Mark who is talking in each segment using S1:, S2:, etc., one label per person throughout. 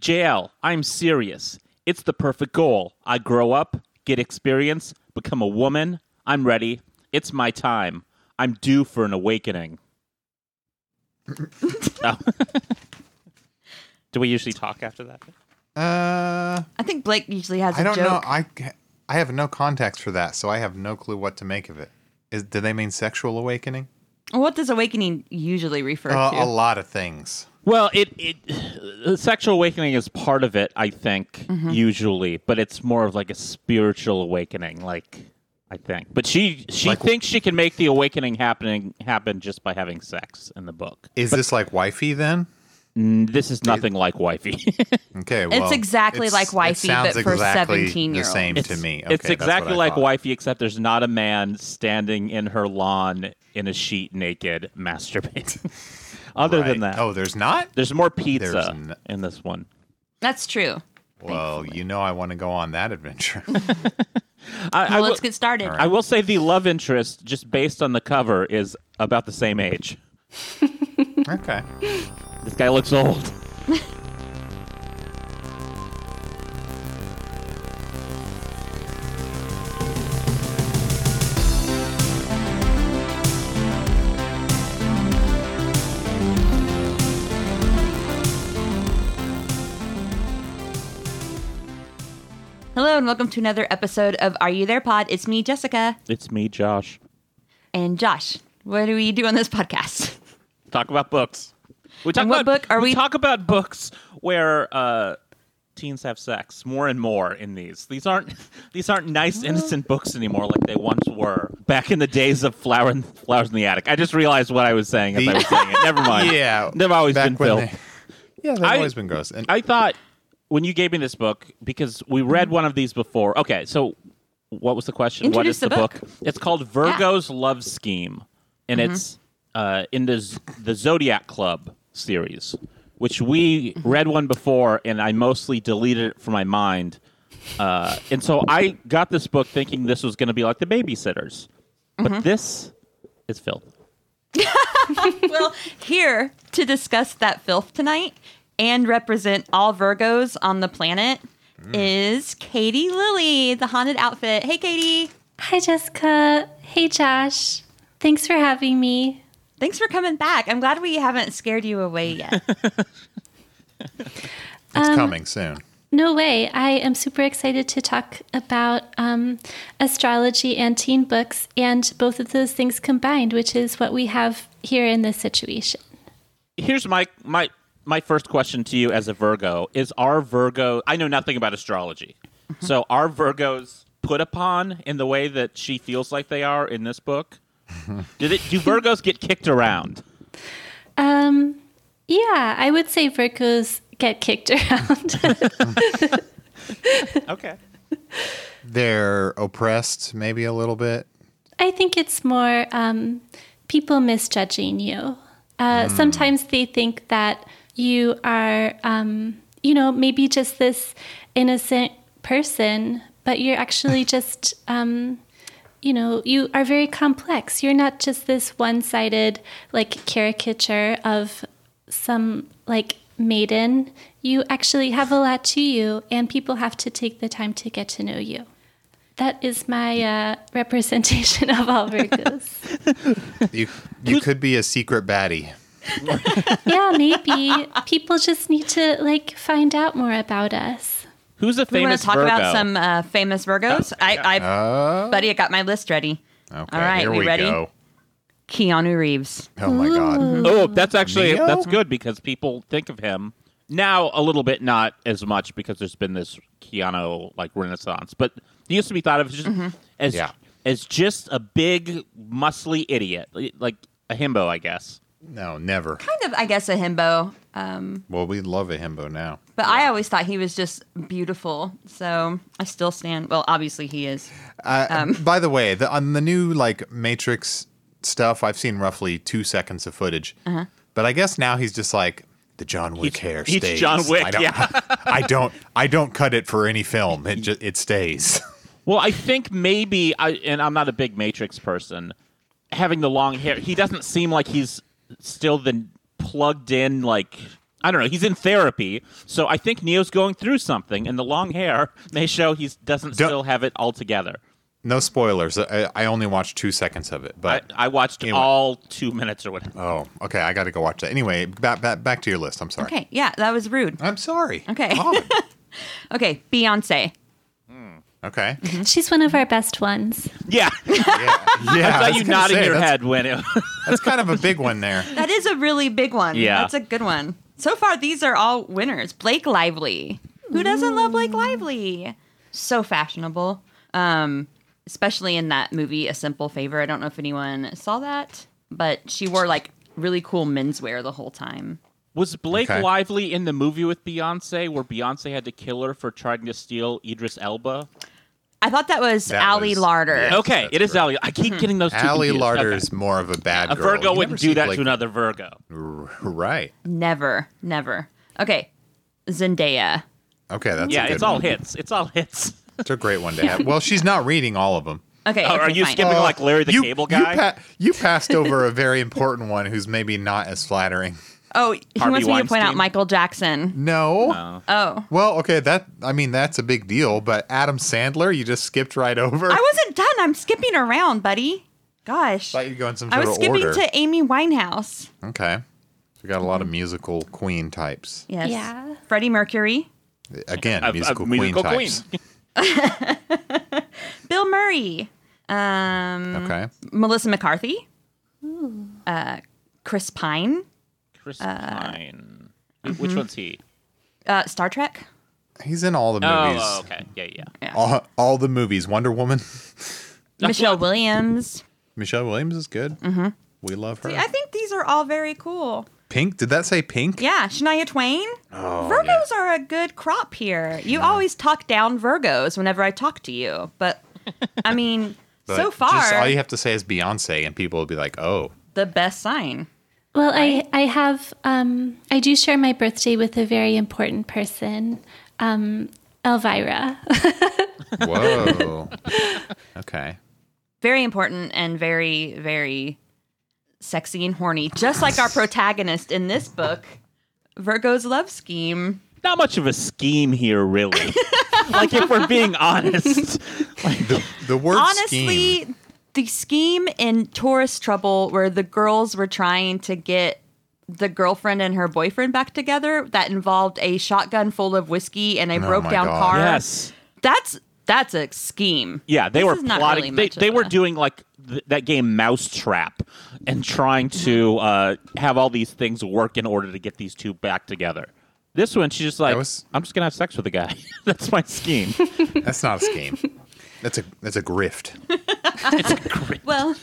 S1: JL, I'm serious. It's the perfect goal. I grow up, get experience, become a woman. I'm ready. It's my time. I'm due for an awakening. Oh. Do we usually talk after that?
S2: Uh,
S3: I think Blake usually has. a
S2: I don't
S3: joke.
S2: know. I I have no context for that, so I have no clue what to make of it. Is, do they mean sexual awakening?
S3: What does awakening usually refer
S2: Uh,
S3: to?
S2: a lot of things.
S1: Well, it it the sexual awakening is part of it, I think, usually, but it's more of like a spiritual awakening, like I think. But she she
S2: Like-
S1: thinks she can make the awakening happening happen just by having sex in the book.
S2: Is this like wifey then?
S1: Mm, This is nothing like wifey.
S2: Okay, well,
S3: exactly like wifey,
S2: it sounds
S3: but for
S2: exactly
S3: 17-year-old.
S2: The same to
S1: It's-
S2: me.
S1: it's
S2: Okay, that's what
S1: exactly
S2: I
S1: like
S2: thought.
S1: wifey, except there's not a man standing in her lawn in a sheet naked masturbating. Other
S2: Right.
S1: than that,
S2: Oh, there's not.
S1: there's more pizza
S2: there's n-
S1: in this one.
S3: That's true.
S2: Well, you know, I want to go on that adventure.
S1: I, I
S3: Well,
S1: will-
S3: let's get started.
S1: I will say the love interest, just based on the cover, is about the same age.
S2: okay.
S1: This guy looks old.
S3: Hello and welcome to another episode of Are You There Pod. It's me, Jessica,
S1: It's me, Josh.
S3: and Josh. What do we do on this podcast?
S1: Talk about books. We talk
S3: And what
S1: about
S3: book are we-
S1: Talk about books where uh, teens have sex more and more in these. These aren't these aren't nice innocent books anymore like they once were back in the days of flower in, flowers in the attic. I just realized what I was saying as
S2: The-
S1: I was saying it. Never mind.
S2: Yeah.
S1: they've always been
S2: back when
S1: built.
S2: they- yeah, they've
S1: I-
S2: always been gross. And
S1: I thought when you gave me this book because we read one of these before. Okay, so what was the question? what
S3: Introduce
S1: is
S3: the
S1: the, book? It's called Virgo's Love Scheme, and it's uh, in the Z- the Zodiac Club series, which we read one before, and I mostly deleted it from my mind. Uh, and so I got this book thinking this was going to be like the Babysitters, but this is filth.
S3: well, here to discuss that filth tonight and represent all Virgos on the planet
S1: Mm.
S3: is Katie Lilly, the haunted outfit. Hey, Katie.
S4: Hi, Jessica. Hey, Josh. Thanks for having me.
S3: Thanks for coming back. I'm glad we haven't scared you away yet.
S2: it's
S3: Um,
S2: coming soon.
S4: No way. I am super excited to talk about um, astrology and teen books and both of those things combined, which is what we have here in this situation.
S1: here's my my my first question to you as a Virgo is are Virgo I know nothing about astrology. So are Virgos put upon in the way that she feels like they are in this book? do they, do Virgos get kicked around?
S4: Um, yeah, I would say Virgos get kicked around.
S1: Okay.
S2: They're oppressed, maybe a little bit.
S4: I think it's more um, people misjudging you. Uh, Sometimes they think that you are, um, you know, maybe just this innocent person, but you're actually just, um, you know, you are very complex. You're not just this one sided, like, caricature of some, like, maiden. You actually have a lot to you, and people have to take the time to get to know you. That is my uh, representation of all Virgos.
S2: You you could be a secret baddie.
S4: yeah, maybe people just need to like find out more about us.
S1: Who's a
S3: we
S1: famous
S3: want to talk
S1: Virgo? Oh.
S3: about some uh, famous Virgos. I, I,
S2: Uh,
S3: buddy, I got my list ready.
S2: okay,
S3: All right,
S2: here
S3: we
S2: we
S3: ready?
S2: go.
S3: Keanu Reeves.
S2: Oh my god.
S1: Oh, that's actually
S2: Neo?
S1: that's good because people think of him now a little bit, not as much because there's been this Keanu like renaissance, but he used to be thought of just as
S2: Yeah.
S1: as just a big muscly idiot, li- like a himbo, I guess.
S2: No, never.
S3: Kind of, I guess, a himbo.
S2: Well, we love a himbo now.
S3: But I always thought he was just beautiful. So I still stand. Well, obviously he is.
S2: Uh,
S1: Um.
S2: by the way, the, on the new like Matrix stuff, I've seen roughly two seconds of footage. But I guess now he's just like the John Wick hair
S1: Uh-huh. he's
S2: stays.
S1: John Wick,
S2: I don't,
S1: yeah.
S2: I don't. I don't cut it for any film. It just it stays.
S1: Well, I think maybe I and I'm not a big Matrix person. Having the long hair, he doesn't seem like he's still the plugged in like I don't know. He's in therapy, so I think Neo's going through something, and the long hair may show he doesn't
S2: Don't-
S1: still have it all together.
S2: No spoilers. I, I only watched two seconds of it,
S1: I,
S2: but
S1: I watched
S2: Anyway.
S1: all two minutes or whatever.
S2: oh, okay. I got to go watch that. Anyway, back, back back to your list. I'm sorry.
S3: Okay, yeah, that was rude.
S2: I'm sorry.
S3: Okay.
S2: God.
S3: Okay, Beyonce.
S2: Okay.
S4: She's one of our best ones.
S1: Yeah, I
S2: Yeah. yeah
S1: saw you nodding your
S2: that's,
S1: head when it.
S2: That's kind of a big one there.
S3: That is a really big one.
S1: Yeah.
S3: That's a good one. So far, these are all winners. Blake Lively. Who doesn't love Blake Lively? So fashionable. Um, especially in that movie, A Simple Favor. I don't know if anyone saw that, but she wore like really cool menswear the whole time.
S1: Was Blake
S2: Okay.
S1: Lively in the movie with Beyonce, where Beyonce had to kill her for trying to steal Idris Elba?
S3: I thought that was
S2: That
S3: Ali
S2: was-
S3: Larder.
S2: yeah.
S1: Okay,
S2: That's
S1: it is
S2: correct.
S1: Ali. I keep getting those two.
S2: Allie
S1: confused.
S2: Larder
S1: Okay.
S2: is more of a bad
S1: A
S2: girl. You
S1: Virgo
S2: never
S1: wouldn't
S2: see
S1: do that
S2: Blake-
S1: to another Virgo.
S2: Right.
S3: Never, never. Okay, Zendaya.
S2: Okay. That's a
S1: Yeah,
S2: good
S1: it's all
S2: one.
S1: hits. It's all hits.
S2: It's a great one to have. Well, she's not reading all of them.
S3: Okay,
S1: Oh, are
S3: okay,
S1: you
S3: fine.
S1: skipping- Maybe like Larry the
S2: you,
S1: Cable
S2: You,
S1: Guy?
S2: pa- you passed over a very important one who's maybe not as flattering.
S3: Oh, he
S1: Harvey
S3: wants me to point out
S1: Weinstein?
S3: Michael Jackson.
S2: No.
S1: Uh,
S3: Oh,
S2: Well, okay, that I mean that's a big deal, but Adam Sandler, you just skipped right over.
S3: I wasn't done. I'm skipping around, buddy. Gosh.
S2: thought you'd go in some
S3: I
S2: sort
S3: was
S2: of
S3: skipping
S2: order.
S3: to Amy Winehouse.
S2: okay, we got a lot of
S3: Mm-hmm.
S2: musical queen types.
S3: Yes.
S4: Yeah.
S3: Freddie Mercury.
S2: Again,
S1: A- a
S2: musical,
S1: uh, musical
S2: queen,
S1: queen.
S2: types.
S3: Bill Murray. Um,
S1: Mm-hmm.
S2: Okay,
S3: Melissa McCarthy. Uh, Chris Pine.
S1: Chris Pine. Wh-
S3: mm-hmm.
S1: Which one's he?
S3: Uh, Star Trek.
S2: he's in all the
S1: Oh,
S2: movies.
S1: okay. Yeah, yeah.
S2: All, all the movies. Wonder Woman.
S3: Michelle Williams.
S2: Michelle Williams is good. We love her.
S3: Mm-hmm. I think these are all very cool.
S2: Pink. Did that say pink?
S3: Yeah, Shania Twain.
S2: Oh,
S3: Virgos are a good crop here. You always talk down Virgos whenever I talk to you, but I mean,
S2: But
S3: so far,
S2: just all you have to say is Beyonce, and people will be like, "Oh,
S3: the best sign.
S4: Well, I, I have, um, I do share my birthday with a very important person, um, Elvira.
S2: whoa." okay.
S3: very important and very very sexy and horny just like our protagonist in this book virgo's love scheme
S1: Not much of a scheme here, really. like, if we're being honest.
S2: The, the word
S3: honestly
S2: scheme.
S3: the scheme in tourist trouble where the girls were trying to get the girlfriend and her boyfriend back together that involved a shotgun full of whiskey and a
S2: Oh my
S3: broke down
S2: God.
S3: car
S1: yes.
S3: that's that's a scheme
S1: Yeah, they
S3: This
S1: were
S3: is not
S1: plotting.
S3: really
S1: they
S3: much of
S1: they were
S3: a-
S1: doing like th- that game Mousetrap and trying to uh, have all these things work in order to get these two back together. This one, she's just like,
S2: was-
S1: I'm just gonna have sex with a guy. That's my scheme.
S2: That's not a scheme. That's a that's a grift.
S3: Well,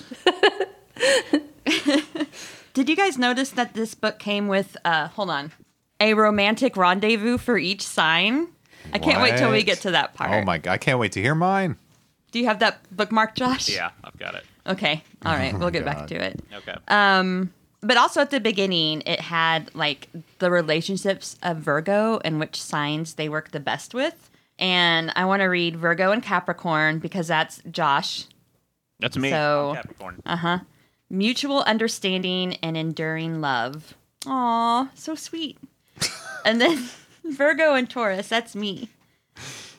S3: did you guys notice that this book came with, uh, hold on, a romantic rendezvous for each sign? I can't wait till we
S2: What?
S3: get to that part.
S2: Oh my god, I can't wait to hear mine.
S3: Do you have that bookmark, Josh?
S1: yeah, I've got it.
S3: Okay. All right. we'll get back
S2: Oh God.
S3: to it.
S1: Okay.
S3: But also at the beginning, it had like the relationships of Virgo and which signs they work the best with. And I want to read Virgo and Capricorn because that's Josh,
S1: That's me.
S3: so-
S1: Capricorn.
S3: mutual understanding and enduring love. Aw, so sweet. and then Virgo and Taurus, that's me.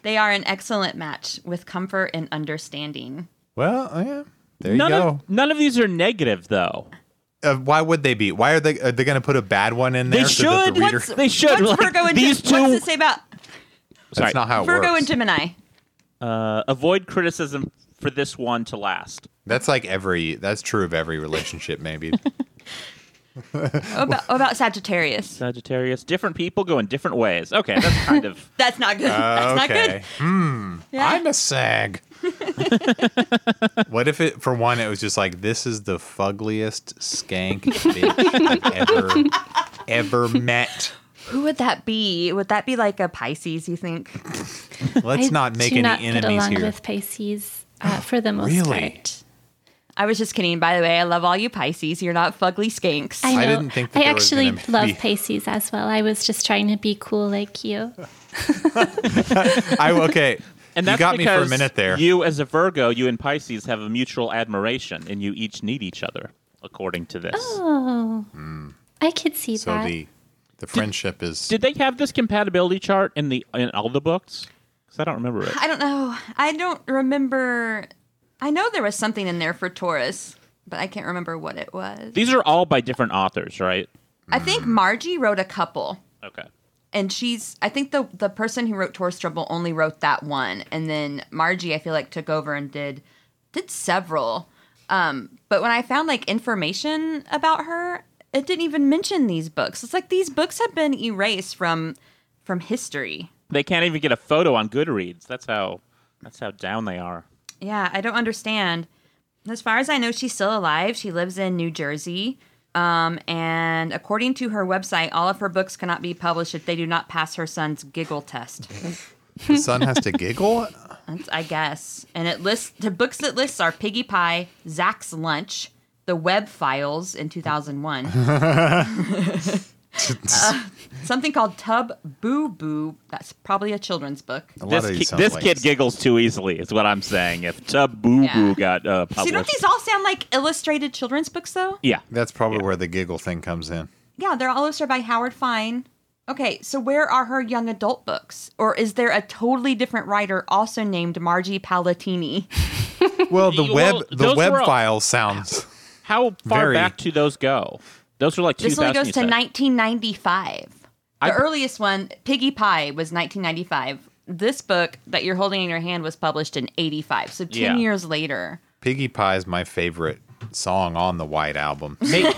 S3: They are an excellent match with comfort and understanding.
S2: Well, yeah. There
S1: none
S2: you go.
S1: of none of these are negative though.
S2: uh, why would they be? Why are they are they going to put a bad one in
S1: They
S2: there? so that
S1: should.
S2: the reader,
S1: What's- they should.
S3: What's
S1: like,
S3: Virgo and
S1: these
S3: Gem- What's
S1: two
S3: it say about
S1: sorry.
S2: that's not how it
S3: Virgo
S2: works.
S3: and Gemini?
S1: uh, avoid criticism for this one to last.
S2: that's like every. That's true of every relationship. Maybe
S3: Oh, about, oh, about Sagittarius?
S1: Sagittarius. Different people go in different ways. Okay, that's kind of
S3: That's not good. that's not
S2: okay. Hmm.
S3: good. Yeah.
S2: I'm a sag. what if it for one? It was just like this is the fuggliest skank bitch I've ever ever met.
S3: Who would that be? Would that be like a Pisces? You think?
S2: Let's
S4: I
S2: not make
S4: do
S2: any
S4: not get
S2: enemies
S4: along
S2: here.
S4: with Pisces uh, for the most
S2: Really?
S4: part.
S3: I was just kidding. By the way, I love all you Pisces. You're not fugly skinks.
S4: I, know.
S2: I didn't think that
S4: I
S2: there was
S4: actually
S2: gonna
S4: love
S2: be-
S4: Pisces as well. I was just trying to be cool like you.
S2: I okay.
S1: And
S2: you
S1: that's
S2: got me for a
S1: because
S2: minute there.
S1: You, as a Virgo, you and Pisces have a mutual admiration, and you each need each other, according to this.
S4: Oh, I could see
S2: so
S4: that.
S2: the The friendship is.
S1: Did they have this compatibility chart in the in all the books? Because I don't remember it.
S3: I don't know. I don't remember. I know there was something in there for Taurus, but I can't remember what it was.
S1: These are all by different authors, right?
S3: I think
S2: Hmm.
S3: Margie wrote a couple,
S1: Okay.
S3: and she's. I think the the person who wrote Taurus Trouble only wrote that one, and then Margie, I feel like, took over and did did several. Um, but when I found like information about her, it didn't even mention these books. It's like these books have been erased from from history.
S1: They can't even get a photo on Goodreads. That's how. That's how down they are.
S3: Yeah, I don't understand. As far as I know, she's still alive. She lives in New Jersey. Um, and according to her website, all of her books cannot be published if they do not pass her son's giggle test.
S2: The son has to giggle.
S3: That's, I guess. And it lists the books that lists are Piggy Pie, Zach's Lunch, The Web Files in 2001, Uh, something called Tub Boo Boo. That's probably a children's book.
S2: A lot
S1: This
S2: of
S1: ki-
S2: these sound
S1: this
S2: like-
S1: kid giggles too easily. Is what I'm saying. If Tub Boo Boo
S3: Yeah.
S1: got uh, published,
S3: See, don't these all sound like illustrated children's books, though?
S1: yeah.
S2: That's probably where the giggle thing comes in.
S3: Yeah, they're all illustrated by Howard Fine. Okay, so where are her young adult books? Or is there a totally different writer also named Margie Palatini?
S2: Well, the
S1: Well,
S2: web the
S1: those
S2: web
S1: were all-
S2: file sounds.
S1: How far
S2: Very-
S1: back do those go? Those are like
S3: This
S1: 2000.
S3: only goes
S1: you
S3: to
S1: said.
S3: 1995.
S1: I-
S3: The earliest one, Piggy Pie, was 1995. This book that you're holding in your hand was published in 85, so 10
S1: Yeah.
S3: years later.
S2: Piggy Pie is my favorite song on the White Album.
S1: Maybe,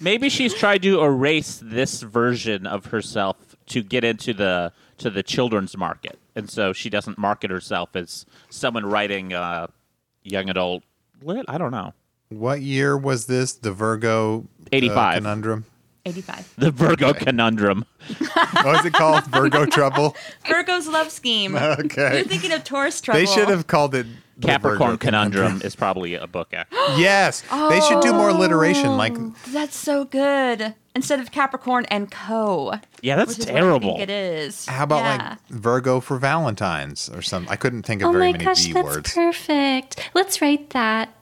S1: maybe she's tried to erase this version of herself to get into the to the children's market, and so she doesn't market herself as someone writing uh, young adult lit. I don't know.
S2: What year was this? The Virgo uh,
S1: 85.
S2: conundrum.
S3: 85.
S1: The Virgo conundrum.
S2: What Oh, is it called? Virgo trouble.
S3: Virgo's Love Scheme.
S2: Okay.
S3: You're thinking of Taurus Trouble.
S2: They should have called it the
S1: Capricorn
S2: Virgo
S1: conundrum is probably a book. Actually.
S2: Yes, they should do more alliteration. Like
S3: That's so good. Instead of Capricorn and Co.
S1: Yeah, that's
S3: which is what I
S1: terrible.
S3: think it is.
S2: how about
S3: Yeah.
S2: like Virgo for Valentine's or something? I couldn't think of
S4: Oh
S2: very
S4: my
S2: many
S4: gosh,
S2: V
S4: that's
S2: words.
S4: perfect. Let's write that.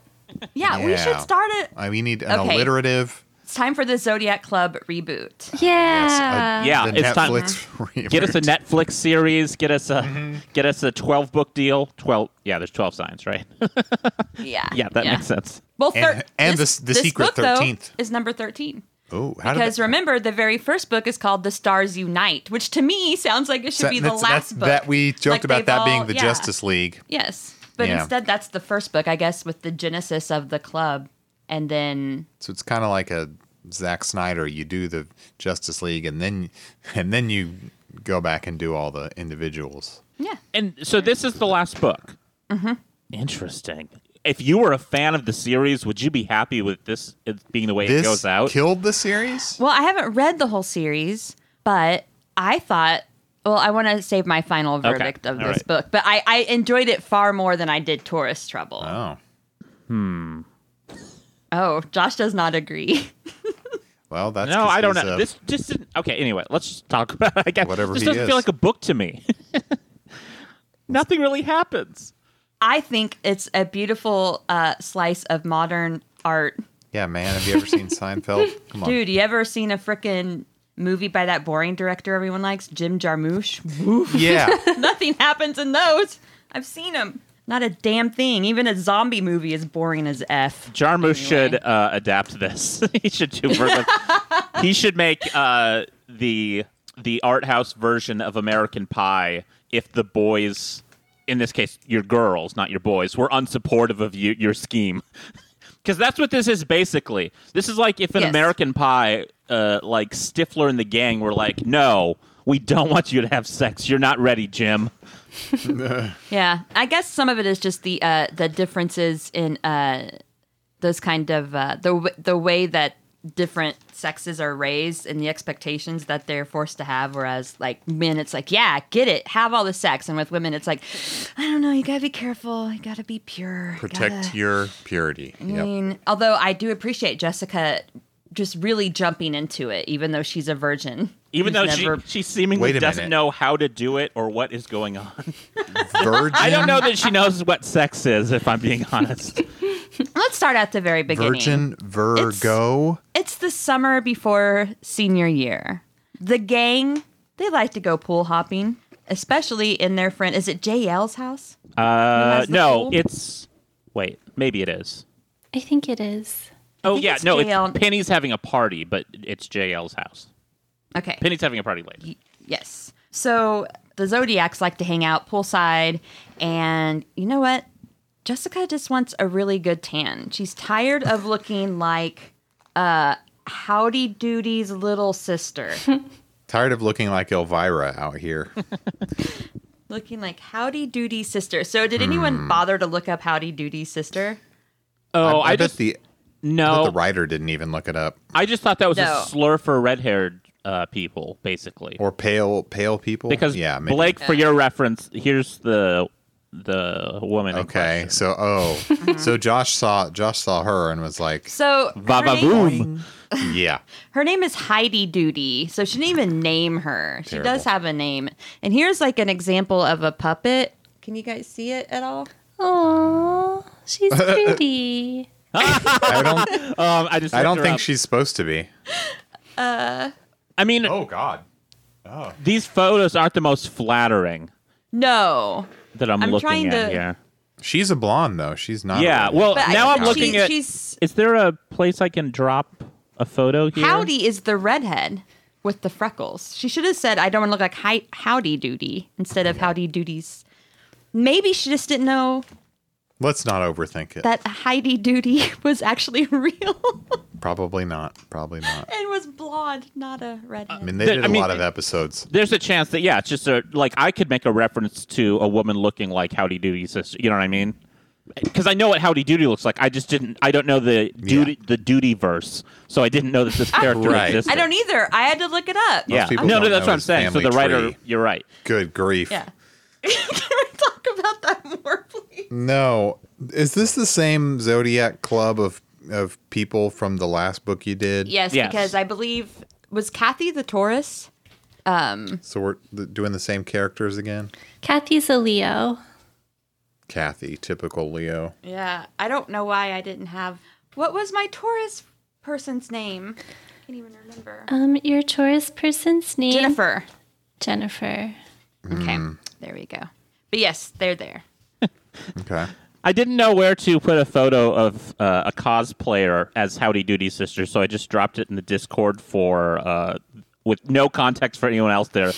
S3: Yeah, we should
S2: Yeah.
S3: start it.
S2: I we need an
S3: Okay.
S2: alliterative.
S3: It's time for the Zodiac Club reboot.
S4: Yeah.
S1: Yeah,
S2: the
S1: it's time.
S2: Netflix time.
S1: Get us a Netflix series. Get us a get us a twelve book deal. Twelve. Yeah, there's twelve signs, right?
S3: Yeah.
S1: yeah, that makes sense.
S3: Well, thir-
S2: And- and the- the secret
S3: book, though,
S2: 13th.
S3: is number 13.
S2: Oh, how did
S3: Because
S2: that-
S3: remember, the very first book is called The Stars Unite, which to me sounds like it should
S2: that-
S3: be the
S2: that's-
S3: last
S2: that's-
S3: book.
S2: That we joked
S3: Like,
S2: about
S3: they've
S2: that
S3: all-
S2: being the
S3: yeah.
S2: Justice League.
S3: Yes. But
S2: Yeah.
S3: instead, that's the first book, I guess, with the genesis of the club. And then,
S2: So it's kind of like a Zack Snyder. You do the Justice League, and then and then you go back and do all the individuals.
S3: yeah.
S1: And so this is the last book. Mm-hmm. Interesting. If you were a fan of the series, would you be happy with this it being the way it
S2: This
S1: goes out?
S2: killed the series.
S3: Well, I haven't read the whole series, but I thought, well, I want to save my final
S1: Okay.
S3: verdict of
S1: All
S3: this
S1: right.
S3: book, but I, I enjoyed it far more than I did Taurus Trouble.
S2: Oh,
S3: Oh, Josh does not agree.
S2: well, that's
S1: no,
S2: 'cause
S1: I don't
S2: he's
S1: know.
S2: a-
S1: this just didn't. Okay, anyway, let's just talk about it. I guess.
S2: Whatever
S1: This
S2: he
S1: doesn't
S2: is.
S1: feel like a book to me. Nothing really happens.
S3: I think it's a beautiful uh, slice of modern art.
S2: yeah, man. Have you ever seen Seinfeld? Come on,
S3: Dude, you ever seen a freaking movie by that boring director everyone likes, Jim Jarmusch?
S2: Yeah,
S3: Nothing happens in those. I've seen them. Not a damn thing. Even a zombie movie is boring as F.
S1: Jarmu should
S3: Anyway.
S1: uh, adapt this. he should do. Vermin. he should make uh, the the art house version of American Pie. If the boys, in this case, your girls, not your boys, were unsupportive of you, your scheme, because that's what this is basically. This is like if an
S3: Yes.
S1: American Pie, uh, like Stifler and the gang, were like, "No, we don't want you to have sex. You're not ready, Jim."
S3: Yeah, I guess some of it is just the uh, the differences in uh, those kind of uh, the w- the way that different sexes are raised and the expectations that they're forced to have. Whereas like men, it's like yeah, get it, have all the sex, and with women, it's like I don't know, you gotta be careful, you gotta be pure, you
S2: protect
S3: gotta-
S2: your purity.
S3: I
S2: Yep.
S3: mean, although I do appreciate Jessica just really jumping into it, even though she's a virgin.
S1: Even though
S3: Who's never-
S1: she she
S2: Wait
S1: seemingly
S2: a
S1: doesn't
S2: minute.
S1: know how to do it or what is going on.
S2: Virgin.
S1: I don't know that she knows what sex is, if I'm being honest.
S3: Let's Let's start at the very beginning.
S2: Virgin Virgo.
S3: It's the summer before senior year. The gang, they like to go pool hopping, especially in their friend. Is it JL's house?
S1: Uh,
S3: has the
S1: no,
S3: pool?
S1: it's wait, maybe it is.
S4: I think it is.
S1: Oh
S3: think
S1: yeah,
S3: it's
S1: no,
S3: JL.
S1: it's Penny's having a party, but it's JL's house.
S3: Okay.
S1: Penny's having a party later.
S3: Yes. So the Zodiacs like to hang out poolside, and you know what? Jessica just wants a really good tan. She's tired of looking like uh, Howdy Doody's little sister,
S2: Tired of looking like Elvira out here.
S3: looking like Howdy Doody's sister. So did
S1: Hmm.
S3: anyone bother to look up Howdy Doody's sister?
S1: Oh, I,
S2: I, bet
S1: just
S2: the
S1: no.
S2: bet the writer didn't even look it up.
S1: I just thought that was
S3: No.
S1: a slur for red-haired uh, people, basically.
S2: Or pale pale people.
S1: because
S2: yeah, maybe.
S1: Blake, for your reference, here's the the woman. in
S2: Okay,
S1: question.
S2: so oh, so Josh saw Josh saw her and was like,
S3: So her
S1: Vava
S3: name,
S1: boom.
S2: yeah,
S3: her name is Heidi Doody, so she didn't even name her. She does
S2: Terrible.
S3: have a name. And here's like an example of a puppet. Can you guys see it at all?
S4: Oh, she's pretty.
S2: I don't
S1: Um, I just.
S2: I don't
S1: looked her
S2: think
S1: up.
S2: she's supposed to be.
S1: I mean,
S2: God,
S1: these photos aren't the most flattering
S3: No.
S1: that I'm,
S3: I'm
S1: looking
S3: trying
S1: at
S3: to-
S1: here.
S2: she's a blonde though. She's not. a
S1: Yeah.
S2: red.
S1: Well,
S3: But I-
S1: now I'm
S3: she-
S1: looking at.
S3: she's-
S1: Is there a place I can drop a photo here?
S3: Howdy is the redhead with the freckles. She should have said, I don't want to look like hi- Howdy Doody instead of Howdy Doody's. Maybe she just didn't know
S2: let's not overthink it.
S3: that Heidi Doody was actually real
S2: Probably not. Probably not.
S3: and was blonde, not a redhead.
S2: I mean, they
S1: Th-
S2: did
S1: I
S2: a
S1: mean- uh,
S2: lot of episodes.
S1: There's a chance that yeah, it's just a like I could make a reference to a woman looking like Howdy Doody sister. You know what I mean? Because I know what Howdy Doody looks like. I just didn't. I don't know the duty the duty verse, so I didn't know that this character
S2: Right.
S1: existed.
S3: I don't e either. I had to look it up.
S1: Yeah.
S2: people
S1: No, no,
S2: don't
S1: that's
S2: know
S1: what I'm
S2: his
S1: saying. So the
S2: family
S1: writer,
S2: tree.
S1: you're right.
S2: Good grief.
S3: Yeah. Can we talk about that more, please?
S2: No, is this the same Zodiac Club of of people from the last book you did?
S3: Yes,
S1: Yes.
S3: because I believe was Kathy the Taurus. Um,
S2: So we're th- doing the same characters again.
S4: Kathy's a Leo.
S2: Kathy, typical Leo.
S3: Yeah, I don't know why I didn't have. What was my Taurus person's name? I can't even remember.
S4: Um, your Taurus person's name
S3: Jennifer.
S4: Jennifer.
S3: Okay,
S2: Hmm.
S3: there we go. But yes, they're there.
S2: Okay.
S1: I didn't know where to put a photo of uh, a cosplayer as Howdy Doody sister, so I just dropped it in the Discord for uh, with no context for anyone else there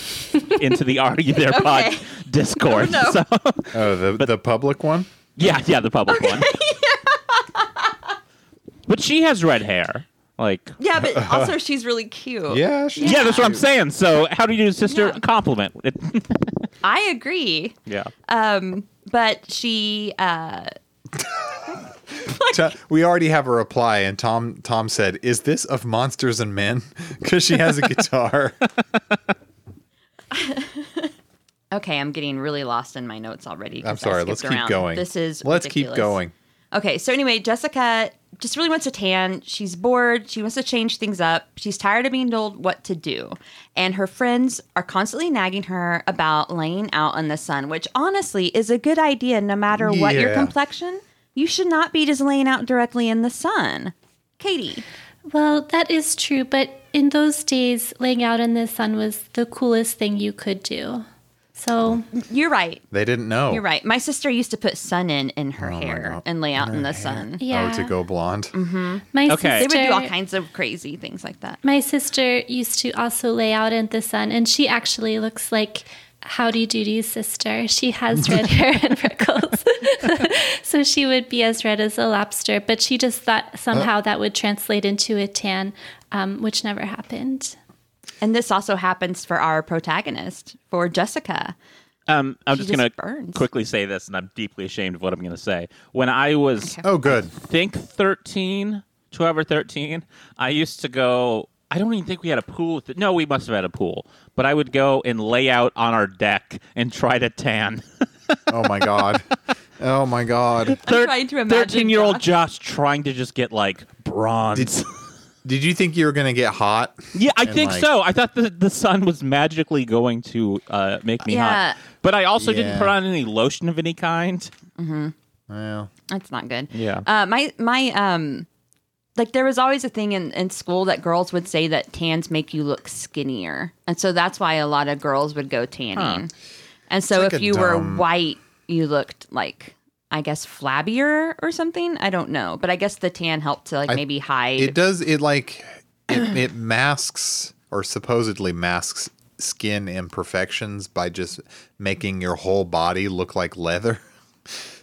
S1: into the Are You There Pod
S3: Okay.
S1: Discord.
S3: Oh, no.
S1: So
S2: Oh, the the public one.
S1: yeah, yeah, the public one. but she has red hair. Like
S3: Yeah, but also she's really cute.
S2: Yeah. she-
S1: yeah. that's what I'm saying. So Howdy Doody sister
S3: Yeah.
S1: compliment. It,
S3: I agree.
S1: yeah.
S3: Um, but she, uh,
S2: Ta- we already have a reply, and Tom Tom said, "Is this of Monsters and Men?" Because she has a guitar.
S3: okay, I'm getting really lost in my notes already. 'cause
S2: I'm
S3: I
S2: sorry.
S3: skipped
S2: Let's keep
S3: around.
S2: going.
S3: This is
S2: Let's keep
S3: ridiculous.
S2: going.
S3: Okay, so anyway, Jessica just really wants a tan. She's bored. She wants to change things up. She's tired of being told what to do. And her friends are constantly nagging her about laying out in the sun, which honestly is a good idea no matter what your
S2: Yeah.
S3: complexion. You should not be just laying out directly in the sun. Katie.
S4: Well, that is true, but in those days, laying out in the sun was the coolest thing you could do. So,
S3: You're right.
S2: They didn't know.
S3: You're right. My sister used to put sun in in her
S2: Oh my
S3: hair
S2: God.
S3: and lay out in the sun.
S4: yeah.
S2: Oh, to go blonde.
S3: Mm-hmm.
S4: My
S1: Okay.
S4: okay.
S3: They
S4: sister
S3: would do all kinds of crazy things like that.
S4: My sister used to also lay out in the sun, and she actually looks like Howdy Doody's sister. She has red hair and freckles. so she would be as red as a lobster, but she just thought somehow that would translate into a tan, um, which never happened.
S3: And this also happens for our protagonist, for Jessica.
S1: Um, I'm
S3: She
S1: just,
S3: just
S1: gonna
S3: burns.
S1: quickly say this, and I'm deeply ashamed of what I'm gonna say. When I was
S2: Oh, good.
S1: think 13, 12 or 13, I used to go. I don't even think we had a pool. With it. No, we must have had a pool. But I would go and lay out on our deck and try to tan.
S2: Oh my god. Oh my god.
S3: I'm trying to imagine
S1: 13 year old Josh trying to just get like bronze.
S2: Did you think you were gonna get hot?
S1: yeah, I think
S2: like-
S1: so. I thought the, the sun was magically going to uh, make me
S3: Yeah.
S1: hot. But I also
S2: Yeah.
S1: didn't put on any lotion of any kind.
S2: Well,
S3: That's not good.
S1: Yeah.
S3: Uh, my my um, like there was always a thing in in school that girls would say that tans make you look skinnier, and so that's why a lot of girls would go tanning. And so
S2: like
S3: if
S2: a
S3: you were
S2: dumb-
S3: white, you looked like I guess flabbier or something. I don't know, but I guess the tan helped to like maybe hide.
S2: it does. It like it, it masks or supposedly masks skin imperfections by just making your whole body look like leather.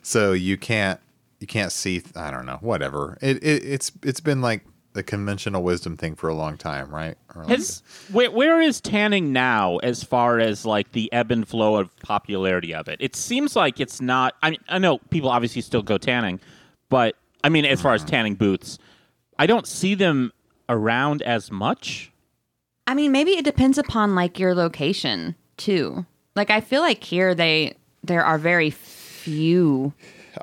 S2: So you can't you can't see. I don't know. Whatever. It, it it's it's been like the conventional wisdom thing for a long time, right? Or like-
S1: Has, where, where is tanning now as far as like the ebb and flow of popularity of it? It seems like it's not. I mean, I know people obviously still go tanning, but I mean, as far as tanning booths, I don't see them around as much.
S3: I mean, maybe it depends upon like your location too. Like I feel like here they there are very few.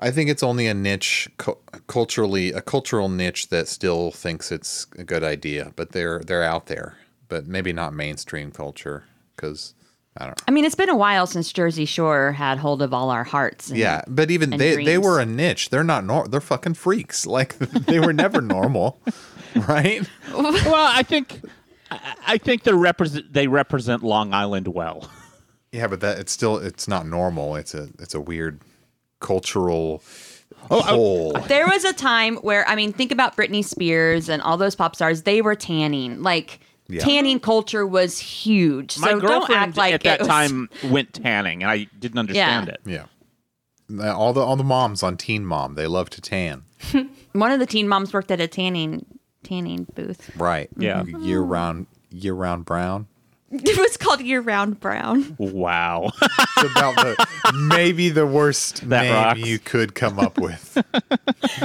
S2: I think it's only a niche cu- culturally a cultural niche that still thinks it's a good idea, but they're they're out there, but maybe not mainstream culture because I don't.
S3: I mean, it's been a while since Jersey Shore had hold of all our hearts. and-
S2: Yeah, but even
S3: And
S2: they they
S3: dreams.
S2: were a niche. They're not nor they're fucking freaks. Like they were never normal, right?
S1: well, I think I, I think they represent they represent Long Island well.
S2: Yeah, but that it's still it's not normal. It's a it's a weird cultural Oh,
S1: I-
S2: hole.
S3: There was a time where I mean, think about Britney Spears and all those pop stars. They were tanning. Like
S2: Yeah.
S3: tanning culture was huge.
S1: My
S3: so
S1: girlfriend
S3: don't act like
S1: at that
S3: it was-
S1: time went tanning, and I didn't understand
S3: Yeah.
S1: it.
S2: yeah, all the all the moms on Teen Mom they love to tan.
S3: One of the teen moms worked at a tanning tanning booth.
S2: Right.
S1: Yeah.
S2: Year round year round brown.
S3: It was called Year Round Brown.
S1: Wow.
S2: It's about the maybe the worst
S1: That
S2: name
S1: rocks.
S2: you could come up with.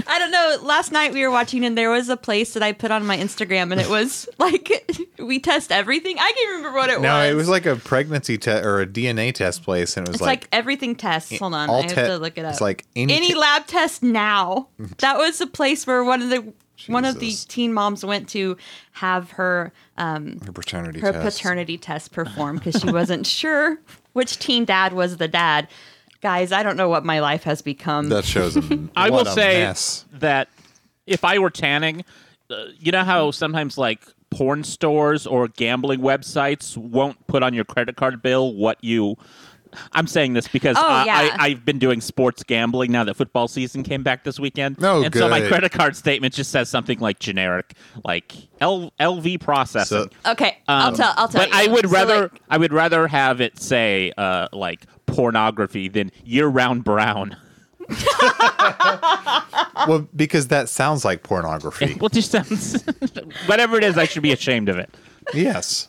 S3: I don't know. Last night we were watching, and there was a place that I put on my Instagram, and it was like we test everything. I can't remember what it
S2: no,
S3: was.
S2: it was like a pregnancy test or a DNA test place, and it was
S3: it's like, everything tests. Hold on, I have
S2: te-
S3: to look it up.
S2: It's like any,
S3: any
S2: te-
S3: lab test now. That was the place where one of the one of the
S2: Jesus.
S3: teen moms went to have her
S2: her paternity
S3: her
S2: test.
S3: paternity test performed because she wasn't sure which teen dad was the dad. Guys, I don't know what my life has become.
S2: That shows them.
S1: I
S2: what
S1: will
S2: a
S1: say
S2: mess.
S1: that if I were tanning, uh, you know how sometimes like porn stores or gambling websites won't put on your credit card bill what you. I'm saying this because
S3: Oh,
S1: uh,
S3: yeah.
S1: I, I've been doing sports gambling now that football season came back this weekend.
S2: Oh,
S1: and so my
S2: good.
S1: credit card statement just says something like generic, like L- LV processing.
S2: So-
S3: okay, I'll
S1: Um,
S3: tell. I'll tell.
S1: But
S3: you.
S1: I would
S3: So,
S1: rather
S3: like,
S1: I would rather have it say uh, like pornography than year round brown.
S2: Well, because that sounds like pornography.
S1: Well, it just sounds whatever it is. I should be ashamed of it.
S2: yes.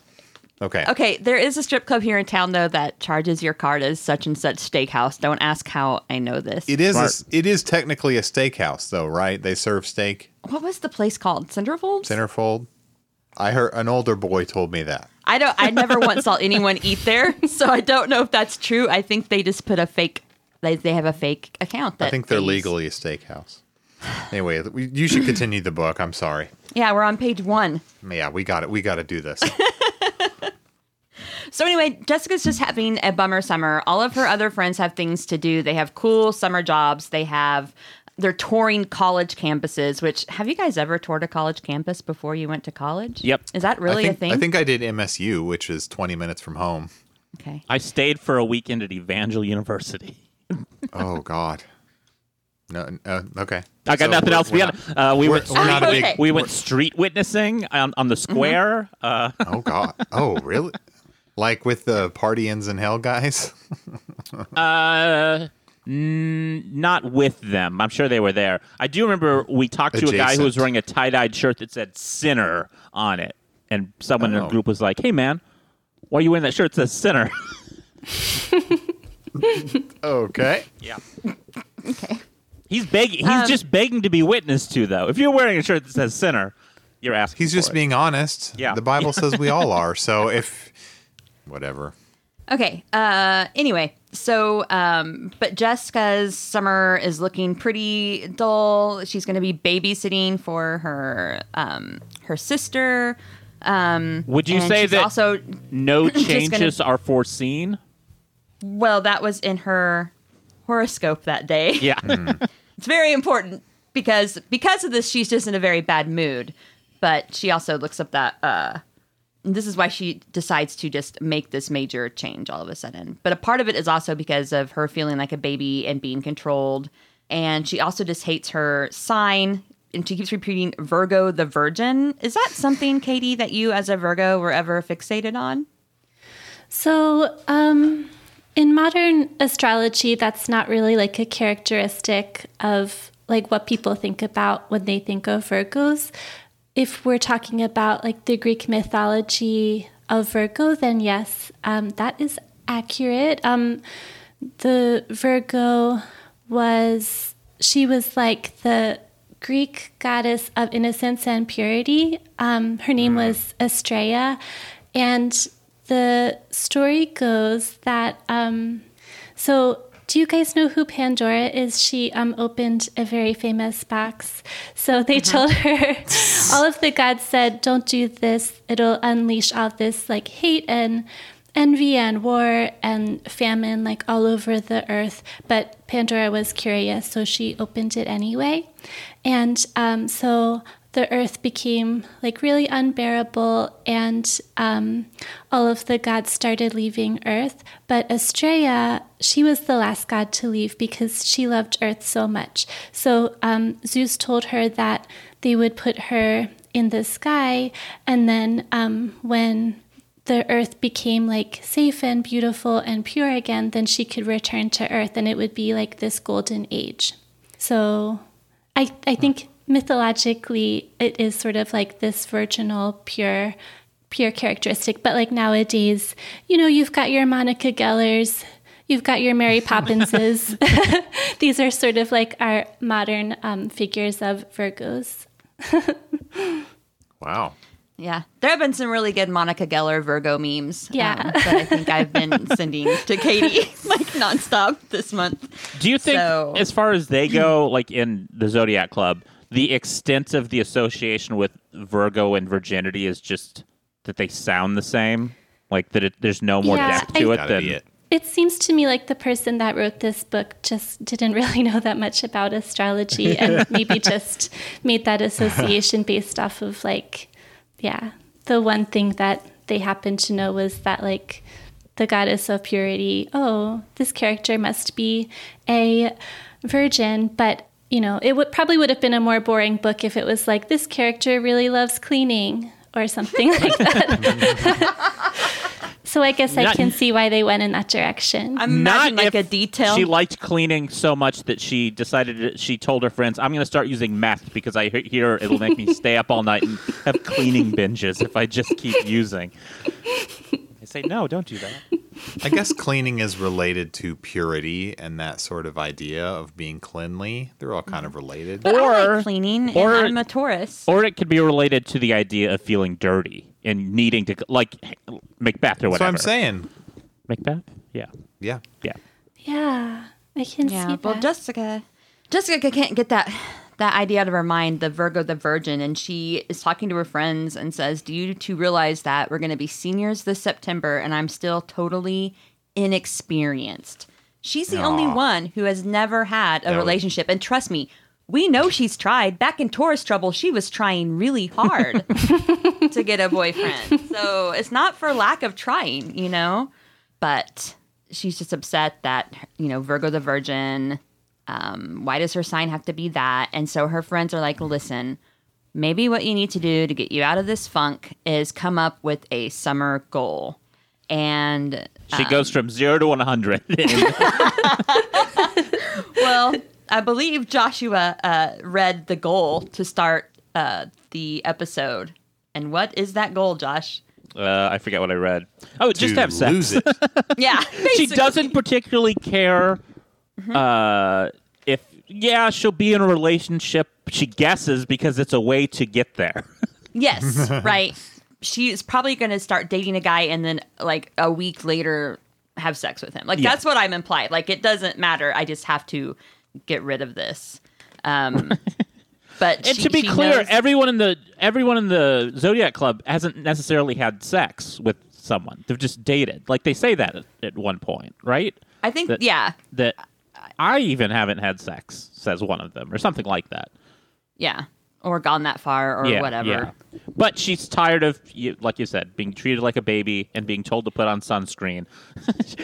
S2: Okay.
S3: Okay, there is a strip club here in town though that charges your card as such and such steakhouse. Don't ask how I know this.
S2: It is. a
S1: Smart.
S2: s- it is technically a steakhouse, though, right? They serve steak,
S3: what was the place called? Centerfold?
S2: centerfold. I heard an older boy told me that.
S3: I don't. I never once saw anyone eat there, so I don't know if that's true. I think they just put a fake. They, they have a fake account. That
S2: I think they're
S3: pays.
S2: legally a steakhouse. Anyway, we- you should continue the book. I'm sorry.
S3: Yeah, we're on page one.
S2: Yeah, we got it. We got to do this.
S3: So anyway, Jessica's just having a bummer summer. All of her other friends have things to do. They have cool summer jobs. They have they're touring college campuses. Which have you guys ever toured a college campus before you went to college?
S1: Yep.
S3: Is that really
S2: I think,
S3: a thing?
S2: I think I did MSU, which is 20 minutes from home.
S3: Okay.
S1: I stayed for a weekend at Evangel University.
S2: Oh God. No. n- uh, okay.
S1: I got
S2: So
S1: nothing
S2: we're-
S1: else
S2: we're
S1: beyond.
S2: not-
S1: Uh, we
S2: We're,
S1: went
S2: we're Mm-hmm. not a big.
S3: Okay.
S1: we went street witnessing on, on the square. Uh,
S2: Oh God. Oh really? Like with the party ends in hell guys.
S1: uh, n- not with them. I'm sure they were there. I do remember we talked to a guy who was
S2: Adjacent.
S1: wearing a tie dyed shirt that said "Sinner" on it, and someone in
S2: Oh.
S1: our group was like, "Hey man, why are you wearing that shirt that says Sinner?"
S2: Okay.
S1: Yeah. okay. He's begging. He's
S3: Um,
S1: just begging to be witnessed to, though. If you're wearing a shirt that says "sinner," you're asking.
S2: He's
S1: for
S2: just
S1: it.
S2: being honest.
S1: Yeah.
S2: The Bible says we all are. So if whatever.
S3: Okay. Uh, anyway, so um, but Jessica's summer is looking pretty dull. She's going to be babysitting for her um, her sister. Um,
S1: Would you
S3: and
S1: say
S3: she's
S1: that-
S3: also?
S1: No
S3: gonna-
S1: changes are foreseen.
S3: Well, that was in her horoscope that day.
S1: Yeah.
S3: It's very important because because of this, she's just in a very bad mood. But she also looks up that. Uh, and this is why she decides to just make this major change all of a sudden. But a part of it is also because of her feeling like a baby and being controlled. And she also just hates her sign. And she keeps repeating Virgo the Virgin. Is that something, Katie, that you as a Virgo were ever fixated on?
S4: So, um, in modern astrology, that's not really like a characteristic of like what people think about when they think of Virgos. If we're talking about like the Greek mythology of Virgo, then yes, um, that is accurate. Um, the Virgo was she was like the Greek goddess of innocence and purity. Um, her name was Astraea, and the story goes that um, so. Do you guys know who Pandora is? She um, opened a very famous box. So they told her, all of the gods said, "Don't do this. It'll unleash all this like hate and envy and war and famine like all over the earth. But Pandora was curious, so she opened it anyway. And um, so the earth became like really unbearable, and um, all of the gods started leaving Earth. But Astraea, she was the last god to leave because she loved Earth so much. So um, Zeus told her that they would put her in the sky, and then um, when the earth became like safe and beautiful and pure again, then she could return to earth and it would be like this golden age. So I, I think mythologically it is sort of like this virginal, pure, pure characteristic. But like nowadays, you know, you've got your Monica Gellers, you've got your Mary Poppinses. These are sort of like our modern um, figures of Virgos.
S2: Wow.
S3: Yeah, there have been some really good Monica Geller Virgo memes.
S4: Yeah.
S3: um, that I think I've been sending to Katie like nonstop this month.
S1: Do you think,
S3: So-
S1: as far as they go, like in the Zodiac Club, the extent of the association with Virgo and virginity is just that they sound the same? Like that it, there's no more
S4: Yeah,
S1: depth to
S4: I-
S1: it
S2: Gotta
S1: than.
S2: be it.
S4: It seems to me like the person that wrote this book just didn't really know that much about astrology and maybe just made that association based off of like, yeah, the one thing that they happened to know was that like the goddess of purity, oh, this character must be a virgin, but you know, it would probably would have been a more boring book if it was like this character really loves cleaning or something like that. So I guess I
S1: Not-
S4: can see why they went in that direction.
S3: I'm imagining like a
S1: if
S3: detail.
S1: She liked cleaning so much that she decided that she told her friends, "I'm going to start using meth because I he- hear it'll make me stay up all night and have cleaning binges if I just keep using." I say, "No, don't do that."
S2: I guess cleaning is related to purity and that sort of idea of being cleanly. They're all
S1: Mm.
S2: kind of related.
S1: Oh,
S3: But I like
S1: or-
S3: cleaning,
S1: or-
S3: and I'm a Taurus.
S1: Or it could be related to the idea of feeling dirty and needing to like Macbeth or
S2: That's what
S1: whatever.
S2: I'm saying.
S1: Macbeth. Yeah,
S2: Yeah.
S1: yeah.
S4: yeah, I can see
S3: yeah,
S4: that.
S3: well, Jessica, Jessica can't get that that idea out of her mind. The Virgo, the Virgin, and she is talking to her friends and says, "Do you two realize that we're going to be seniors this September, and I'm still totally inexperienced?" She's the only
S2: Aw.
S3: one who has never had a
S2: would-
S3: relationship, and trust me. We know she's tried. Back in Taurus trouble, she was trying really hard to get a boyfriend. So it's not for lack of trying, you know? But she's just upset that, you know, Virgo the Virgin, um, why does her sign have to be that? And so her friends are like, listen, maybe what you need to do to get you out of this funk is come up with a summer goal. And uh,
S1: She goes from zero to one hundred.
S3: well, I believe Joshua uh, read the goal to start uh, the episode. And what is that goal, Josh?
S1: uh, I forget what I read. Oh, just
S2: to
S1: have sex.
S2: lose it.
S3: Yeah.
S1: she
S3: basically.
S1: doesn't particularly care uh, if yeah she'll be in a relationship she guesses because it's a way to get there
S3: Yes, right. She is probably going to start dating a guy and then like a week later have sex with him. Like
S1: Yeah.
S3: that's what I'm implied. Like it doesn't matter. I just have to get rid of this. Um but
S1: and
S3: she-
S1: to be
S3: she
S1: clear
S3: knows-
S1: everyone in the everyone in the zodiac club hasn't necessarily had sex with someone they've just dated like they say that at, at one point right
S3: I think
S1: that-
S3: yeah.
S1: that I even haven't had sex, says one of them, or something like that.
S3: Yeah. Or gone that far or
S1: yeah,
S3: whatever.
S1: yeah. But she's tired of, you- like you said, being treated like a baby and being told to put on sunscreen.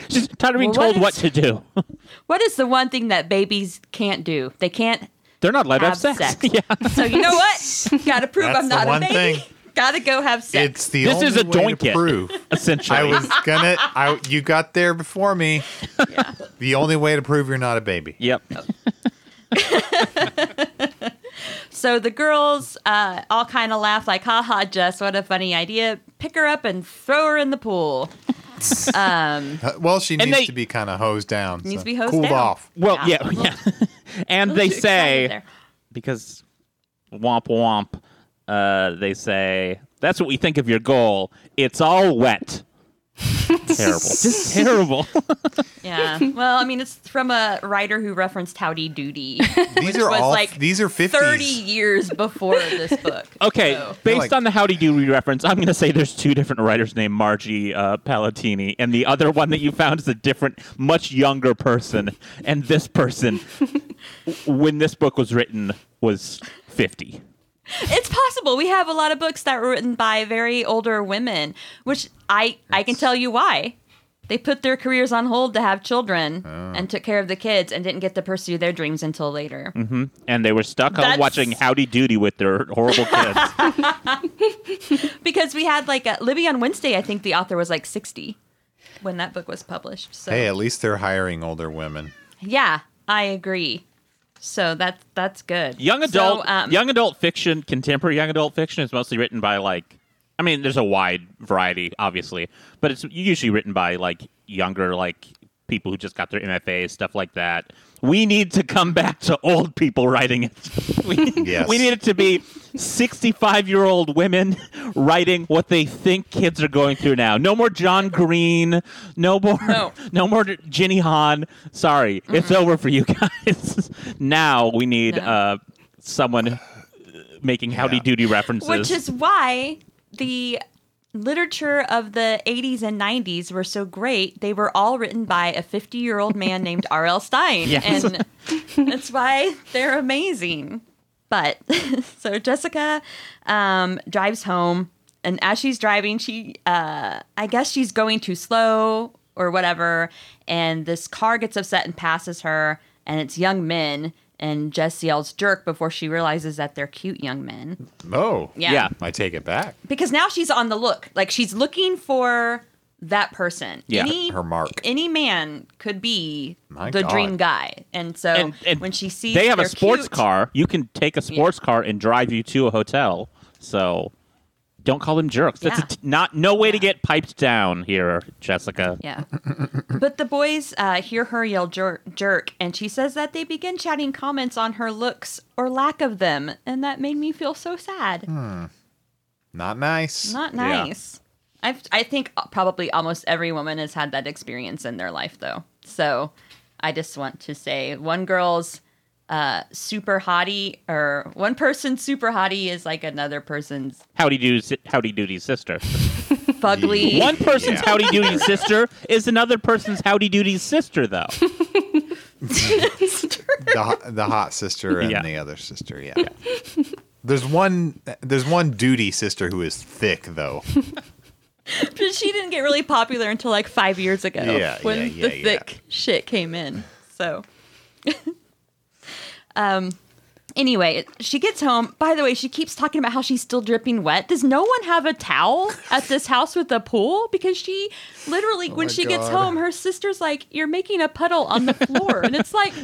S1: she's tired of being
S3: Well, what
S1: told what
S3: is-
S1: to do.
S3: What is the one thing that babies can't do? They can't.
S1: They're not allowed to have sex.
S3: Have sex.
S1: Yeah.
S3: So you know what? Gotta prove
S2: That's
S3: I'm
S2: the
S3: not
S2: one
S3: a baby.
S2: thing.
S3: Gotta go have sex.
S2: It's the
S1: This
S2: only
S1: is a
S2: way
S1: doink
S2: to
S1: it.
S2: prove.
S1: Essentially.
S2: I was gonna. I you got there before me. The only way to prove you're not a baby.
S1: Yep.
S3: So the girls uh, all kind of laugh like, haha, Jess, what a funny idea. Pick her up and throw her in the pool. um,
S2: Uh, well, she
S1: And
S2: needs
S1: they-
S2: to be kind of hosed down.
S3: Needs
S2: so
S3: to be hosed
S2: cooled
S3: down.
S2: off.
S1: Well, yeah.
S3: Yeah.
S1: yeah. and they
S3: excited
S1: say,
S3: there.
S1: because womp womp, uh, they say, that's what we think of your goal. It's all wet. terrible. Just terrible.
S3: Yeah. Well, I mean, it's from a writer who referenced Howdy Doody.
S2: These are
S3: was
S2: all.
S3: like
S2: these are fifties.
S3: 30 years before this book.
S1: Okay,
S3: So-
S1: based
S2: like-
S1: on the Howdy Doody reference, I'm going to say there's two different writers named Margie uh, Palatini, and the other one that you found is a different, much younger person. And this person, w- when this book was written, was 50.
S3: It's possible. We have a lot of books that were written by very older women, which I I can tell you why. They put their careers on hold to have children and took care of the kids and didn't get to pursue their dreams until later.
S1: And they were stuck on
S3: That's-
S1: watching Howdy Doody with their horrible kids.
S3: Because we had like a, Libby on Wednesday, I think the author was like 60 when that book was published. So
S2: Hey, at least they're hiring older women.
S3: yeah, I agree. So that's that's good.
S1: young
S3: So,
S1: adult
S3: um,
S1: young adult fiction contemporary young adult fiction is mostly written by like i mean there's a wide variety obviously but it's usually written by like younger like people who just got their mfas stuff like that we need to come back to old people writing it we,
S2: Yes.
S1: we need it to be 65 year old women writing what they think kids are going through now no more john green no more
S3: No.
S1: no more Ginny Han. Sorry, it's
S3: Mm-hmm.
S1: over for you guys. now we need
S3: No.
S1: uh, someone making Howdy
S2: Yeah.
S1: Doody references.
S3: Which is why the literature of the 80s and 90s were so great. They were all written by a 50 year old man named R.L. Stein.
S1: Yes.
S3: And that's why they're amazing. But so Jessica um, drives home, and as she's driving, she, uh, I guess she's going too slow or whatever. And this car gets upset and passes her, and it's young men. And Jess yells jerk before she realizes that they're cute young men.
S2: Oh,
S3: Yeah.
S1: yeah.
S2: I take it back.
S3: because now she's on the look. Like she's looking for that person.
S1: Yeah,
S3: any,
S2: her mark.
S3: Any man could be
S2: My
S3: the
S2: God.
S3: dream guy, and so
S1: And- and
S3: when she sees
S1: They have a
S3: they're
S1: sports
S3: cute-
S1: car. You can take a sports car and drive you to a hotel. So don't call them jerks. That's
S3: Yeah.
S1: a t- not no way to get piped down here, Jessica.
S3: Yeah, but the boys uh, hear her yell jerk, jerk, and she says that they begin shouting comments on her looks or lack of them, and that made me feel so sad.
S2: Not nice.
S3: Not
S1: Yeah.
S3: nice. I've, I think probably almost every woman has had that experience in their life, though. So I just want to say one girl's uh, super hottie, or one person's super hottie is like another person's
S1: Howdy Doody, si- Howdy Doody sister.
S3: fugly.
S1: One person's
S2: Yeah.
S1: Howdy Doody sister is another person's Howdy Doody sister, though.
S2: the, ho- the hot sister and
S1: Yeah.
S2: the other sister. Yeah. There's one. There's one duty sister who is thick though.
S3: But she didn't get really popular until like five years ago
S2: Yeah,
S3: when
S2: yeah, yeah,
S3: the
S2: yeah.
S3: thick shit came in. So, um, anyway, she gets home. By the way, she keeps talking about how she's still dripping wet. Does no one have a towel at this house with a pool? Because she literally, when
S2: Oh my
S3: she gets
S2: God.
S3: home, her sister's like, "You're making a puddle on the floor," and it's like,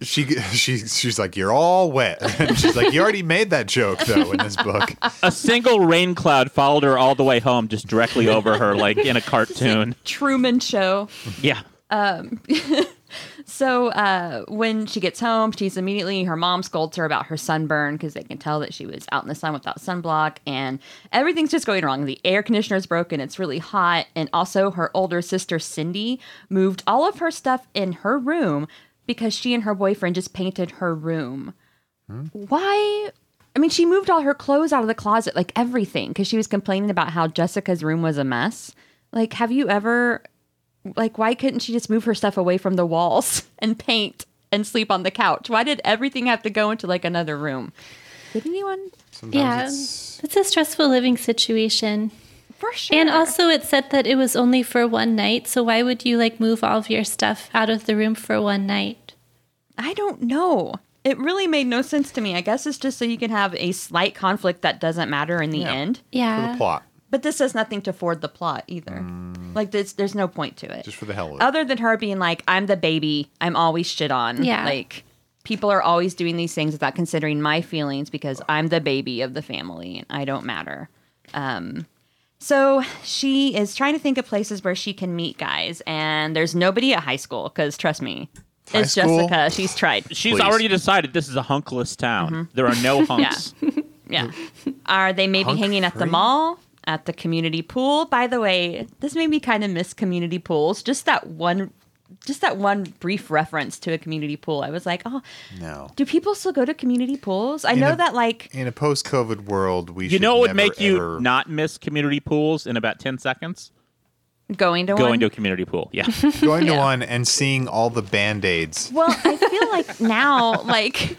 S2: She she she's like you're all wet. And she's like you already made that joke though in this book.
S1: a single rain cloud followed her all the way home, just directly over her, like in a cartoon.
S3: Truman Show.
S1: Yeah.
S3: So uh, when she gets home, she's immediately her mom scolds her about her sunburn because they can tell that she was out in the sun without sunblock, and everything's just going wrong. The air conditioner's broken; it's really hot, and also her older sister Cindy moved all of her stuff in her room because she and her boyfriend just painted her room. Why? I mean, she moved all her clothes out of the closet, like everything, because she was complaining about how Jessica's room was a mess. Like, have you ever like why couldn't she just move her stuff away from the walls and paint and sleep on the couch? Why did everything have to go into like another room? Did anyone?
S2: Sometimes
S4: Yeah,
S2: it's-
S4: it's a stressful living situation.
S3: For sure.
S4: And also, it said that it was only for one night. So why would you like move all of your stuff out of the room for one night?
S3: I don't know. It really made no sense to me. I guess it's just so you can have a slight conflict that doesn't matter in the
S2: Yeah.
S3: end.
S2: for the
S4: Yeah.
S2: plot,
S3: But this does nothing to forward the plot either. Like there's there's no point to it.
S2: just for the hell of it.
S3: Other than her being like, I'm the baby, I'm always shit on.
S4: Yeah.
S3: Like people are always doing these things without considering my feelings because I'm the baby of the family and I don't matter. Um so she is trying to think of places where she can meet guys, and there's nobody at high school because trust me,
S2: High
S3: it's
S2: school?
S3: Jessica. She's tried.
S1: She's
S2: Please.
S1: already decided this is a hunkless town.
S3: Mm-hmm.
S1: There are no hunks.
S3: Yeah. Are they maybe
S2: Hunk
S3: hanging at the
S2: free?
S3: mall, at the community pool? By the way, this made me kind of miss community pools. Just that one just that one brief reference to a community pool. I was like, "Oh,
S2: no.
S3: do people still go to community pools?" I know
S2: a-
S3: that like
S2: In a post-COVID world, we
S1: You
S2: should
S1: know what would
S2: never,
S1: make you
S2: ever-
S1: not miss community pools in about 10 seconds?
S3: going to
S1: Going
S3: one.
S1: to a community pool. Yeah.
S2: going to one and seeing all the band aids.
S3: well, I feel like now like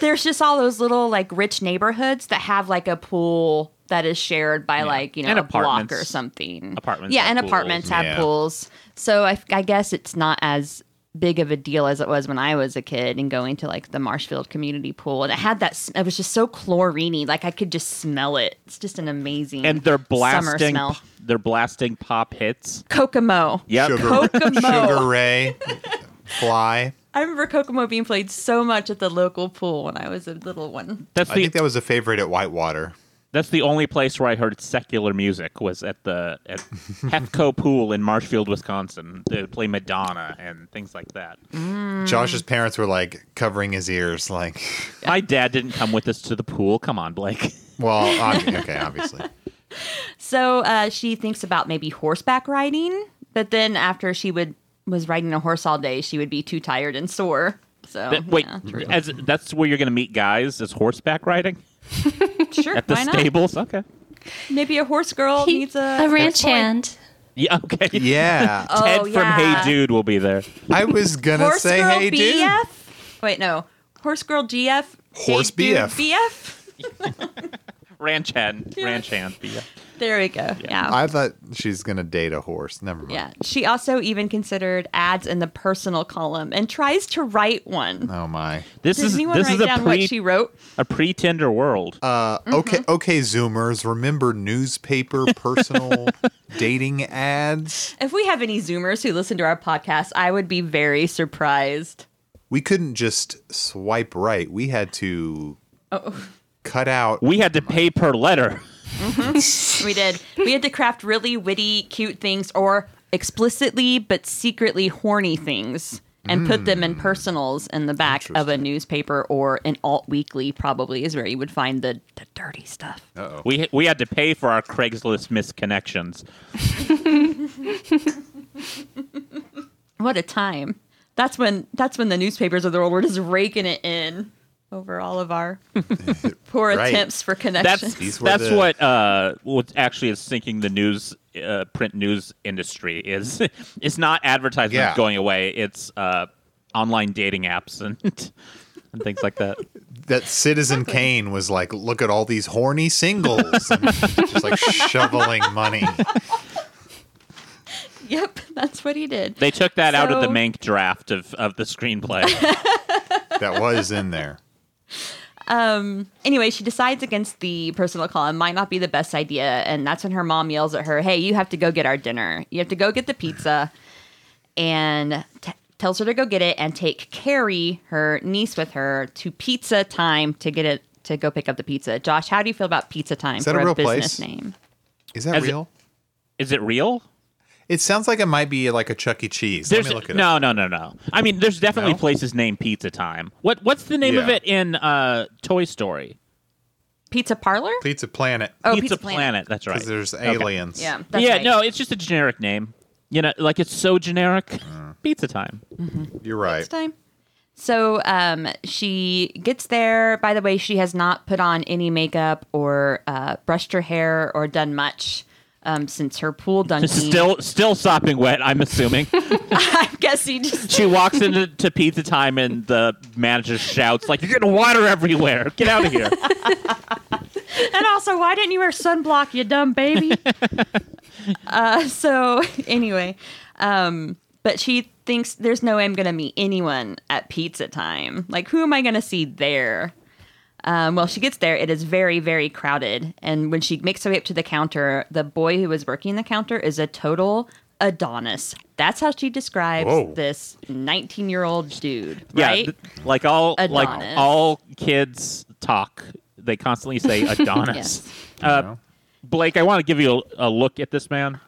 S3: there's just all those little like rich neighborhoods that have like a pool that is shared by like, you know,
S1: And
S3: a block or
S1: apartments.
S3: something.
S1: Apartments
S3: Yeah,
S1: have
S3: and
S1: pools.
S3: apartments have
S2: Yeah.
S3: pools. So I, I guess it's not as big of a deal as it was when I was a kid and going to like the Marshfield community pool. And it had that, s- it was just so chloriney. Like I could just smell it. It's just an amazing
S1: and they're
S3: summer
S1: blasting
S3: smell.
S1: they're blasting pop hits.
S3: Kokomo.
S1: Yep.
S2: Sugar,
S3: Kokomo.
S2: Sugar Ray, Fly.
S3: I remember Kokomo being played so much at the local pool when I was a little one.
S1: That's
S2: I
S1: the
S2: think that was a favorite at Whitewater.
S1: that's the only place where I heard secular music was at the at Hefco Pool in Marshfield, Wisconsin. They would play Madonna and things like that.
S3: Mm.
S2: Josh's parents were like covering his ears, like,
S1: My dad didn't come with us to the pool. Come on, Blake.
S2: well, obvi- okay, obviously.
S3: So uh, she thinks about maybe horseback riding, but then after she would was riding a horse all day, she would be too tired and sore. So
S1: That- wait,
S3: Oh, yeah.
S1: as, that's where you're going to meet guys is horseback riding
S3: sure,
S1: at the
S3: why not?
S1: stables. Okay.
S3: Maybe a horse girl
S4: He-
S3: needs a
S4: a ranch
S3: boy.
S4: hand.
S1: Yeah. Okay.
S2: Yeah.
S1: Ted
S3: Oh,
S1: from
S3: yeah.
S1: Hey Dude will be there.
S2: I was going to
S3: Horse
S2: say,
S3: girl
S2: hey,
S3: BF.
S2: dude.
S3: Wait, no, horse girl GF.
S2: Horse
S3: big dude
S2: BF.
S3: BF.
S1: Ranch hand. Ranch hand. Yeah.
S3: There we go. Yeah.
S2: I thought she's going to date a horse. Never mind.
S3: yeah. She also even considered ads in the personal column and tries to write one.
S2: Oh, my.
S1: This
S3: Did
S1: is
S3: anyone
S1: this
S3: write
S1: is a
S3: down
S1: pre
S3: what she wrote?
S1: a pre Tinder world.
S2: Uh,
S3: Mm-hmm.
S2: Okay, okay, Zoomers, remember newspaper personal dating ads?
S3: If we have any Zoomers who listen to our podcast, I would be very surprised.
S2: We couldn't just swipe right. We had to cut out
S1: we had to pay per letter.
S3: We did. We had to craft really witty, cute things or explicitly but secretly horny things and put them in personals in the back of a newspaper or an alt weekly, probably, is where you would find the, the dirty stuff.
S2: Oh.
S1: We we had to pay for our Craigslist misconnections.
S3: What a time. That's when that's when the newspapers of the world were just raking it in over all of our poor
S2: Right.
S3: attempts for connection.
S1: That's
S2: These were
S1: that's
S2: the-
S1: what uh what actually is sinking the news uh, print news industry is. it's not advertisements
S2: Yeah.
S1: going away. It's uh online dating apps and and things like that.
S2: that Citizen Kane was like, look at all these horny singles, and just like shoveling money.
S3: Yep, that's what he did.
S1: They took that out of the
S3: So-
S1: Mank draft of of the screenplay.
S2: That was in there.
S3: anyway, she decides against the personal column might not be the best idea, and that's when her mom yells at her, "Hey, you have to go get our dinner. You have to go get the pizza," and t- tells her to go get it and take Carrie, her niece, with her to Pizza Time to get it to go pick up the pizza. Josh, how do you feel about Pizza Time
S2: that
S3: for
S2: a real
S3: business
S2: place?
S3: name?
S2: Is that
S1: As it-
S2: real?
S1: is it real?
S2: It, sounds like it might be like a Chuck E. Cheese.
S1: There's
S2: Let me look at
S1: no no no no. I mean, there's definitely
S2: No?
S1: places named Pizza Time. What what's the name of
S2: Yeah.
S1: it in uh Toy Story?
S3: Pizza Parlor?
S2: Pizza Planet.
S3: Oh,
S1: Pizza
S3: Pizza
S1: Planet.
S3: Planet.
S1: That's right.
S2: Because there's
S1: Okay.
S2: aliens.
S3: Yeah, that's
S1: yeah,
S3: right.
S1: no, it's just a generic name. You know, like it's so generic.
S2: Mm.
S1: Pizza time.
S3: Mm-hmm.
S2: You're right.
S3: next time. So um, she gets there. By the way, she has not put on any makeup or uh, brushed her hair or done much. um, since her pool dunking.
S1: This is still still sopping wet. I'm assuming
S3: I guess he just
S1: she walks into to pizza time and the manager shouts like, "You're getting water everywhere! Get out of here!"
S3: and also, why didn't you wear sunblock, you dumb baby? uh, so anyway, um, but she thinks there's no way I'm gonna meet anyone at pizza time. Like, who am I gonna see there? Um, well, she gets there. It is very, very crowded. And when she makes her way up to the counter, the boy who was working the counter is a total Adonis. That's how she describes
S2: Whoa.
S3: this 19 year old dude,
S1: Yeah,
S3: right?
S1: th- like all like
S3: Adonis.
S1: all kids talk. They constantly say Adonis.
S3: Yes.
S1: uh, Blake, I want to give you a, a look at this man.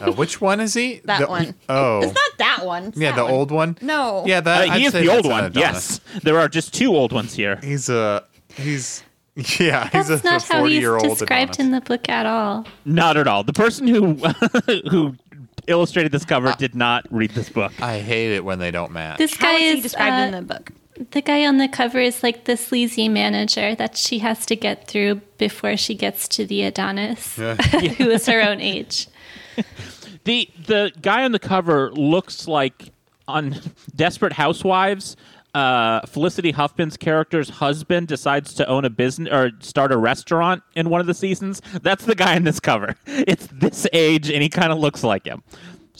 S2: Uh, which one is he?
S3: That
S2: The-
S3: one.
S2: Oh,
S3: It's not that one. It's
S2: yeah,
S3: that
S2: the
S3: one.
S2: old one.
S3: No.
S2: Yeah,
S1: Uh,
S2: that
S1: he
S2: I'd
S1: is
S2: say
S1: the old
S2: that's an
S1: one.
S2: Adonis.
S1: Yes, there are just two old ones here.
S2: he's a he's yeah
S4: That's
S2: he's a
S4: not how he's
S2: forty-year-old
S4: described in the book at all.
S1: Not at all. The person who who illustrated this
S3: Uh,
S1: cover did not read this book.
S2: I hate it when they don't match.
S4: This
S3: How
S4: guy
S3: is he
S4: is
S3: described
S4: uh,
S3: in the book?
S4: The guy on the cover is like the sleazy manager that she has to get through before she gets to the Adonis,
S2: Yeah.
S4: who is her own age.
S1: The the guy on the cover looks like on Desperate Housewives. Uh, Felicity Huffman's character's husband decides to own a business or start a restaurant in one of the seasons. That's the guy in this cover. It's this age, and he kind of looks like him.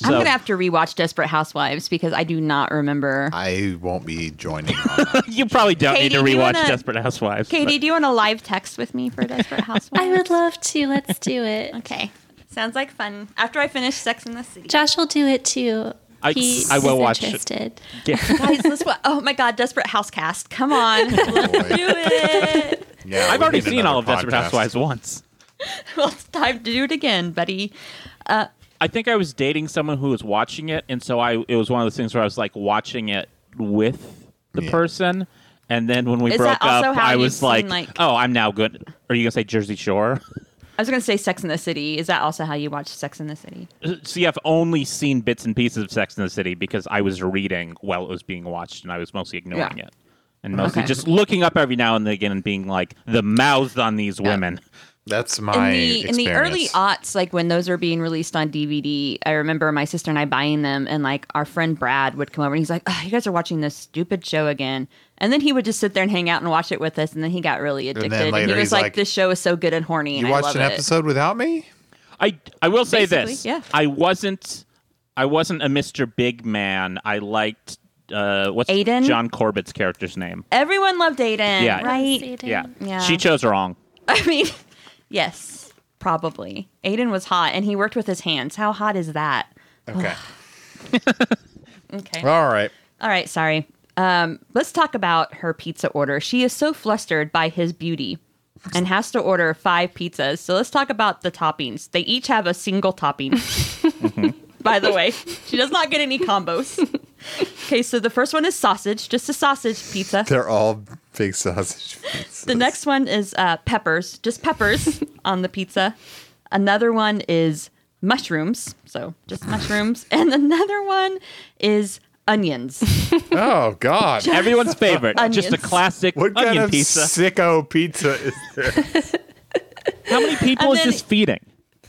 S3: I'm
S1: So-
S3: gonna have to rewatch Desperate Housewives because I do not remember.
S2: I won't be joining. on that.
S1: you probably don't
S3: Katie,
S1: need to
S3: do you
S1: rewatch
S3: wanna-
S1: Desperate Housewives. but-
S3: Katie, do you want a live text with me for Desperate Housewives?
S4: I would love to. Let's do it.
S3: Okay, sounds like fun. After I finish Sex in the City,
S4: Josh will do it too.
S1: I-
S4: He
S1: I will
S4: is
S1: watch it.
S4: interested.
S1: Yeah.
S3: guys, let's. wa- Oh my God, Desperate Housecast! Come on, let's
S2: Boy.
S3: do it.
S2: Yeah,
S1: I've
S2: we
S1: already
S2: need
S1: seen
S2: another
S1: all of Desperate
S2: podcast.
S1: Housewives once.
S3: Well, it's time to do it again, buddy.
S1: I think I was dating someone who was watching it, and so I it was one of those things where I was like watching it with the
S2: Yeah.
S1: person, and then when we
S3: Is
S1: broke
S3: that also
S1: up,
S3: how
S1: I
S3: you've
S1: was
S3: seen,
S1: like,
S3: like-
S1: "Oh, I'm now good." Are you gonna say Jersey Shore?
S3: I was gonna say Sex in the City. Is that also how you watch Sex in the City?
S1: See, I've only seen bits and pieces of Sex in the City because I was reading while it was being watched, and I was mostly ignoring
S3: Yeah.
S1: it, and mostly
S3: Okay.
S1: just looking up every now and again and being like, "The mouths on these women."
S2: That's
S3: in
S2: my
S3: the in the early
S2: experience.
S3: aughts, like when those were being released on DVD, I remember my sister and I buying them, and like our friend Brad would come over and he's like, oh, "You guys are watching this stupid show again," and then he would just sit there and hang out and watch it with us, and then he got really
S2: then
S3: addicted.
S2: later
S3: he was
S2: he's
S3: like,
S2: like,
S3: "This show is so good and horny." And
S2: You
S3: I
S2: watched
S3: love
S2: an
S3: it."
S2: episode without me?
S1: I I will say this.
S3: Basically, yeah.
S1: I wasn't I wasn't a Mr. Big Man. I liked uh what's
S3: Aiden?
S1: John Corbett's character's name.
S3: Everyone loved Aiden,
S1: Yeah.
S3: right?
S1: Yeah.
S3: Yeah.
S1: She chose wrong.
S3: I mean, yes, probably. Aiden was hot, and he worked with his hands. How hot is that?
S2: Okay.
S3: Okay.
S2: All right.
S3: All right, sorry. Um, let's talk about her pizza order. She is so flustered by his beauty and has to order five pizzas. So let's talk about the toppings. They each have a single topping. by the way, she does not get any combos. Okay, so the first one is sausage, just a sausage pizza.
S2: They're all big sausage.
S3: The next one is uh, peppers, just peppers on the pizza. Another one is mushrooms, so just mushrooms. And another one is onions.
S2: Oh God!
S1: Everyone's favorite. Just a
S3: Onions.
S1: classic
S2: What
S1: onion
S2: kind of
S1: pizza.
S2: sicko pizza is there?
S1: How many people
S3: And
S1: is
S3: then-
S1: this feeding?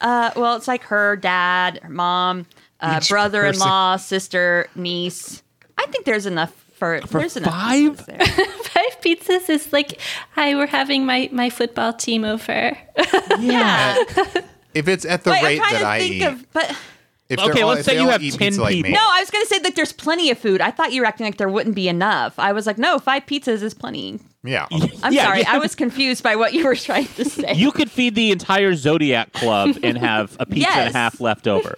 S3: Uh, well, it's like her dad, her mom, uh,
S2: Each
S3: brother-in-law, sister, niece. I think there's enough for, there's enough
S1: five?
S3: pizzas there.
S4: Five pizzas is like, hi, we're having my, my football team over.
S3: Yeah.
S2: If it's at the
S3: Wait, I'm
S2: rate
S3: trying
S2: that
S3: to
S2: I
S3: think
S2: eat,
S3: of, but
S2: if
S1: Okay,
S2: they're all,
S1: let's
S2: if
S1: say
S2: they
S1: you
S2: all
S1: have
S2: eat
S1: 10
S2: pizza like me,
S1: people.
S3: no, I was gonna say that there's plenty of food. I thought you were acting like there wouldn't be enough. I was like, no, five pizzas is plenty.
S2: yeah,
S3: I'm
S1: Yeah,
S3: sorry,
S1: yeah.
S3: I was confused by what you were trying to say.
S1: You could feed the entire Zodiac Club and have a pizza and a
S3: Yes.
S1: half left over.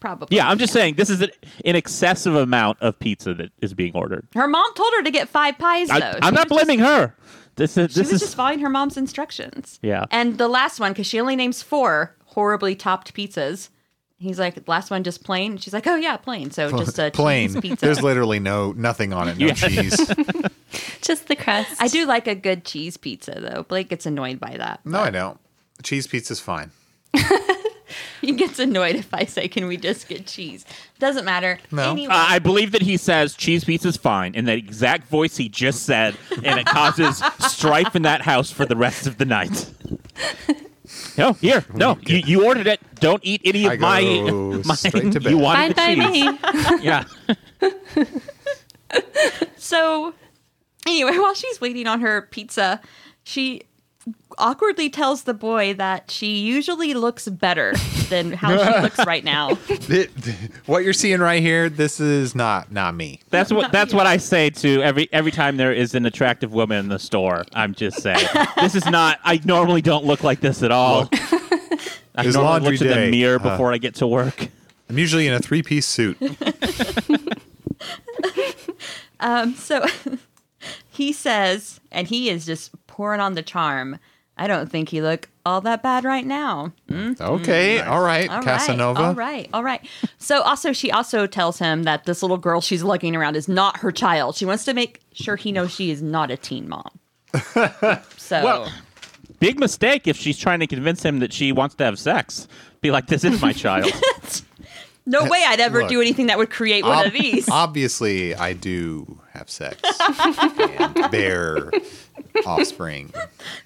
S3: Probably.
S1: Yeah, I'm just saying this is an, an excessive amount of pizza that is being ordered.
S3: Her mom told her to get five pies though.
S1: I,
S3: She
S1: I'm
S3: was
S1: not
S3: just-
S1: blaming her. This is
S3: She
S1: this
S3: was
S1: is
S3: just following her mom's instructions.
S1: Yeah.
S3: And the last one, because she only names four horribly topped pizzas. He's like, last one just plain. She's like, oh yeah, plain. So just a
S2: plain.
S3: cheese pizza.
S2: There's literally no nothing on it, no
S1: Yeah.
S2: cheese.
S4: Just the crust.
S3: I do like a good cheese pizza though. Blake gets annoyed by that.
S2: No, I don't. Cheese pizza's fine.
S3: He gets annoyed if I say, can we just get cheese? Doesn't matter.
S2: No.
S3: Anyway,
S1: Uh, I believe that he says cheese pizza's fine in that exact voice he just said, and it causes strife in that house for the rest of the night. No, Oh, here. No, you, you ordered it. Don't eat any of
S2: Oh I
S1: my.
S2: go
S1: mine.
S2: straight to bed.
S1: You wanted
S4: Bye
S1: the
S4: bye
S1: cheese.
S4: me.
S1: Yeah.
S3: So, anyway, while she's waiting on her pizza, she awkwardly tells the boy that she usually looks better than how she looks right now.
S2: Th- th- what you're seeing right here, this is not not me.
S1: That's what that's what I say to every every time there is an attractive woman in the store. I'm just saying this is not. I normally don't look like this at all. I
S2: it's
S1: normally
S2: laundry
S1: look to the
S2: day, Uh-huh.
S1: mirror
S2: huh?
S1: before I get to work.
S2: I'm usually in a three piece suit.
S3: Hmm. Um, so he says, and he is just pouring on the charm. I don't think he look all that bad right now.
S2: Okay, all right,
S3: All right,
S2: Casanova.
S3: all right, all right. So also, she also tells him that this little girl she's lugging around is not her child. She wants to make sure he knows she is not a teen mom. So
S1: Well, big mistake if she's trying to convince him that she wants to have sex. Be like, this is my child.
S3: no way I'd ever
S2: Look.
S3: do anything that would create one of
S2: Ob-
S3: these.
S2: Obviously, I do have sex and bear offspring.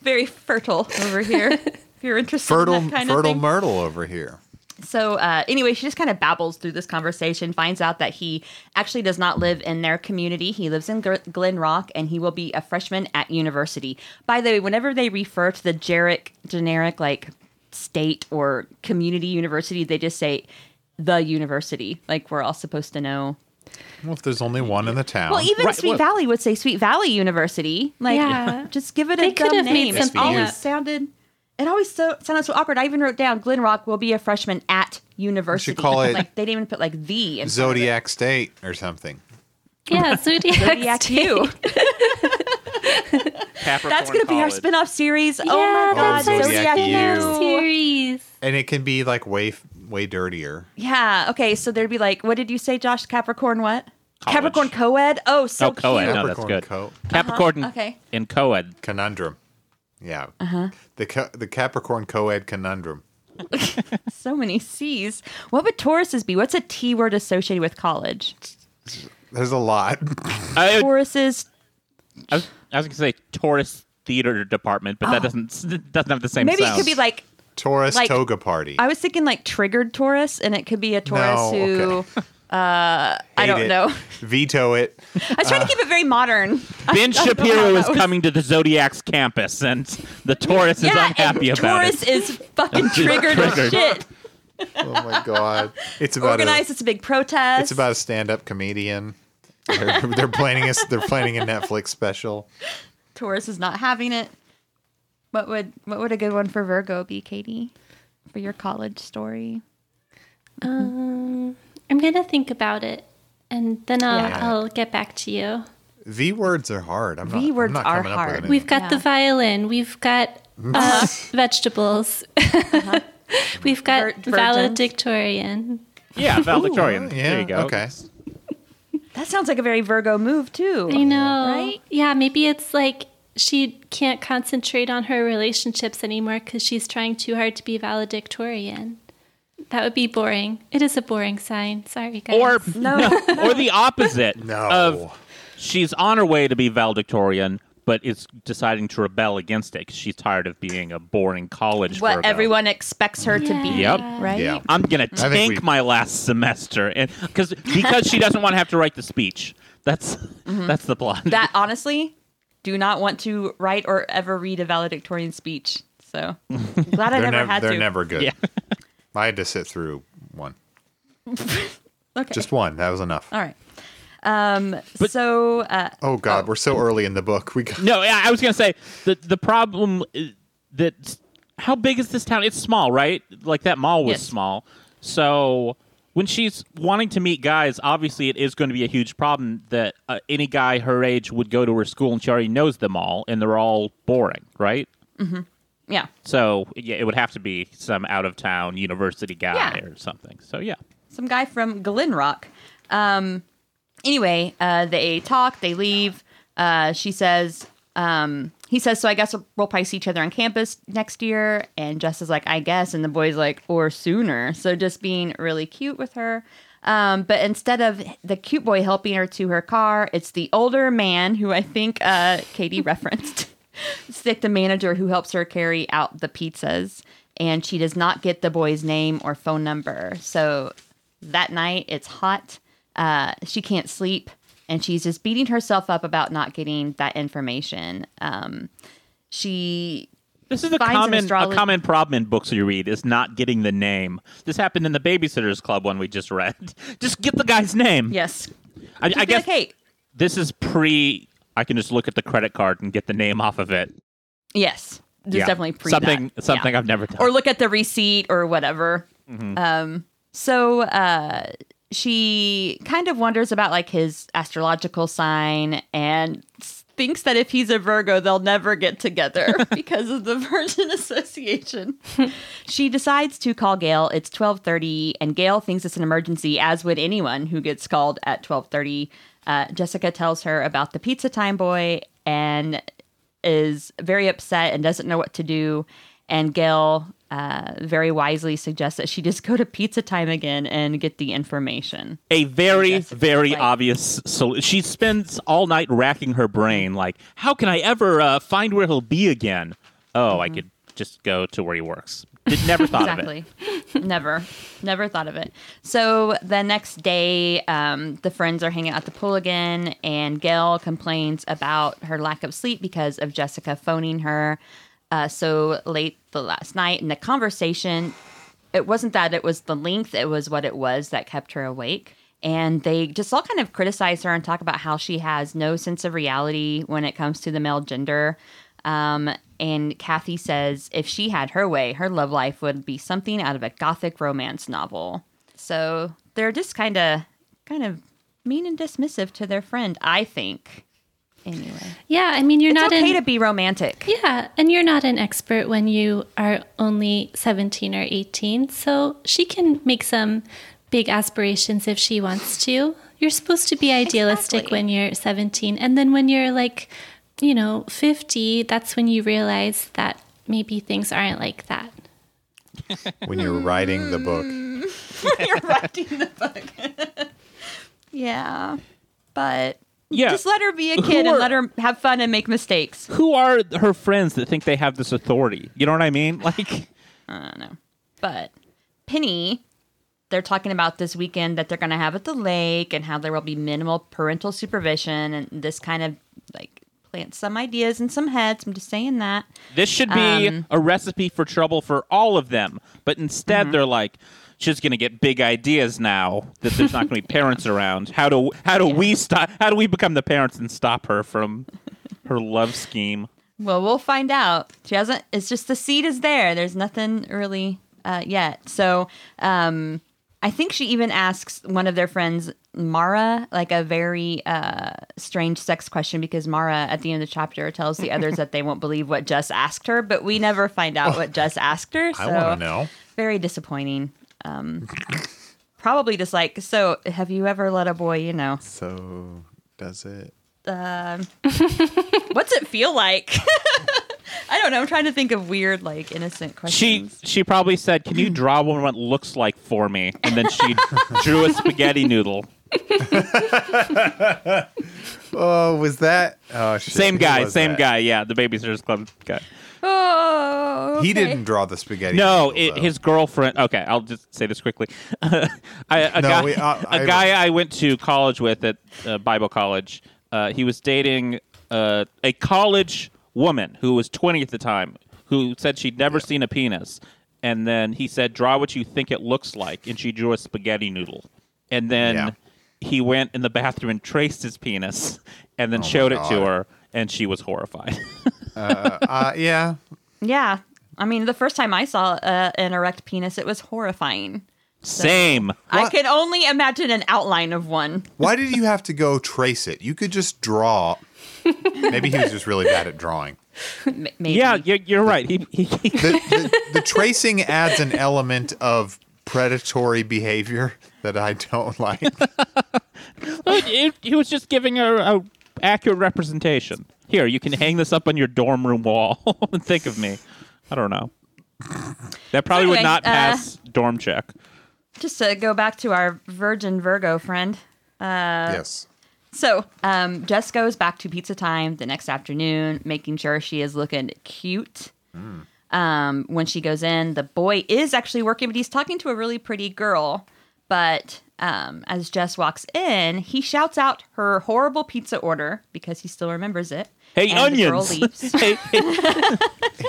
S3: Very fertile over here. If you're interested,
S2: Fertile,
S3: in that kind
S2: fertile
S3: of thing.
S2: myrtle over here.
S3: So uh, anyway, she just kind of babbles through this conversation, finds out that he actually does not live in their community. He lives in Gr- Glen Rock, and he will be a freshman at university. By the way, whenever they refer to the generic, generic like state or community university, they just say the university. Like we're all supposed to know.
S2: Well, if there's only one in the town,
S3: Well, even
S1: Right,
S3: Sweet
S1: well-
S3: Valley would say Sweet Valley University. Like,
S4: Yeah.
S3: just give it a
S4: They could
S3: dumb
S4: have made
S3: name.
S4: something
S3: it always
S4: up.
S3: sounded. It always so sounded so awkward. I even wrote down Glen Rock will be a freshman at university.
S2: call it
S3: like they didn't even put like the in front of it.
S2: Zodiac State or something.
S4: Yeah, Zodiac.
S3: Zodiac
S4: State.
S3: U. That's going to be our
S1: spin.
S3: spin-off series.
S4: Yeah,
S3: oh my god,
S4: that's our
S2: Zodiac
S4: spin-off
S2: U.
S4: series.
S2: And it can be like way f- way dirtier.
S3: Yeah. Okay. So there'd be like, what did you say, Josh? Capricorn what?
S1: College.
S3: Capricorn co-ed. Oh, so
S1: Oh, co-ed.
S3: cute.
S1: No, that's
S2: Capricorn
S1: good.
S2: co-
S1: Capricorn
S3: Uh-huh, okay.
S1: and co-ed.
S2: Conundrum. Yeah. Uh-huh. The ca- the Capricorn co-ed conundrum.
S3: So many C's. What would Tauruses be? What's a T word associated with college?
S2: There's a lot.
S1: I,
S3: Tauruses.
S1: I was, I was going to say Taurus Theater Department, but that doesn't doesn't have the same.
S3: Oh. Maybe
S1: sound.
S3: it could be like
S2: Taurus
S3: Like-
S2: toga party.
S3: I was thinking like triggered Taurus, and it could be a
S2: No,
S3: Taurus who uh,
S2: okay.
S3: I
S2: Hate
S3: don't
S2: it.
S3: know.
S2: Veto it.
S3: I was trying to keep it very modern.
S1: Ben
S3: how
S1: Shapiro
S3: that
S1: is
S3: was-
S1: coming to the Zodiac's campus, and the Taurus is unhappy
S3: and
S1: about
S3: Taurus
S1: it.
S3: is fucking triggered as
S1: Triggered.
S3: shit.
S2: Oh my god. It's about
S3: Organized,
S2: a
S3: it's a big protest.
S2: it's about a stand-up comedian. They're, they're planning us they're planning a Netflix special.
S3: Taurus is not having it. What would what would a good one for Virgo be, Katie? For your college story?
S4: Um, I'm gonna think about it, and then I'll,
S3: Yeah.
S4: I'll get back to you.
S2: V words are hard. I'm not,
S3: V
S2: I'm
S3: words
S2: not
S3: are
S2: coming up
S3: hard.
S2: with
S4: We've
S2: anything.
S4: got the
S3: Yeah. Uh-huh.
S4: violin. We've got uh, vegetables. We've
S3: Vir-
S4: got
S3: virgins.
S4: valedictorian.
S1: Yeah, valedictorian.
S2: yeah,
S1: there you go.
S2: okay.
S3: That sounds like a very Virgo move too.
S4: I know.
S3: Right?
S4: Yeah, maybe it's like she can't concentrate on her relationships anymore because she's trying too hard to be valedictorian. That would be boring. It is a boring sign. Sorry, guys.
S1: Or
S3: No.
S1: no, or the opposite
S2: No.
S1: of she's on her way to be valedictorian, but is deciding to rebel against it because she's tired of being a boring college.
S3: What
S1: Virgo.
S3: everyone expects her to be.
S1: Yep.
S3: Right?
S2: Yeah.
S1: I'm gonna
S2: think
S1: tank
S2: we-
S1: my last semester, and because because she doesn't want to have to write the speech. That's
S3: Mm-hmm.
S1: that's the plot.
S3: That honestly, do not want to write or ever read a valedictorian speech. So glad I
S2: They're,
S3: never
S2: never,
S3: had
S2: they're
S3: to.
S2: never good.
S1: yeah.
S2: I had to sit through one.
S3: Okay.
S2: Just one. That was enough.
S3: All right. Um,
S1: But-
S3: so uh,
S2: Oh god, we're so early in the book. We got
S1: No, I I was gonna say the the problem i- that how big is this town? It's small, right? Like that mall was
S3: Yes.
S1: small. So when she's wanting to meet guys, obviously it is going to be a huge problem that uh, any guy her age would go to her school, and she already knows them all, and they're all boring, right?
S3: yeah.
S1: So yeah, it would have to be some out of town university guy
S3: Yeah.
S1: or something. So yeah,
S3: some guy from Glen Rock. Um, anyway, uh, they talk, they leave. Uh, she says, um, he says, so I guess we'll, we'll probably see each other on campus next year. And Jess is like, I guess. And the boy's like, or sooner. So just being really cute with her. Um, but instead of the cute boy helping her to her car, it's the older man who I think uh, Katie referenced. stick the manager who helps her carry out the pizzas, and she does not get the boy's name or phone number. So that night, it's hot. Uh, she can't sleep, and she's just beating herself up about not getting that information. Um, she
S1: This is a
S3: Finds an
S1: common,
S3: astrolog-
S1: a common problem in books you read is not getting the name. This happened in the Babysitters Club one we just read. just get the guy's name.
S3: yes,
S1: I, I guess
S3: Kate.
S1: this is pre. I can just look at the credit card and get the name off of it.
S3: Yes, there's
S1: Yeah.
S3: definitely pre
S1: something
S3: that.
S1: something
S3: Yeah.
S1: I've never done.
S3: or look at the receipt or whatever. Um, so uh, she kind of wonders about like his astrological sign and s- thinks that if he's a Virgo, they'll never get together because of the Virgin Association. she decides to call Gail. It's twelve thirty, and Gail thinks it's an emergency, as would anyone who gets called at twelve thirty. Uh, Jessica tells her about the pizza time boy and is very upset and doesn't know what to do. And Gail uh, very wisely suggests that she just go to pizza time again and get the information.
S1: a very
S3: Yes, it's
S1: very
S3: like-
S1: obvious solution. She spends all night racking her brain, like, how can I ever uh, find where he'll be again? Oh, I could just go to where he works. Did, never thought of it.
S3: Mm-hmm. exactly. never, never thought of it. So the next day, um, the friends are hanging out at the pool again, and Gail complains about her lack of sleep because of Jessica phoning her uh, so late the last night. And the conversation, it wasn't that it was the length, it was what it was that kept her awake. And they just all kind of criticize her and talk about how she has no sense of reality when it comes to the male gender. Um, and Kathy says if she had her way, her love life would be something out of a gothic romance novel. So they're just kind of, kind of mean and dismissive to their friend. I think. Anyway,
S4: Yeah, I mean, you're
S3: it's
S4: not
S3: okay
S4: in.
S3: to be romantic.
S4: Yeah, and you're not an expert when you are only 17 or 18. So she can make some big aspirations if she wants to. You're supposed to be idealistic
S3: Exactly.
S4: when you're 17. And then when you're like, you know, 50, that's when you realize that maybe things aren't like that.
S2: when you're writing the book.
S3: You're writing the book. yeah, but
S1: Yeah.
S3: just let her be a
S1: Who
S3: kid and
S1: are-
S3: let her have fun and make mistakes.
S1: Who are her friends that think they have this authority? You know what I mean? Like,
S3: I don't know. But Penny, they're talking about this weekend that they're going to have at the lake and how there will be minimal parental supervision and this kind of like plants some ideas in some heads. I'm just saying that.
S1: this should be
S3: Um,
S1: a recipe for trouble for all of them. But instead, they're like, she's going to get big ideas now that there's not going to be parents around. How do how do we stop? How do we become the parents and stop her from her love scheme?
S3: Well, we'll find out. She hasn't. It's just the seed is there. There's nothing really uh, yet. So um, I think she even asks one of their friends, Mara, like a very uh, strange sex question because Mara at the end of the chapter tells the others that they won't believe what Jess asked her, but we never find out what Jess asked her. So
S2: I want to know.
S3: very disappointing. Um, probably just like, so have you ever let a boy, you know,
S2: So does it?
S3: um, what's it feel like? I don't know. I'm trying to think of weird, like innocent
S1: She
S3: questions.
S1: she probably said, "Can you draw one what it looks like for me?" And then she drew a spaghetti noodle.
S2: Oh, was that? Oh, shit,
S1: Same
S2: who
S1: guy,
S2: was
S1: same
S2: that?
S1: guy. Yeah, the Babysitters Club guy.
S3: oh,
S2: He
S3: okay.
S2: didn't draw the spaghetti.
S1: No,
S2: noodle,
S1: it,
S2: though.
S1: his girlfriend. Okay, I'll just say this quickly. I, a
S2: No,
S1: guy,
S2: we- uh, I-
S1: a
S2: I-
S1: guy I went to college with at uh, Bible College. Uh, he was dating uh, a college woman who was 20 at the time, who said she'd never seen a penis. And then he said, "Draw what you think it looks like," and she drew a spaghetti noodle. And then
S2: Yeah.
S1: he went in the bathroom and traced his penis, and then
S2: Oh my
S1: showed it to
S2: God.
S1: her, and she was horrified.
S2: Uh, yeah.
S3: Yeah. I mean, the first time I saw uh, an erect penis, it was horrifying.
S1: Same.
S3: I
S2: What?
S3: can only imagine an outline of one.
S2: Why did you have to go trace it? You could just draw. Maybe he was just really bad at drawing.
S3: M- maybe.
S1: Yeah, you're, you're right. He, he, he
S2: The, the, the tracing adds an element of predatory behavior that I don't like.
S1: But it, he was just giving her a accurate representation. Here, you can hang this up on your dorm room wall and think of me. I don't know. That probably
S3: Anyway,
S1: would not
S3: uh,
S1: pass dorm check.
S3: Just to go back to our Virgin Virgo friend.
S2: yes.
S3: So um, Jess goes back to pizza time the next afternoon, making sure she is looking cute. Um, when she goes in, the boy is actually working, but he's talking to a really pretty girl. But um, as Jess walks in, he shouts out her horrible pizza order because he still remembers it.
S1: Hey,
S3: and the girl
S1: onions.
S3: leaves.
S1: Hey, hey,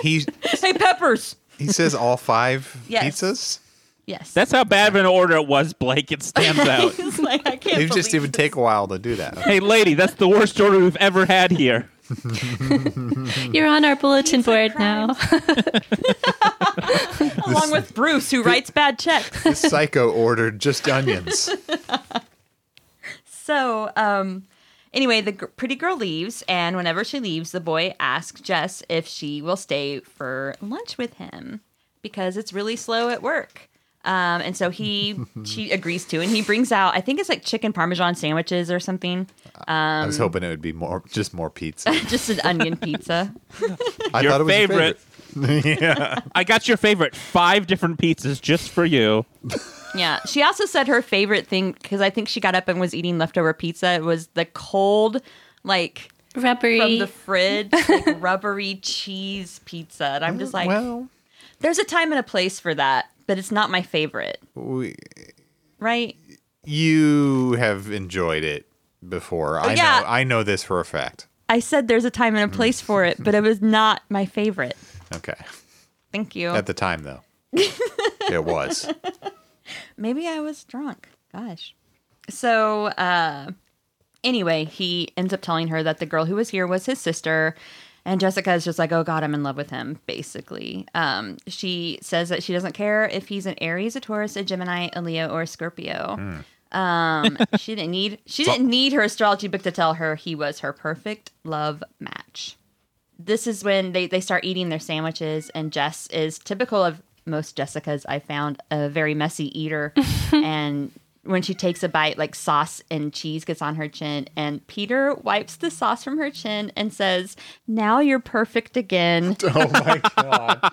S2: He
S3: hey, peppers.
S2: he says all five
S3: Yes.
S2: pizzas.
S3: Yes.
S1: that's how bad of an order it was, Blake. It stands out.
S3: He's like, I can't
S2: It just it
S3: believe
S2: would
S3: this.
S2: take a while to do that.
S1: hey, lady, that's the worst order we've ever had here.
S3: Hmm.
S4: You're on our bulletin board now.
S3: along with Bruce, who writes bad checks.
S2: This psycho ordered just onions.
S3: Um, So, um, anyway, the gr- pretty girl leaves, and whenever she leaves, the boy asks Jess if she will stay for lunch with him because it's really slow at work. Um, and so he she agrees to, and he brings out I think it's like chicken parmesan sandwiches or something,
S2: I was hoping it would be more just more pizza.
S3: just an onion pizza.
S2: I
S1: Your
S2: thought it was your
S1: favorite. I got your favorite five different pizzas just for you.
S3: Yeah. She also said her favorite thing because I think she got up and was eating leftover pizza. It was the cold, like from
S4: Rubbery.
S3: the fridge, like, rubbery cheese pizza, and I'm just like,
S2: Mm, well,
S3: There's a time and a place for that, but it's not my favorite,
S2: we,
S3: right?
S2: you have enjoyed it before. I
S3: Oh, yeah.
S2: know. I know this for a fact.
S3: I said there's a time and a place for it, but it was not my favorite.
S2: Okay.
S3: Thank you.
S2: At the time, though, it was.
S3: Maybe I was drunk. Gosh. So, uh, anyway, he ends up telling her that the girl who was here was his sister. And Jessica is just like, oh God, I'm in love with him, basically. Um, she says that she doesn't care if he's an Aries, a Taurus, a Gemini, a Leo, or a Scorpio. Um, she didn't need she didn't need her astrology book to tell her he was her perfect love match. This is when they, they start eating their sandwiches, and Jess is typical of most Jessicas I found, a very messy eater. and when she takes a bite, like sauce and cheese gets on her chin, and Peter wipes the sauce from her chin and says, Now you're perfect again.
S2: Oh my god.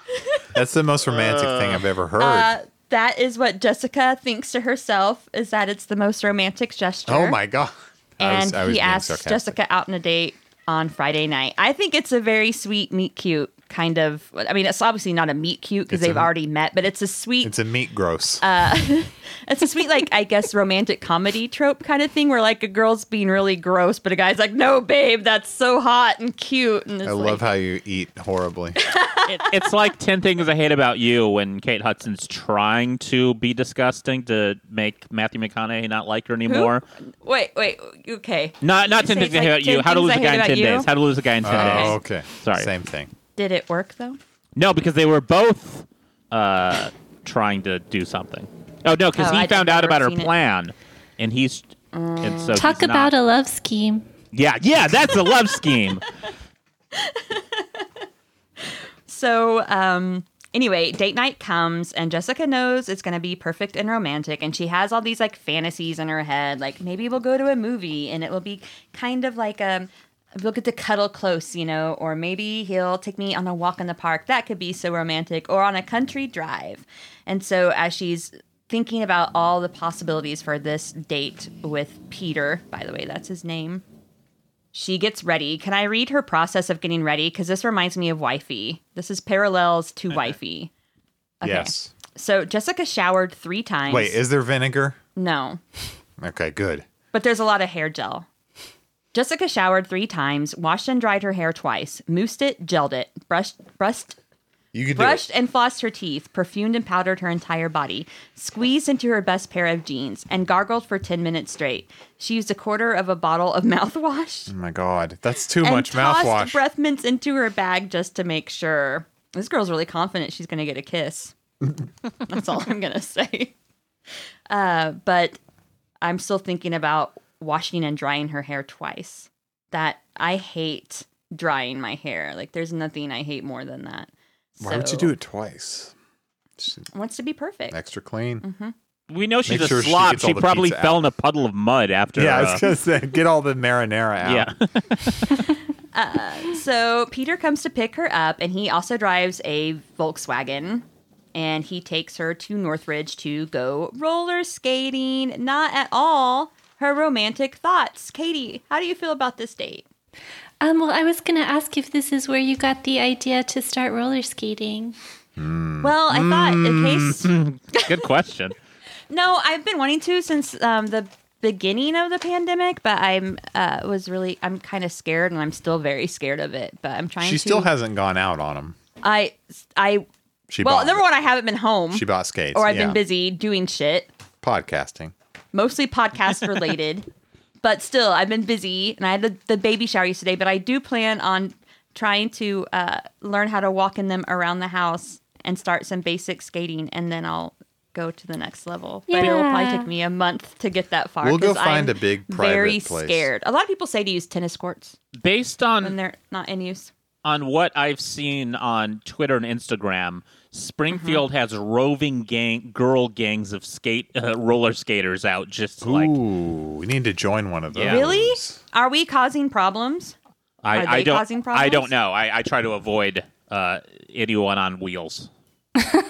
S2: That's the most romantic thing I've ever heard.
S3: Uh, that is what Jessica thinks to herself is that it's the most romantic gesture.
S2: oh my god. I
S3: and
S2: was- I was
S3: he
S2: being
S3: asks
S2: sarcastic.
S3: Jessica out on a date on Friday night. I think it's a very sweet meet cute kind of. I mean, it's obviously not a meet cute because
S2: It's a-
S3: they've already met, but it's a sweet,
S2: It's
S3: it's
S2: a meat gross.
S3: uh, a, sweet like I guess romantic comedy trope kind of thing where like a girl's being really gross, but a guy's like, "No, babe, that's so hot and cute." And it's
S2: I
S3: like,
S2: love how you eat horribly.
S1: It, it's like 10 Things I Hate About You when Kate Hudson's trying to be disgusting to make Matthew McConaughey not like her anymore.
S3: Wait, wait, okay.
S1: Not, not
S3: You
S1: 10
S3: say
S1: Things I
S3: it's
S1: Hate
S3: like
S1: About You.
S3: 10
S1: How to
S3: Things
S1: Lose
S3: I
S1: a Guy
S3: Hate
S1: in
S3: About
S1: 10
S3: You?
S1: Days. How to Lose a Guy in 10 Days.
S2: Oh, okay.
S1: Sorry.
S2: Same thing.
S3: Did it work though?
S1: No, because they were both uh, trying to do something. Oh no, because
S3: Oh,
S1: he
S3: I
S1: found
S3: don't-
S1: out about her
S3: never seen it. Mm.
S1: plan, and he's and so
S4: Talk
S1: he's
S4: about
S1: not.
S4: a love scheme.
S1: yeah, yeah. That's a love scheme.
S3: So, um, anyway, date night comes, and Jessica knows it's going to be perfect and romantic. And she has all these like fantasies in her head, like maybe we'll go to a movie and it will be kind of like um We'll get to cuddle close, you know, or maybe he'll take me on a walk in the park. That could be so romantic, or on a country drive. And so, as she's thinking about all the possibilities for this date with Peter, by the way, that's his name, she gets ready. Can I read her process of getting ready? Because this reminds me of Wifey. This is parallels to Wifey.
S2: Yes.
S3: So Jessica showered three times.
S2: Wait, is there vinegar?
S3: no,
S2: Okay, good.
S3: but there's a lot of hair gel. Jessica showered three times, washed and dried her hair twice, moosed it, gelled it, brushed, brushed,
S2: You can
S3: brushed
S2: do
S3: and flossed her teeth, perfumed and powdered her entire body, squeezed into her best pair of jeans, and gargled for 10 minutes straight. She used a quarter of a bottle of mouthwash.
S2: it. Oh my god, that's too
S3: and
S2: much
S3: tossed
S2: mouthwash.
S3: breath mints into her bag just to make sure. This girl's really confident she's going to get a kiss. That's all I'm going to say. Uh, but I'm still thinking about washing and drying her hair twice. That I hate drying my hair. Like there's nothing I hate more than that.
S2: Why would you
S3: So,
S2: do it twice? Just
S3: Wants to be perfect.
S2: Extra clean.
S3: Mm-hmm.
S1: We know she's
S2: Make sure
S1: a
S2: she
S1: slob.
S2: gets
S1: She,
S2: all the
S1: probably
S2: pizza
S1: fell
S2: out.
S1: in a puddle of mud after.
S2: Yeah, I
S1: uh,
S2: was gonna say, get all the marinara out.
S1: yeah.
S3: So Peter comes to pick her up, and he also drives a Volkswagen. And he takes her to Northridge to go roller skating. Not at all her romantic thoughts. Katie, how do you feel about this date?
S4: Um, well, I was going to ask if this is where you got the idea to start roller skating.
S3: Well, I thought in case
S1: Good question.
S3: No, I've been wanting to since um, the beginning of the pandemic, but I'm uh, was really I'm kind of scared, and I'm still very scared of it. But I'm trying.
S2: She
S3: to,
S2: still hasn't gone out on him.
S3: I I
S2: She
S3: well,
S2: bought,
S3: number one, I haven't been home,
S2: She bought skates.
S3: or I've
S2: yeah.
S3: been busy doing shit,
S2: podcasting.
S3: mostly podcast related. but still, I've been busy, and I had the, the baby shower yesterday. But I do plan on trying to uh, learn how to walk in them around the house and start some basic skating, and then I'll go to the next level. But it'll probably
S4: Yeah.
S3: take me a month to get that far.
S2: We'll go
S3: 'cause
S2: find
S3: I'm
S2: a big private
S3: very
S2: place.
S3: scared. A lot of people say to use tennis courts
S1: Based
S3: when
S1: on
S3: they're not in use.
S1: on what I've seen on Twitter and Instagram, Springfield has roving gang girl gangs of skate uh, roller skaters out just like
S2: Ooh, we need to join one of those.
S1: Yeah.
S3: Really? Are we causing problems?
S1: I,
S3: Are
S1: I
S3: they
S1: don't
S3: causing
S1: I don't
S3: problems?
S1: know. I, I try to avoid uh, anyone on wheels.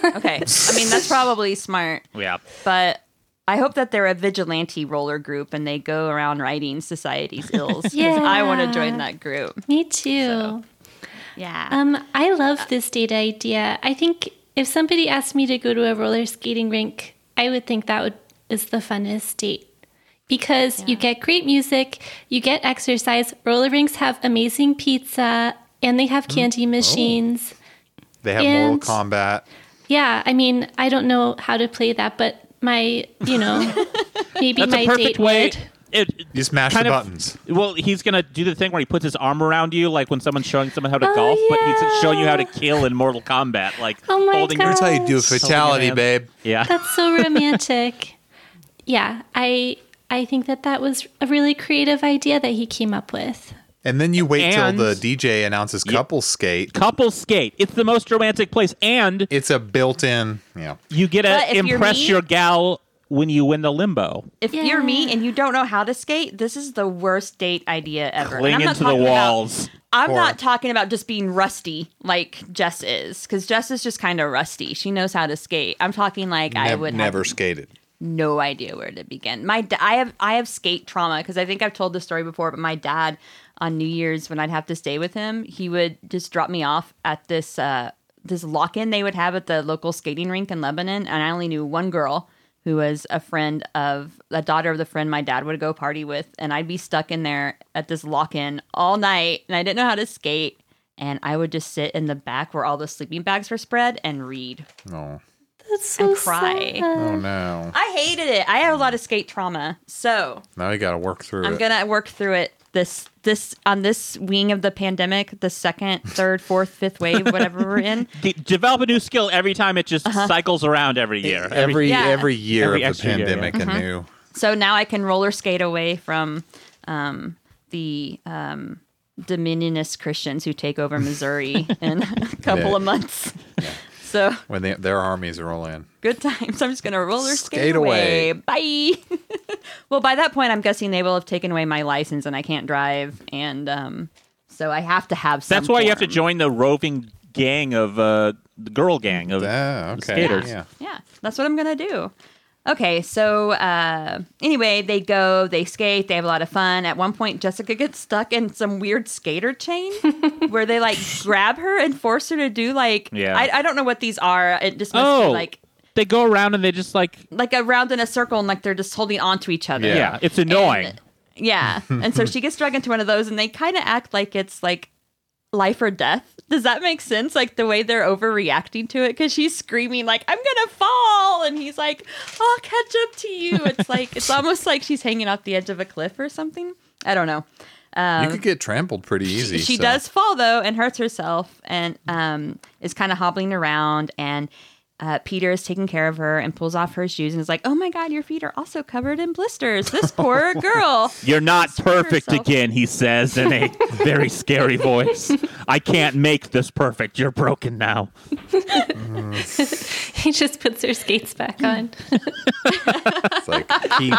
S3: Okay, I mean that's probably smart.
S1: Yeah.
S3: but I hope that they're a vigilante roller group and they go around writing society's ills. 'cause I want to
S4: Yeah.
S3: join that group.
S4: Me too.
S3: Yeah.
S4: Um, I love this date idea. I think if somebody asked me to go to a roller skating rink, I would think that would is the funnest date because you get great music, you get exercise. Roller rinks have amazing pizza, and they
S1: Hmm?
S4: have
S1: Oh.
S4: candy machines.
S2: They have
S4: And-
S2: Mortal Kombat.
S4: Yeah, I mean, I don't know how to play that, but my, you know, maybe
S1: That's
S4: my
S1: a perfect
S4: date
S1: way.
S4: would.
S1: It,
S2: You smash
S1: Kind
S2: the
S1: of-
S2: buttons.
S1: well, he's gonna do the thing where he puts his arm around you, like when someone's showing someone how to
S4: Oh,
S1: golf, but he's
S4: yeah.
S1: showing you how to kill in Mortal Kombat, like
S4: Oh my
S1: holding your
S4: God.
S2: That's how you do a
S1: holding your
S2: fatality,
S1: hand.
S2: babe.
S1: Yeah.
S4: That's so romantic. yeah, I I think that that was a really creative idea that he came up with.
S2: And then you wait
S1: And-
S2: till the DJ announces couple skate.
S1: couple skate. It's the most romantic place, and
S2: It's a built-in, yeah.
S1: you get
S3: But
S1: to
S3: if you're
S1: impress
S3: me-
S1: your gal when you win the limbo.
S3: if
S4: yeah.
S3: you're me and you don't know how to skate, this is the worst date idea ever. And
S1: Cling
S3: I'm not
S1: into the
S3: talking about-
S1: walls.
S3: I'm
S2: Or-
S3: not talking about just being rusty like Jess is, because Jess is just kind of rusty. She knows how to skate. I'm talking like I
S2: Nev-
S3: would
S2: never
S3: have
S2: skated.
S3: no idea where to begin. My da- I have I have skate trauma because I think I've told this story before, but my dad on New Year's when I'd have to stay with him, he would just drop me off at this uh, this lock in they would have at the local skating rink in Lebanon, and I only knew one girl who was a friend of a daughter of the friend my dad would go party with, and I'd be stuck in there at this lock in all night, and I didn't know how to skate. And I would just sit in the back where all the sleeping bags were spread and read.
S2: No.
S4: That's so
S3: And cry.
S4: sad.
S2: Oh no.
S3: I hated it. I had a lot of skate trauma. So
S2: Now you got to work through
S3: I'm
S2: it.
S3: gonna work through it. This this on this wing of the pandemic, the second, third, fourth, fifth wave, whatever we're in.
S1: De- develop a new skill every time. It just
S3: Uh-huh.
S1: cycles around every year.
S2: E, every
S3: Yeah. Mm-hmm.
S2: every year
S1: Every
S2: of the
S1: extra year, yeah.
S2: pandemic, a new.
S3: So now I can roller skate away from um, the um, Dominionist Christians who take over Missouri in a couple of months. So
S2: When they, their armies roll in,
S3: good times. I'm just gonna roller skate,
S2: Skate away.
S3: away. Bye. well, by that point, I'm guessing they will have taken away my license and I can't drive, and um, so I have to have. Some
S1: That's why you have to
S3: form.
S1: join the roving gang of uh, the girl gang of.
S2: ah, okay,
S1: skaters.
S2: yeah.
S3: Yeah, that's what I'm gonna do. Okay, so uh, anyway, they go, they skate, they have a lot of fun. At one point, Jessica gets stuck in some weird skater chain where they like grab her and force her to do like
S1: Yeah.
S3: I, I don't know what these are. It just must
S1: Oh,
S3: be like
S1: they go around and they just like
S3: like around in a circle and like they're just holding on to each other.
S1: yeah,
S2: Yeah.
S1: it's annoying.
S3: Yeah. And so she gets dragged into one of those and they kind of act like it's like life or death. Does that make sense? Like the way they're overreacting to it cuz she's screaming like I'm going to fall and he's like I'll catch up to you. It's like it's almost like she's hanging off the edge of a cliff or something. I don't know.
S2: you could get trampled pretty easy.
S3: She
S2: so-
S3: does fall though and hurts herself and um, is kind of hobbling around and uh, Peter is taking care of her and pulls off her shoes and is like, "Oh my God, your feet are also covered in blisters. This poor girl."
S1: You're not perfect
S3: herself.
S1: again, he says in a very scary voice. I can't make this perfect. You're broken now.
S4: He just puts her skates back on.
S2: It's like keep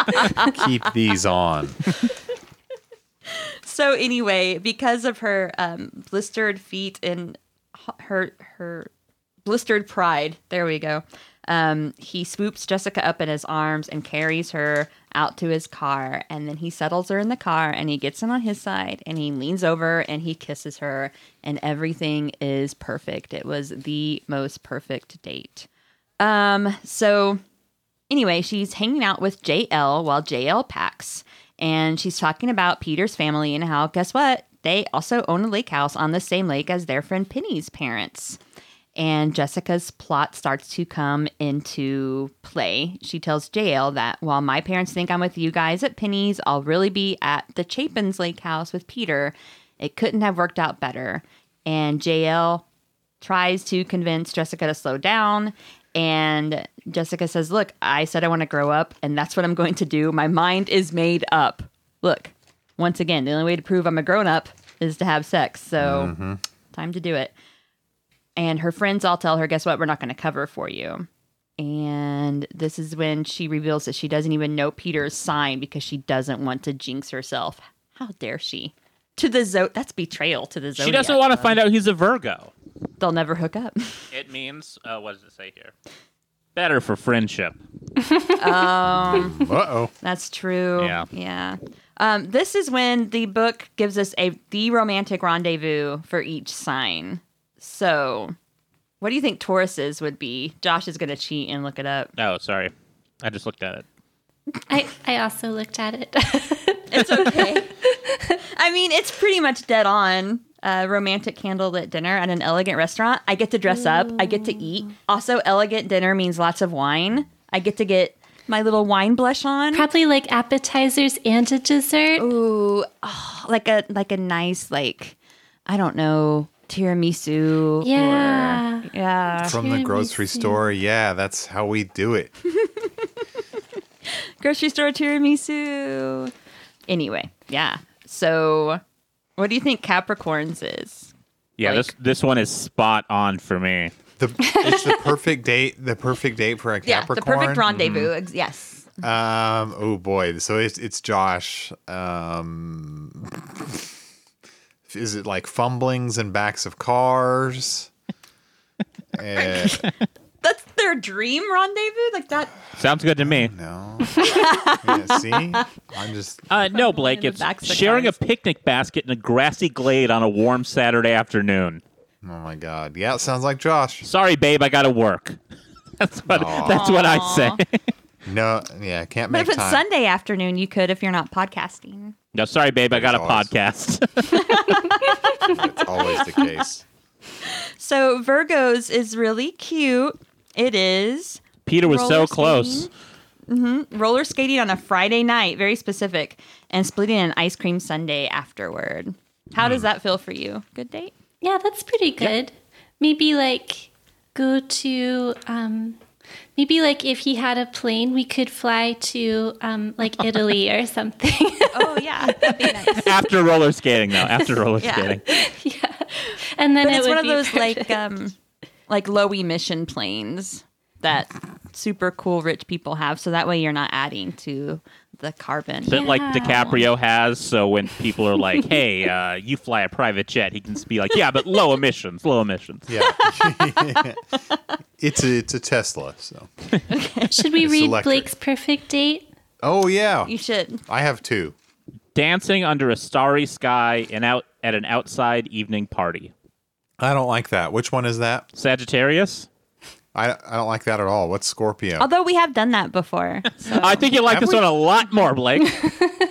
S2: keep these on.
S3: So anyway, because of her um, blistered feet and h- her her blistered pride, there we go. Um, he swoops Jessica up in his arms and carries her out to his car. And then he settles her in the car and he gets in on his side and he leans over and he kisses her. And everything is perfect. It was the most perfect date. Um, so anyway, she's hanging out with JL while JL packs. And she's talking about Peter's family and how, guess what? They also own a lake house on the same lake as their friend Penny's parents. And Jessica's plot starts to come into play. She tells JL that while my parents think I'm with you guys at Penny's, I'll really be at the Chapin's lake house with Peter. It couldn't have worked out better. And JL tries to convince Jessica to slow down. And Jessica says, Look, I said I want to grow up, and that's what I'm going to do. My mind is made up. Look, once again, the only way to prove I'm a grown up is to have sex. So, time to do it. And her friends all tell her, Guess what? We're not going to cover for you. And this is when she reveals that she doesn't even know Peter's sign because she doesn't want to jinx herself. How dare she? To the zo that's betrayal to the zodiac.
S1: She doesn't want to find out he's a Virgo.
S3: They'll never hook up.
S1: It means, uh, what does it say here? Better for friendship.
S2: Uh oh.
S3: That's true.
S1: Yeah.
S3: Yeah. Um, this is when the book gives us a the romantic rendezvous for each sign. So, what do you think Taurus's would be? Josh is going to cheat and look it up.
S1: Oh, sorry. I just looked at it.
S4: I, I also looked at it.
S3: It's okay. I mean, it's pretty much dead on. A romantic candlelit dinner at an elegant restaurant. I get to dress up. I get to eat. Also, elegant dinner means lots of wine. I get to get my little wine blush on.
S4: Probably like appetizers and a dessert.
S3: Ooh, oh, like a like a nice like I don't know tiramisu.
S4: Yeah.
S3: Or, yeah.
S2: From the grocery store. Yeah, that's how we do it.
S3: Grocery store tiramisu. Anyway, yeah. So, what do you think Capricorns is?
S1: Yeah, this this one is spot on for me.
S2: The, it's the perfect date. The perfect date for a Capricorn. Mm-hmm.
S3: the perfect rendezvous. ex- Yes.
S2: Um. Oh boy. So it's it's Josh. Um. Is it like fumblings and backs of cars? Eh,
S3: That's their dream rendezvous? Like that
S1: Sounds good to me.
S2: no. Yeah, see, I'm just.
S1: Uh, no, Blake,
S3: in the
S1: it's
S3: backs of
S1: sharing a
S3: cars.
S1: picnic basket in a grassy glade on a warm Saturday afternoon.
S2: Oh my god. Yeah, it sounds like Josh.
S1: Sorry, babe, I gotta work. That's what
S2: Aw.
S1: that's what I say.
S2: No. Yeah, can't
S3: But
S2: make
S3: if it's
S2: time.
S3: Sunday afternoon, you could if you're not podcasting.
S1: no, sorry, babe, I got a
S2: That's
S1: podcast.
S2: It's always the case.
S3: So, Virgos is really cute. It is
S1: Peter was so
S3: Roller
S1: close.
S3: skating. roller skating on a Friday night, very specific, and splitting an ice cream sundae afterward. How
S2: Hmm.
S3: does that feel for you? Good date?
S4: Yeah, that's pretty good. Maybe like go to um maybe like if he had a plane we could fly to um like Italy or something.
S3: Oh yeah, that'd be nice.
S1: After roller skating though, after roller
S3: Yeah.
S1: skating.
S4: yeah. And then
S3: But
S4: it
S3: it's
S4: would
S3: one of
S4: be
S3: those like
S4: perfect.
S3: um, like low emission planes that super cool rich people have. So that way you're not adding to the carbon.
S1: That like
S4: Yeah.
S1: DiCaprio has, so when people are like, Hey, uh, you fly a private jet, he can be like, Yeah, but low emissions, low emissions.
S2: Yeah. it's a, it's a Tesla. So.
S4: Should we
S2: It's
S4: read
S2: electric.
S4: Blake's perfect date?
S2: Oh yeah.
S3: You should.
S2: I have two.
S1: Dancing under a starry sky and out at an outside evening party.
S2: I don't like that. Which one is that?
S1: Sagittarius?
S2: I, I don't like that at all. What's Scorpio?
S3: Although we have done that before.
S1: I think you like this one a lot more, Blake.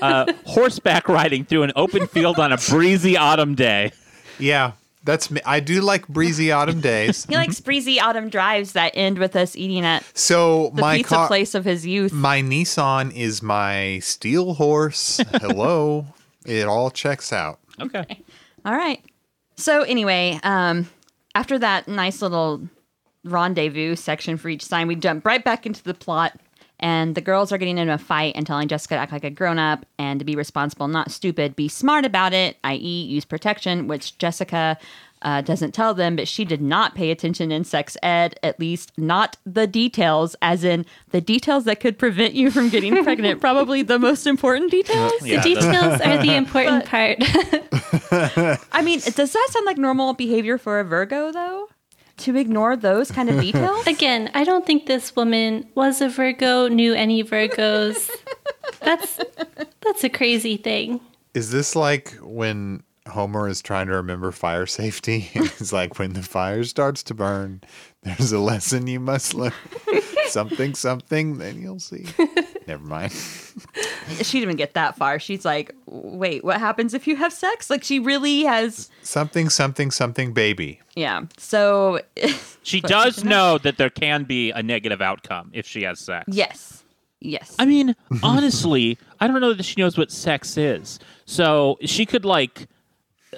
S1: Uh, horseback riding through an open field on a breezy autumn day.
S2: yeah, that's me. I do like breezy autumn days.
S3: He likes breezy autumn drives that end with us eating at
S2: So
S3: the
S2: my
S3: pizza
S2: car,
S3: place of his youth.
S2: my Nissan is my steel horse. Hello, it all checks out.
S1: Okay.
S3: All right. So anyway, um, after that nice little rendezvous section for each sign, we jump right back into the plot, and the girls are getting in a fight and telling Jessica to act like a grown up and to be responsible, not stupid, be smart about it, i.e., use protection, which Jessica. Uh, doesn't tell them, but she did not pay attention in sex ed, at least not the details, as in the details that could prevent you from getting pregnant. Probably the most important details.
S1: Yeah,
S4: the
S1: that's-
S4: details are the important part.
S3: I mean, does that sound like normal behavior for a Virgo, though? to ignore those kind of details?
S4: Again, I don't think this woman was a Virgo, knew any Virgos. that's that's a crazy thing.
S2: Is this like when Homer is trying to remember fire safety? It's like when the fire starts to burn, there's a lesson you must learn. something, something, then you'll see. Never mind.
S3: she didn't even get that far. She's like, wait, what happens if you have sex? Like, she really has.
S2: Something, something, something, baby.
S3: Yeah. So,
S1: She
S3: But
S1: does
S3: she didn't.
S1: know that there can be a negative outcome if she has sex.
S3: yes. Yes.
S1: I mean, honestly, I don't know that she knows what sex is. So she could like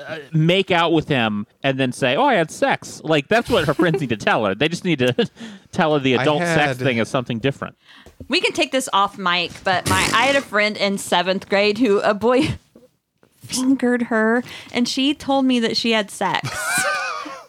S1: uh, make out with him and then say, "Oh, I had sex." Like that's what her friends need to tell her. They just need to tell her the
S2: I
S1: adult
S2: had-
S1: sex thing is something different.
S3: we can take this off mic, but my I had a friend in seventh grade who a boy fingered her, and she told me that she had sex,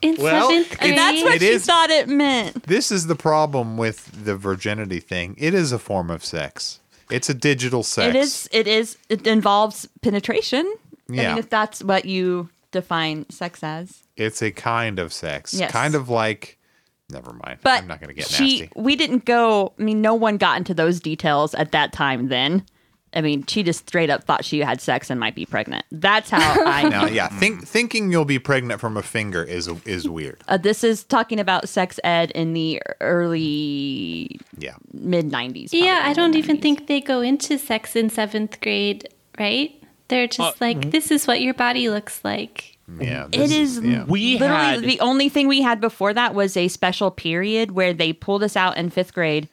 S4: In
S2: Well,
S4: seventh grade,
S3: and that's what
S2: It
S3: she
S2: is-
S3: thought it meant.
S2: This is the problem with the virginity thing. It is a form of sex. It's a digital sex.
S3: It is. It is. It involves penetration. I
S2: Yeah.
S3: mean, if that's what you define sex as.
S2: It's a kind of sex.
S3: Yes.
S2: Kind of like. Never mind.
S3: But
S2: I'm not going to get
S3: she,
S2: nasty.
S3: We didn't go. I mean, no one got into those details at that time. Then, I mean, she just straight up thought she had sex and might be pregnant. That's how I.
S2: Now, yeah, think, thinking you'll be pregnant from a finger is is weird.
S3: Uh, this is talking about sex ed in the early
S2: Yeah.
S3: mid nineties.
S4: yeah, I don't even think they go into sex in seventh grade, right? They're just like, this is what your body looks like.
S2: Yeah.
S3: It
S2: this
S3: is
S2: yeah.
S1: We
S3: literally
S1: had
S3: the only thing we had before that was a special period where they pulled us out in fifth grade,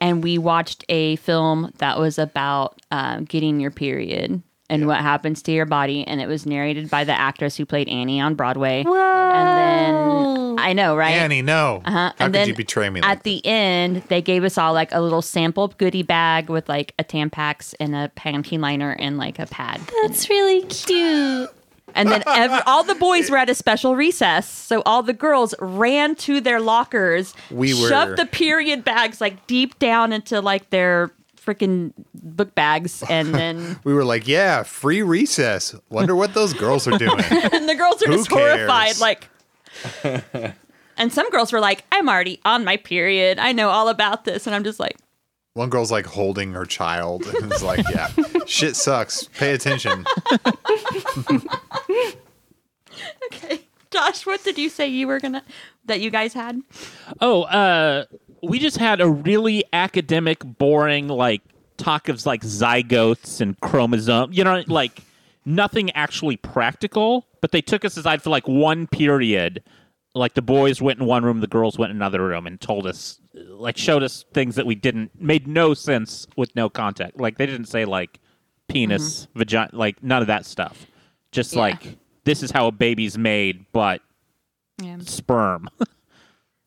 S3: and we watched a film that was about um, getting your period and what happens to your body, and it was narrated by the actress who played Annie on Broadway. And then I know, right?
S2: Annie, no.
S3: Uh,
S2: How
S3: and
S2: could
S3: then
S2: you betray me?
S3: at
S2: Like
S3: the end, they gave us all like a little sample goodie bag with like a Tampax and a panty liner and like a pad.
S4: That's really cute.
S3: And then ev- all the boys were at a special recess, so all the girls ran to their lockers,
S2: We were-
S3: shoved the period bags like deep down into like their freaking book bags, and then
S2: we were like, yeah, free recess. Wonder what those girls are doing.
S3: and the girls are
S2: Who
S3: just horrified,
S2: cares?
S3: like. and some girls were like, "I'm already on my period. I know all about this," and I'm just like,
S2: One girl's like holding her child and it's like, yeah, shit sucks. Pay attention.
S3: "Okay, Josh, what did you say you were gonna that you guys had?"
S1: Oh, uh, we just had a really academic, boring like talk of like zygotes and chromosomes. You know, like nothing actually practical. But they took us aside for like one period. Like the boys went in one room, the girls went in another room, and told us, like, showed us things that we didn't made no sense with no contact. Like they didn't say like penis, vagina, like none of that stuff. Just like this is how a baby's made, but
S3: Yeah.
S1: sperm.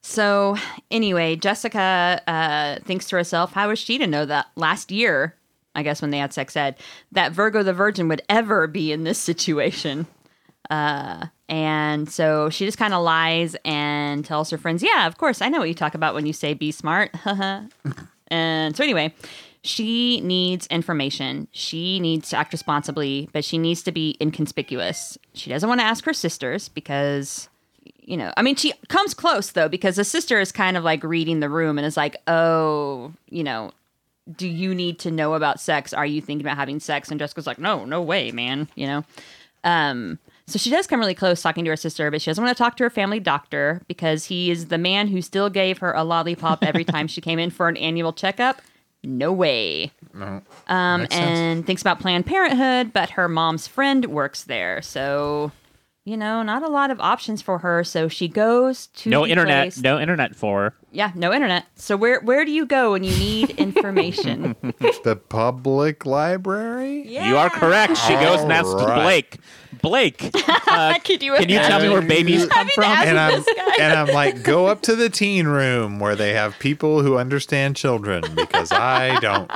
S3: So, anyway, Jessica uh, thinks to herself, how was she to know that last year, I guess when they had sex ed, that Virgo the Virgin would ever be in this situation? Uh, and so she just kind of lies and tells her friends, yeah, of course, I know what you talk about when you say be smart. Haha. and so, anyway, she needs information. She needs to act responsibly, but she needs to be inconspicuous. She doesn't want to ask her sisters because you know, I mean, she comes close though because the sister is kind of like reading the room and is like, "Oh, you know, do you need to know about sex? Are you thinking about having sex?" And Jessica's like, "No, no way, man." You know, um, so she does come really close talking to her sister, but she doesn't want to talk to her family doctor because he is the man who still gave her a lollipop every time she came in for an annual checkup. No way um,
S2: Makes sense.
S3: and thinks about Planned Parenthood, but her mom's friend works there. So, you know, not a lot of options for her. So she goes to
S1: no
S3: the
S1: internet,
S3: place-
S1: no internet for her.
S3: Yeah, no internet. So where where do you go when you need information?
S2: The public library?
S1: You are correct. She goes and asks
S2: All right.
S1: Blake. Blake, uh,
S3: Could you
S1: can you tell me where babies come from?
S3: asked-
S2: And I'm and I'm like, go up to the teen room where they have people who understand children because I don't.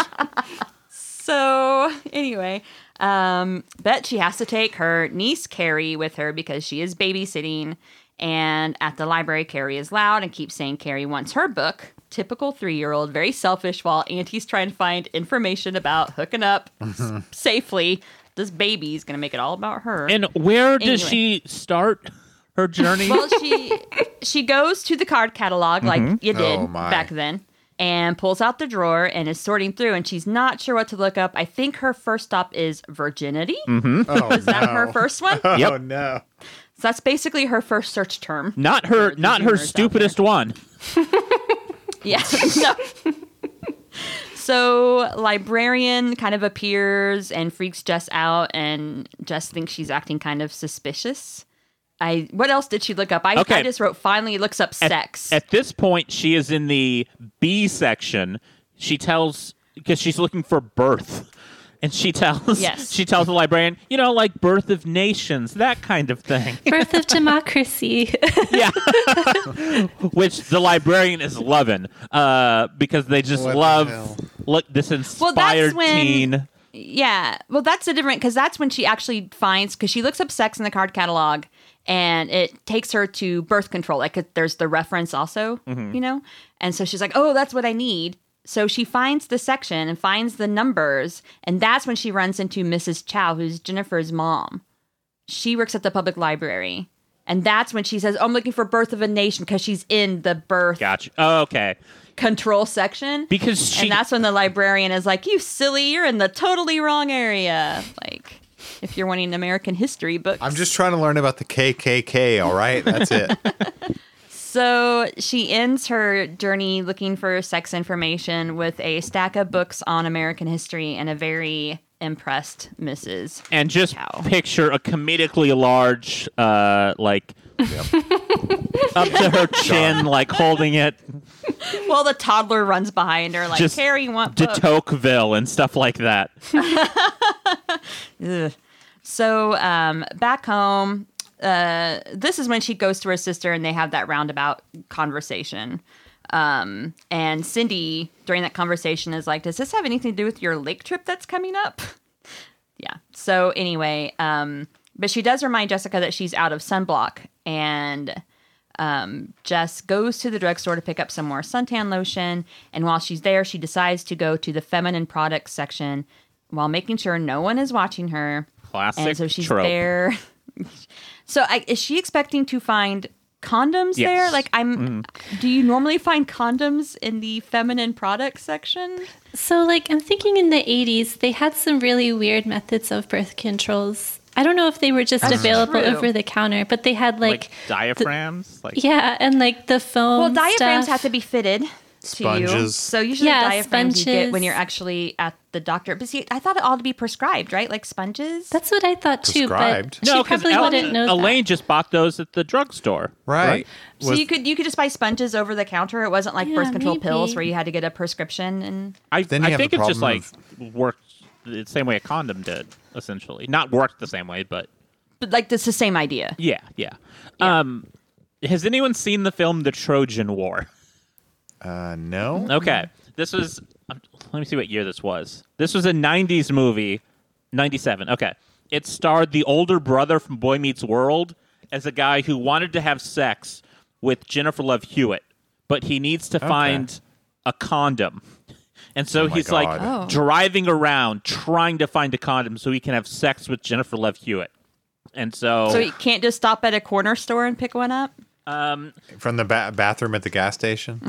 S3: So anyway, um, but she has to take her niece Carrie with her because she is babysitting. And at the library, Carrie is loud and keeps saying Carrie wants her book. Typical three-year-old, very selfish, while Auntie's trying to find information about hooking up s- safely. This baby's gonna make it all about her.
S1: And where does
S3: Anyway.
S1: she start her journey?
S3: well, she she goes to the card catalog
S1: Mm-hmm.
S3: like you did
S2: Oh, my.
S3: back then and pulls out the drawer and is sorting through and she's not sure what to look up. I think her first stop is virginity.
S1: Mm-hmm.
S2: Oh,
S3: Is that her
S2: no.
S3: first one? so
S2: Oh
S1: Yep.
S2: no.
S3: that's basically her first search term.
S1: Not her. Not her
S3: humorous out there.
S1: stupidest one.
S3: Yeah. No. so librarian kind of appears and freaks Jess out, and Jess thinks she's acting kind of suspicious. I what else did she look up? I, I
S1: Okay.
S3: just wrote finally looks up sex.
S1: At this point, she is in the B section. She tells because she's looking for birth, and she tells
S3: Yes.
S1: she tells the librarian, you know, like birth of nations, that kind of thing.
S4: Birth of democracy.
S1: yeah, which the librarian is loving uh, because they just
S2: What the hell?
S1: love look this
S3: Well,
S1: inspired
S3: that's when-
S1: teen.
S3: yeah. Well, that's the different because that's when she actually finds because she looks up sex in the card catalog, and it takes her to birth control. Like it- there's the reference also, you know, and so she's like, oh, that's what I need. So she finds the section and finds the numbers, and that's when she runs into Mrs. Chow, who's Jennifer's mom. She works at the public library, and that's when she says, oh, "I'm looking for Birth of a Nation" because she's in the birth
S1: Gotcha. Oh, okay,
S3: control section.
S1: because she
S3: And that's when the librarian is like, "You silly, you're in the totally wrong area." Like, if you're wanting American history books,
S2: I'm just trying to learn about the KKK, all right? That's it.
S3: so she ends her journey looking for sex information with a stack of books on American history and a very impressed Mrs.
S1: and just
S3: Cow.
S1: picture a comedically large, uh, like up to her chin, like holding it,
S3: Well, the toddler runs behind her like,
S1: Just
S3: "Carrie, you want
S1: de
S3: books?"
S1: Tocqueville and stuff like that.
S3: Ugh. So um, back home, uh, this is when she goes to her sister and they have that roundabout conversation. Um, and Cindy, during that conversation, is like, Does this have anything to do with your lake trip that's coming up? yeah. So anyway, um, but she does remind Jessica that she's out of sunblock. And um, Jess goes to the drugstore to pick up some more suntan lotion. And while she's there, she decides to go to the feminine products section while making sure no one is watching her.
S1: Classic
S3: And so she's
S1: trope.
S3: there. so I, is she expecting to find condoms
S1: Yes.
S3: there? Like I'm. Do you normally find condoms in the feminine products section?
S4: So, like, I'm thinking in the 80s, they had some really weird methods of birth controls. I don't know if they were just available
S3: true.
S4: over the counter, but they had like,
S1: like diaphragms, like
S4: yeah, and like the foam.
S3: Well, diaphragms
S4: stuff.
S3: have to be fitted to you.
S2: Sponges.
S3: So usually
S4: Yeah,
S3: diaphragms you get when
S4: sponges.
S3: you're actually at the doctor. But see, I thought it all to be prescribed, right? Like sponges.
S4: That's what I thought too,
S2: Prescribed.
S4: but she
S1: 'cause
S4: probably
S1: Ellen-
S4: wouldn't know.
S1: Elaine just bought those at the drugstore,
S2: Right.
S3: so
S2: Was-
S3: you could you could just buy sponges over the counter. It wasn't like
S4: Yeah,
S3: birth control pills
S4: maybe.
S3: where you had to get a prescription and
S1: I,
S2: Then you
S1: I
S2: have
S1: think
S2: the
S1: it just like
S2: problem
S1: worked the same way a condom did, essentially. Not worked the same way, but
S3: but like that's the same idea.
S1: yeah, yeah. Um, has anyone seen the film The Trojan War?
S2: Uh, no.
S1: Okay, this was. um, Let me see what year this was. This was a '90s movie, '97. Okay, it starred the older brother from Boy Meets World as a guy who wanted to have sex with Jennifer Love Hewitt, but he needs to find a condom. And so
S2: my
S1: he's like
S2: God.
S3: Oh.
S1: driving around trying to find a condom so he can have sex with Jennifer Love Hewitt. And so,
S3: So you can't just stop at a corner store and pick one up.
S1: um,
S2: From the ba- bathroom at the gas station.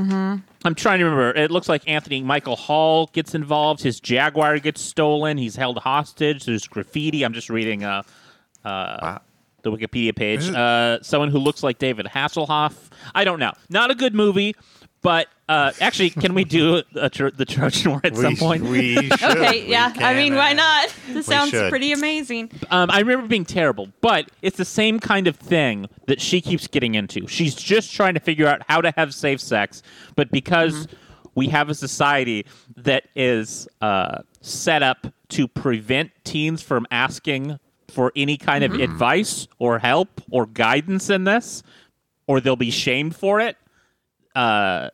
S1: I'm trying to remember. It looks like Anthony Michael Hall gets involved. His Jaguar gets stolen. He's held hostage. There's graffiti. I'm just reading uh,
S2: Wow.
S1: the Wikipedia page.
S2: Is it-
S1: Uh, someone who looks like David Hasselhoff. I don't know. Not a good movie, but uh, actually, can we do a tro- the Trojan War at
S2: We,
S1: some point?
S2: we should.
S3: Okay,
S2: We
S3: yeah. I
S2: can,
S3: mean,
S2: uh,
S3: why not? This
S2: we
S3: sounds
S2: should.
S3: pretty amazing.
S1: Um, I remember it being terrible, but it's the same kind of thing that she keeps getting into. She's just trying to figure out how to have safe sex, but because we have a society that is uh, set up to prevent teens from asking for any kind of advice or help or guidance in this, or they'll be shamed for it. Uh,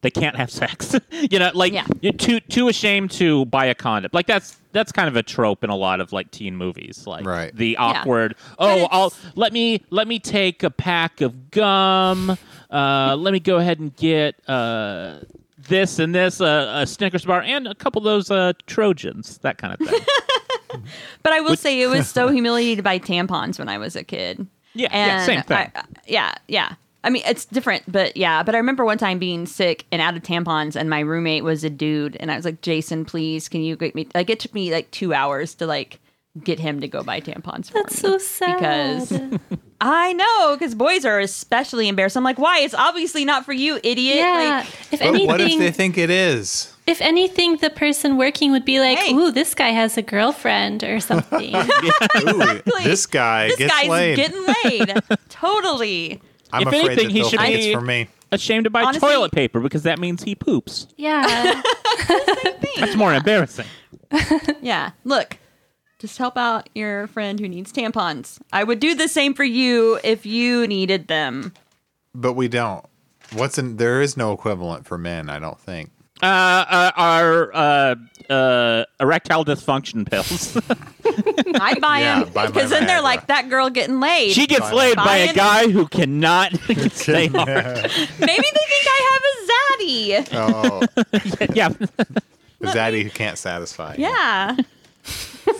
S1: they can't have sex. you know, like
S3: Yeah.
S1: you're too too ashamed to buy a condom. Like that's that's kind of a trope in a lot of like teen movies. Like
S2: Right.
S1: the awkward. Oh,
S3: it's-
S1: I'll let me let me take a pack of gum. Uh, let me go ahead and get uh, this and this uh, a Snickers bar and a couple of those uh, Trojans. That kind of thing.
S3: But I will say it was so humiliated by tampons when I was a kid.
S1: Yeah, yeah, same thing.
S3: I- yeah, yeah. I mean, it's different, but yeah. But I remember one time being sick and out of tampons, and my roommate was a dude, and I was like, "Jason, please, can you get me?" Like, it took me like two hours to like get him to go buy tampons. For
S4: That's
S3: me.
S4: so sad.
S3: Because I know, because boys are especially embarrassed. I'm like, why? It's obviously not for you, idiot.
S4: yeah,
S3: Like,
S4: if
S2: But
S4: anything,
S2: what if
S4: if,
S2: they think it is?
S4: anything, the person working would be like,
S3: Hey.
S4: "Ooh, this guy has a girlfriend or something."
S2: Ooh, this guy
S3: this
S2: gets
S3: guy's
S2: laid.
S3: getting laid. totally.
S2: I'm
S1: If
S2: afraid
S1: anything,
S2: that
S1: he
S2: they'll
S1: should
S2: think
S1: be-
S2: it's for me.
S1: Ashamed to buy
S3: Honestly-
S1: toilet paper because that means he poops.
S4: yeah,
S1: That's more embarrassing.
S3: Yeah. Look, just help out your friend who needs tampons. I would do the same for you if you needed them.
S2: But we don't. What's in there is no equivalent for men, I don't think.
S1: Uh, uh, our uh, uh, erectile dysfunction pills.
S3: I'd buy
S2: Yeah,
S3: them
S2: buy my
S3: because then they're
S2: Viagra.
S3: like that girl getting laid.
S1: she gets
S2: Fine.
S1: laid by a
S3: Fine.
S1: guy who cannot stay hard.
S3: Maybe they think I have a zaddy.
S2: Oh,
S1: Yeah,
S2: is Zaddy who can't satisfy. you.
S3: Yeah.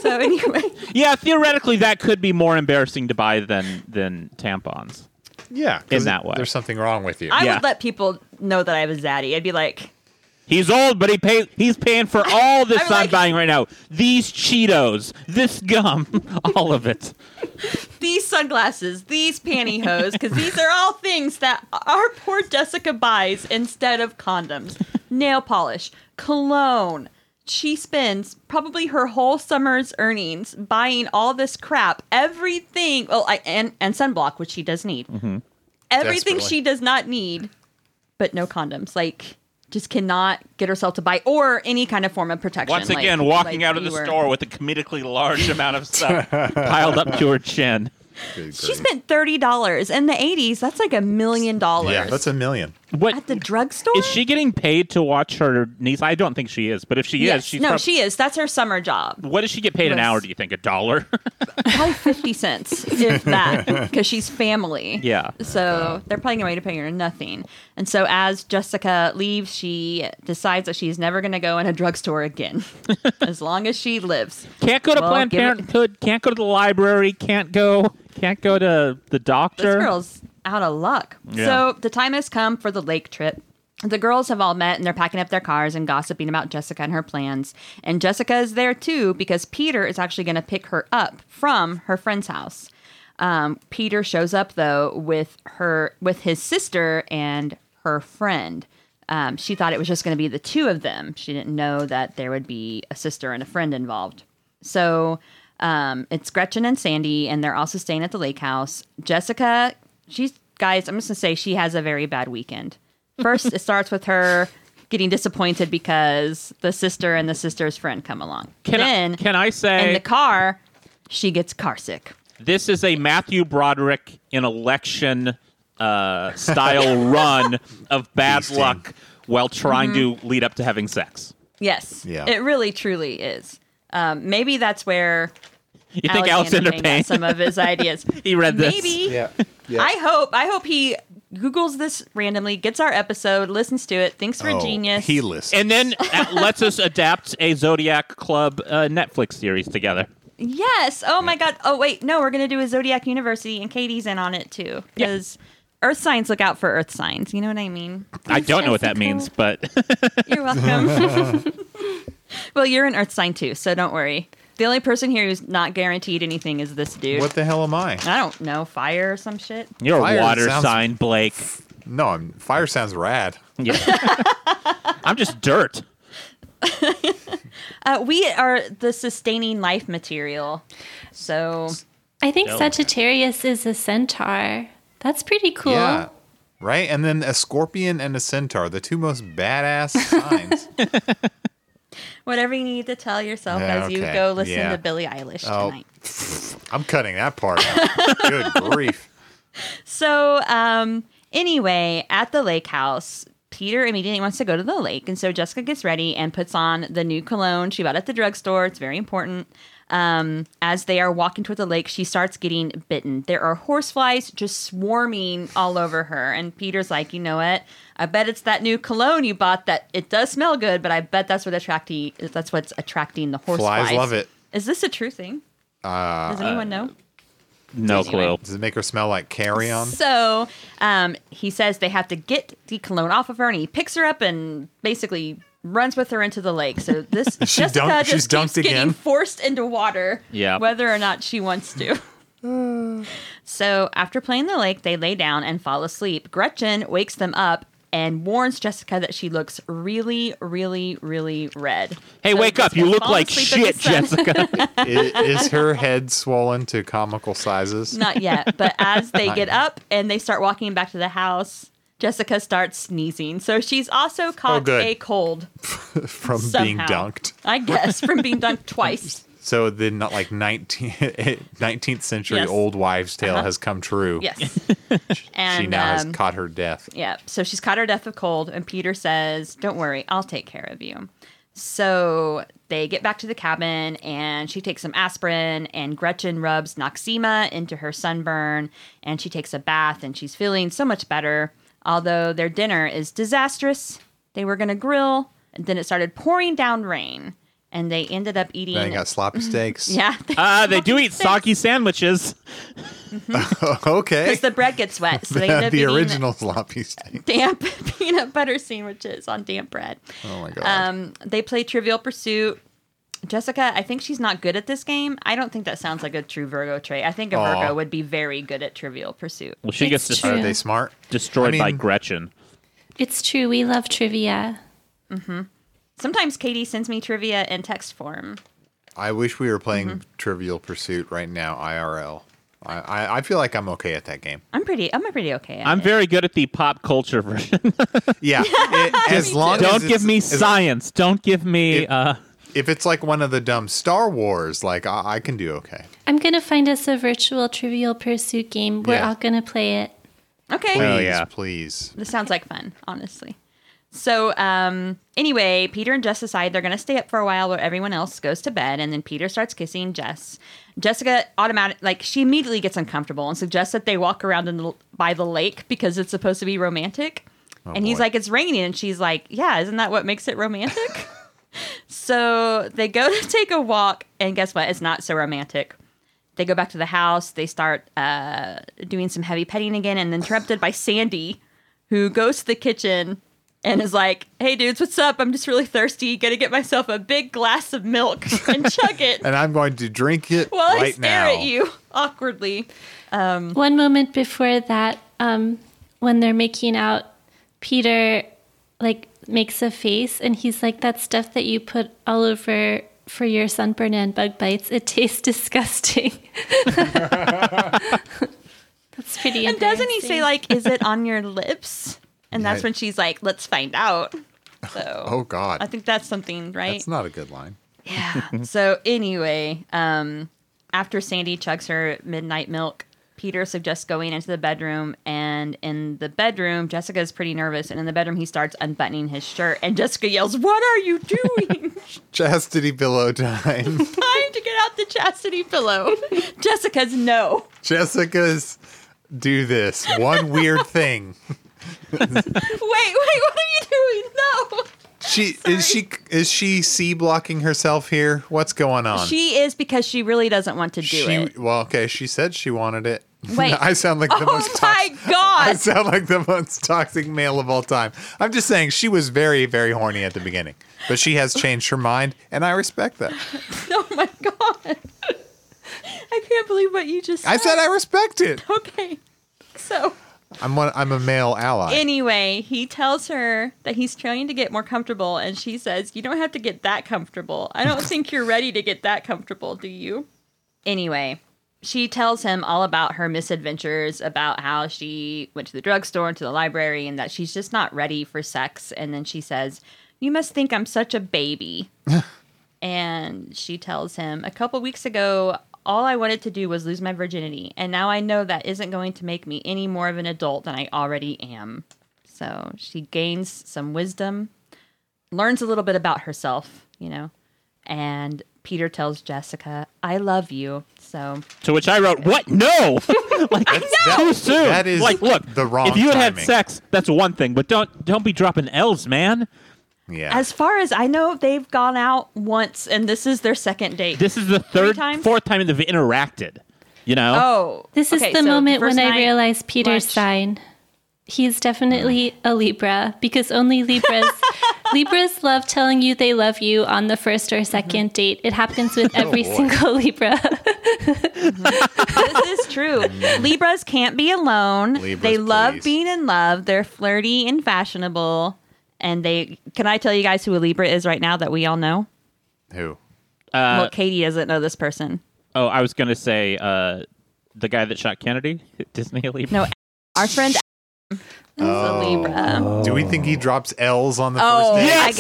S3: so anyway,
S1: yeah. Theoretically, that could be more embarrassing to buy than than tampons.
S2: Yeah. 'cause
S1: In that way.
S2: There's something wrong with you.
S3: I
S1: Yeah.
S3: would let people know that I have a zaddy. I'd be like,
S1: He's old, but he pay. He's paying for all this I'm,
S3: I'm like-
S1: buying right now. These Cheetos, this gum, all of it.
S3: these sunglasses, these pantyhose, because these are all things that our poor Jessica buys instead of condoms. Nail polish, cologne. She spends probably her whole summer's earnings buying all this crap, everything. Well, I, and and sunblock, which she does need.
S1: Mm-hmm.
S3: Everything
S2: Desperately.
S3: she does not need, but no condoms. Like. Just cannot get herself to buy or any kind of form of protection.
S1: Once
S3: like-
S1: again, walking
S3: like
S1: out of
S3: we
S1: the
S3: were-
S1: store with a comedically large amount of stuff piled up to her chin.
S2: Good
S3: she
S2: grief.
S3: spent thirty dollars in the eighties. That's like a million dollars.
S2: Yeah, that's a million.
S1: What
S3: at the drugstore?
S1: is she getting paid to watch her niece? I don't think she is, but if she
S3: Yes.
S1: is, she's
S3: no,
S1: prob-
S3: she is. That's her summer job.
S1: What does she get paid an
S3: Yes.
S1: hour? Do you think a dollar?
S3: Probably fifty cents, if that, because she's family.
S1: yeah.
S3: So they're probably going to pay her nothing. And so as Jessica leaves, she decides that she's never going to go in a drugstore again, as long as she lives.
S1: Can't go to
S3: Well,
S1: Planned
S3: give it-
S1: Parenthood. Can't go to the library. Can't go. Can't go to the doctor.
S3: This girl's out of luck.
S1: Yeah.
S3: So the time has come for the lake trip. The girls have all met and they're packing up their cars and gossiping about Jessica and her plans. And Jessica is there too because Peter is actually going to pick her up from her friend's house. Um, Peter shows up though with her with his sister and her friend. Um, she thought it was just going to be the two of them. She didn't know that there would be a sister and a friend involved. So um, it's Gretchen and Sandy, and they're also staying at the lake house. Jessica, she's guys. I'm just gonna say she has a very bad weekend. First, it starts with her getting disappointed because the sister and the sister's friend come along.
S1: Can I-
S3: then,
S1: can I say-
S3: in the car, she gets carsick.
S1: This is a Matthew Broderick in election uh, style run of bad
S2: Feasting.
S1: luck while trying to
S3: Mm-hmm.
S1: lead up to having sex.
S3: Yes,
S2: Yeah.
S3: it really truly is. Um, maybe that's where
S1: You think Alexander
S3: Alexander Payne got
S1: Payne?
S3: some of his ideas.
S1: he read this.
S3: Maybe.
S2: Yeah.
S3: I hope. I hope he googles this randomly, gets our episode, listens to it, thinks we're
S2: Oh,
S3: genius.
S2: He lists.
S1: And then uh, lets us adapt a Zodiac Club uh, Netflix series together.
S3: Yes. Oh my God. Oh wait, no, we're gonna do a Zodiac University, and Katie's in on it too.
S1: Yeah.
S3: Because Earth signs look out for Earth signs. You know what I mean?
S1: I don't know what that
S4: Jessica.
S1: means, but
S3: You're welcome. well, you're an Earth sign too, so don't worry. The only person here who's not guaranteed anything is this dude.
S2: what the hell am I?
S3: I don't know, fire or some shit.
S1: you're
S2: Fire
S1: a water
S2: sounds-
S1: sign, Blake.
S2: No, I'm, fire sounds rad.
S1: Yeah. I'm just dirt.
S3: Uh, we are the sustaining life material. So
S4: I think
S1: No.
S4: Sagittarius is a centaur. That's pretty cool.
S2: Yeah. Right? And then a scorpion and a centaur, the two most badass signs.
S3: whatever you need to tell yourself
S2: Yeah,
S3: as you
S2: okay.
S3: go listen
S2: Yeah.
S3: to Billie Eilish
S2: Oh.
S3: tonight.
S2: I'm cutting that part out. Good grief.
S3: So, um, anyway, at the lake house, Peter immediately wants to go to the lake. And so Jessica gets ready and puts on the new cologne she bought at the drugstore. It's very important. Um, as they are walking toward the lake, she starts getting bitten. There are horseflies just swarming all over her. And Peter's like, you know what? I bet it's that new cologne you bought that it does smell good, but I bet that's what attracting that's what's attracting the horseflies.
S2: Flies love it.
S3: Is this a true thing? Uh, Does anyone know?
S1: No
S3: Anyway.
S1: clue.
S2: Does it make her smell like carrion?
S3: So um, he says they have to get the cologne off of her, and he picks her up and basically runs with her into the lake. So this
S2: She
S3: Jessica
S2: dunked-
S3: just
S2: she's
S3: keeps
S2: dunked
S3: getting
S2: again.
S3: forced into water,
S1: Yeah.
S3: whether or not she wants to. so after playing the lake, they lay down and fall asleep. Gretchen wakes them up and warns Jessica that she looks really, really, really red.
S1: Hey,
S3: So
S1: wake up!
S3: Jessica
S1: You look
S3: falls
S1: like
S3: asleep
S1: shit,
S3: at the sun.
S1: Jessica.
S2: I- is, her head swollen to comical sizes?
S3: Not yet, but as they get up and they start walking back to the house, Jessica starts sneezing. So she's also caught
S2: Oh, good.
S3: a cold
S2: From being
S3: somehow.
S2: dunked.
S3: I guess from being dunked twice.
S2: So the not like 19, 19th century
S3: Yes.
S2: old wives' tale has come true.
S3: Yes. And
S2: she now has
S3: um,
S2: caught her death.
S3: Yeah. So she's caught her death of cold, and Peter says, Don't worry, I'll take care of you. So they get back to the cabin, and she takes some aspirin, and Gretchen rubs Noxema into her sunburn, and she takes a bath, and she's feeling so much better. Although their dinner is disastrous, they were going to grill, and then it started pouring down rain, and they ended up eating.
S2: Then you got sloppy steaks.
S3: Mm-hmm. yeah.
S1: uh, they do eat sake sandwiches.
S2: okay.
S3: Because the bread gets wet. So they end up
S2: the
S3: eating
S2: original sloppy steak.
S3: damp peanut butter sandwiches on damp bread.
S2: Oh my god.
S3: Um, they play Trivial Pursuit. Jessica, I think she's not good at this game. I don't think that sounds like a true Virgo trait. I think a
S2: Aw.
S3: Virgo would be very good at Trivial Pursuit.
S1: Well, she
S4: It's
S1: gets
S4: true.
S1: des-
S2: Are they smart?
S1: destroyed
S2: I
S1: by
S2: mean-
S1: Gretchen.
S4: It's true. We love trivia.
S3: Sometimes Katie sends me trivia in text form.
S2: I wish we were playing
S3: Mm-hmm.
S2: Trivial Pursuit right now, IRL. I, I, I feel like I'm okay at that game.
S3: I'm pretty. I'm pretty okay. At
S1: I'm
S3: it.
S1: very good at the pop culture version.
S2: Yeah. it- as long as
S1: Don't
S2: it's-
S1: give me
S2: as-
S1: science. Don't give me.
S2: If-
S1: uh,
S2: If it's like one of the dumb Star Wars, like I, I can do okay.
S4: I'm going to find us a virtual Trivial Pursuit game. We're
S2: Yeah.
S4: all going to play it.
S3: okay.
S2: Please,
S1: Oh, yeah.
S2: please.
S3: This sounds like fun, honestly. So, um, anyway, Peter and Jess decide they're going to stay up for a while while everyone else goes to bed, and then Peter starts kissing Jess. Jessica automatic, like she immediately gets uncomfortable and suggests that they walk around in the, by the lake because it's supposed to be romantic. and he's
S2: Oh, boy.
S3: like, "It's raining," and she's like, "Yeah, isn't that what makes it romantic?" so they go to take a walk, and guess what? It's not so romantic. They go back to the house. They start uh, doing some heavy petting again, and then interrupted by Sandy, who goes to the kitchen and is like, "Hey dudes, what's up? I'm just really thirsty. Gonna get myself a big glass of milk and chug it
S2: And I'm going to drink it
S3: while
S2: right
S3: I stare
S2: now.
S3: at you awkwardly."
S4: One moment before that, um, when they're making out, Peter like makes a face and he's like, "That stuff that you put all over for your sunburn and bug bites, it tastes disgusting." That's pretty.
S3: And doesn't he say
S4: embarrassing.
S3: like, "Is it on your lips?" And that's
S2: Yeah.
S3: when she's like, "Let's find out." So
S2: Oh God,
S3: I think that's something, right?
S2: that's not a good line.
S3: Yeah. so anyway, um, after Sandy chugs her midnight milk, Peter suggests going into the bedroom, and in the bedroom, Jessica is pretty nervous, and in the bedroom, he starts unbuttoning his shirt, and Jessica yells, "What are you doing?
S2: Chastity pillow time.
S3: Time to get out the chastity pillow." Jessica's no.
S2: Jessica's do this one weird thing.
S3: Wait, wait, what are you doing? No.
S2: She is she is she c blocking herself here? What's going on?
S3: She is because she really doesn't want to do
S2: She-
S3: it.
S2: well, okay. She said she wanted it.
S3: Wait.
S2: I sound like the
S3: Oh
S2: most
S3: my
S2: toxic. I
S3: god.
S2: sound like the most toxic male of all time. I'm just saying she was very, very horny at the beginning, but she has changed her mind, and I respect that.
S3: Oh my god. I can't believe what you just said.
S2: I said I respect it.
S3: Okay. So,
S2: I'm one, I'm a male ally.
S3: anyway, he tells her that he's trying to get more comfortable, and she says, You don't have to get that comfortable. I don't think you're ready to get that comfortable, do you? Anyway, she tells him all about her misadventures, about how she went to the drugstore and to the library, and that she's just not ready for sex. And then she says, You must think I'm such a baby. and she tells him, A couple weeks ago, all I wanted to do was lose my virginity. And now I know that isn't going to make me any more of an adult than I already am. So she gains some wisdom, learns a little bit about herself, you know. And Peter tells Jessica, I love you. So
S1: to which I wrote, "What? No! like too soon.
S2: that is
S1: like, look,
S2: the wrong
S1: If you had had
S2: timing.
S1: sex, that's one thing, but don't don't be dropping L's, man.
S2: yeah.
S3: as far as I know, they've gone out once and this is their second date.
S1: This is the third,
S3: times?
S1: fourth time that they've interacted. You know?
S3: Oh,
S4: This is
S3: okay,
S4: the
S3: so
S4: moment when
S3: first
S4: I
S3: night,
S4: realized Peter's
S3: lunch.
S4: sign. He's definitely a Libra because only Libras Libras love telling you they love you on the first or 2nd
S3: Mm-hmm.
S4: date. It happens with
S3: Oh,
S4: every
S2: boy.
S4: single Libra.
S3: this is true. Libras can't be alone.
S2: Mm. Libras,
S3: they love
S2: please.
S3: being in love. They're flirty and fashionable. And they can I tell you guys who a Libra is right now that we all know?
S2: Who? Uh,
S3: well, Katie doesn't know this person.
S1: Oh, I was going to say uh, the guy that shot Kennedy, Disney elite.
S3: No, our friend
S2: Oh.
S3: is a Libra.
S2: Do we think he drops L's on the
S3: Oh,
S2: first day?
S3: I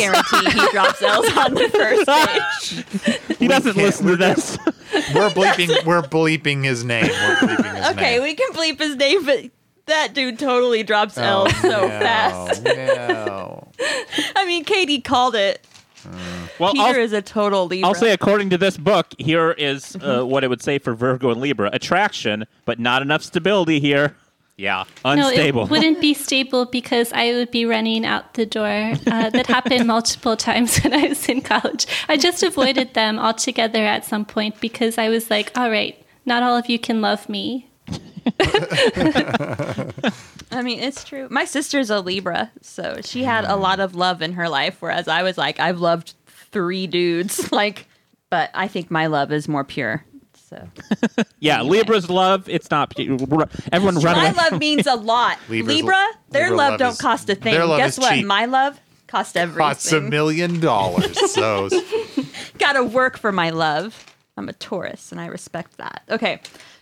S3: guarantee he drops L's on the first date.
S1: he doesn't
S2: can't-
S1: listen to this.
S2: We're bleeping. We're bleeping his name. We're bleeping his
S3: Okay,
S2: name.
S3: we can bleep his name, but that dude totally drops L's so
S2: Oh, no,
S3: fast.
S2: No.
S3: I mean, Katie called it.
S1: well,
S3: Peter
S1: I'll,
S3: is a total Libra. Mm-hmm.
S1: I'll say according to this book, here is uh, what it would say for Virgo and Libra: attraction, but not enough stability here. Yeah, unstable.
S4: No, it wouldn't be stable because I would be running out the door. Uh, that happened multiple times when I was in college. I just avoided them altogether at some point because I was like, all right, not all of you can love me.
S3: I mean, it's true. My sister's a Libra, so she had a lot of love in her life, whereas I was like, I've loved three dudes. Like, but I think my love is more pure. So
S1: yeah, Libra's love. It's not everyone run
S3: my
S1: away.
S3: love means a lot.
S2: Libra's-
S3: Libra, their
S2: Libra
S3: love
S2: love
S3: don't
S2: is-
S3: cost a thing.
S2: their love
S3: Guess
S2: is
S3: what?
S2: cheap.
S3: My love cost
S2: Costs a
S3: everything.
S2: million dollars. So
S3: gotta work for my love. I'm a Taurus and I respect that. Okay.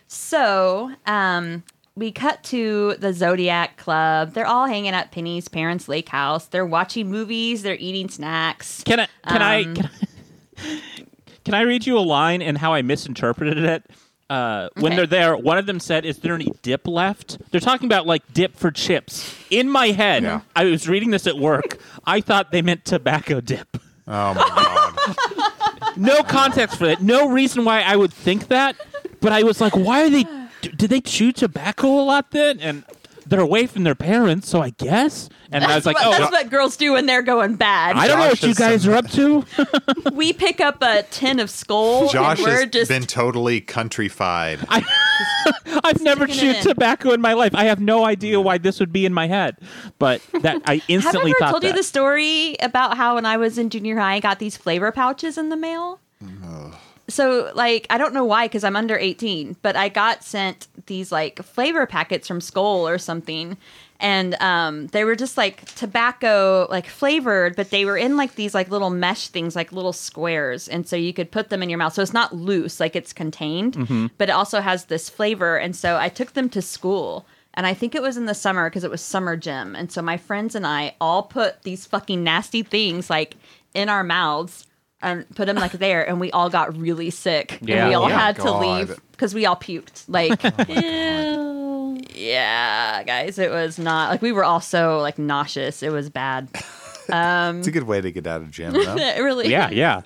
S3: So, um, we cut to the Zodiac Club. They're all hanging at Penny's parents' lake house. They're watching movies, they're eating snacks.
S1: Can I? Can I?
S3: um,
S1: Can I? Can I read you a line and how I misinterpreted it? Uh, When
S3: Okay.
S1: they're there, one of them said, "Is there any dip left?" They're talking about like dip for chips. In my head,
S2: Yeah.
S1: I was reading this at work. I thought they meant tobacco dip.
S2: Oh my god.
S1: No context for that. No reason why I would think that. But I was like, why are they? d- Did they chew tobacco a lot then? And they're away from their parents, so I guess. And I was like,
S3: But
S1: oh,
S3: that's what girls do when they're going bad.
S1: I don't know
S2: Josh
S1: what you
S2: is
S1: guys
S2: some-
S1: are up to.
S3: we pick up a tin of skull
S2: Josh
S3: and
S2: has
S3: we're just
S2: been totally countrified.
S1: I, I've never
S3: Sticking it
S1: chewed
S3: in.
S1: tobacco in my life. I have no idea why this would be in my head, but that I
S3: have I
S1: instantly
S3: ever
S1: thought
S3: told you
S1: that.
S3: the story about how when I was in junior high, I got these flavor pouches in the mail? So, like, I don't know why, because I'm under 18, but I got sent these, like, flavor packets from Skoll or something. And um, they were just, like, tobacco, like, flavored, but they were in, like, these, like, little mesh things, like little squares. And so you could put them in your mouth. So it's not loose, like, it's contained, but it also has this flavor. And so I took them to school. And I think it was in the summer because it was summer gym. And so my friends and I all put these fucking nasty things like in our mouths and put them like there. And we all got really sick.
S1: Yeah.
S3: And we all
S2: Yeah.
S3: had
S2: God. Oh
S3: to leave because we all puked. Like,
S4: Ew.
S3: yeah, guys, it was not like we were all so like nauseous. It was bad.
S2: It's a good way to get out of gym, though.
S3: It really,
S1: yeah, yeah.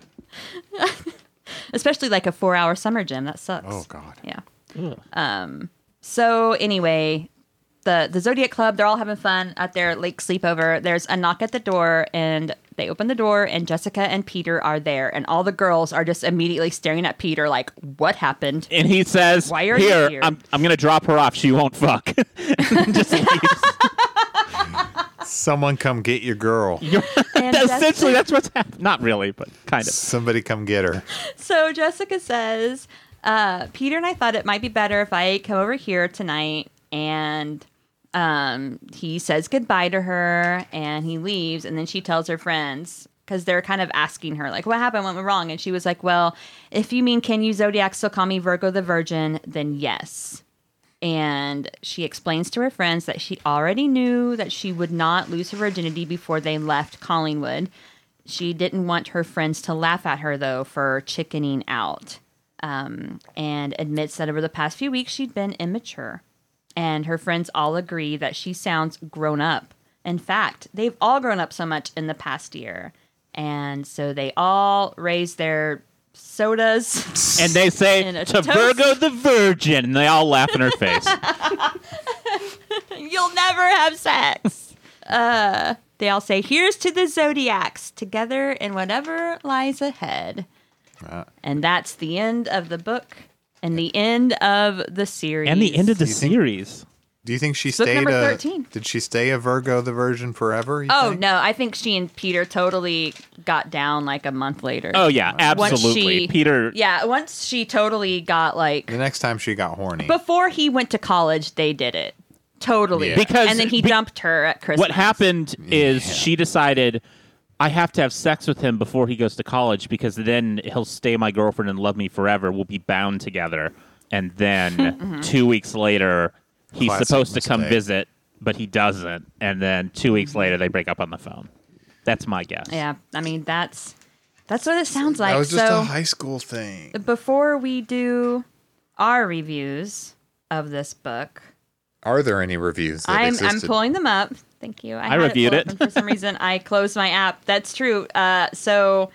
S3: Especially like a four hour summer gym. That sucks.
S2: Oh god.
S3: Yeah. Um. So anyway, the the Zodiac Club, they're all having fun at their lake sleepover. There's a knock at the door, and they open the door, and Jessica and Peter are there, and all the girls are just immediately staring at Peter like, "What happened?"
S1: And he says,
S3: Why are you
S1: here,
S3: here?"
S1: I'm, I'm going to drop her off. She won't fuck. And just leaves.
S2: Someone come get your girl.
S3: And
S1: That's-
S3: Jessica-
S1: essentially, that's what's happening. Not really, but kind of.
S2: Somebody come get her.
S3: So Jessica says, uh, Peter and I thought it might be better if I come over here tonight. And um, he says goodbye to her and he leaves. And then she tells her friends because they're kind of asking her, like, what happened? What went wrong? And she was like, well, if you mean, can you zodiac still call me Virgo the Virgin? Then yes. And she explains to her friends that she already knew that she would not lose her virginity before they left Collingwood. She didn't want her friends to laugh at her, though, for chickening out um, and admits that over the past few weeks she'd been immature. And her friends all agree that she sounds grown up. In fact, they've all grown up so much in the past year. And so they all raise their sodas.
S1: And they say,
S3: In a
S1: to
S3: toast.
S1: Virgo the Virgin. And they all laugh in her face.
S3: You'll never have sex. uh, they all say, Here's to the zodiacs, together in whatever lies ahead. And that's the end of the book. And the end of the series.
S1: and the end of the
S2: You think-
S1: series.
S2: Do you think she
S3: Book
S2: stayed
S3: number
S2: a
S3: 13.
S2: Did she stay a Virgo the Virgin forever? you
S3: Oh
S2: think?
S3: no, I think she and Peter totally got down like a month later.
S1: Oh yeah,
S3: Once
S1: absolutely.
S3: she-
S1: Peter
S3: Yeah, once she totally got like
S2: The next time she got horny.
S3: before he went to college, they did it. Totally.
S2: Yeah.
S1: Because-
S3: and then he
S1: be-
S3: dumped her at Christmas.
S1: what happened is she decided I have to have sex with him before he goes to college because then he'll stay my girlfriend and love me forever. We'll be bound together. And then
S3: Mm-hmm.
S1: two weeks later, he's
S2: Classic
S1: supposed to come
S2: mistake.
S1: visit, but he doesn't. And then two weeks later, they break up on the phone. That's my guess.
S3: Mm-hmm. Yeah, I mean that's that's what it sounds like.
S2: that was just
S3: so
S2: a high school thing.
S3: before we do our reviews of this book,
S2: Are there any reviews? That
S3: I'm I'm
S2: existed?
S3: pulling them up. Thank you. I, had
S1: reviewed
S3: pulled
S1: it.
S3: up, and for some reason, I closed my app. That's true. Uh, so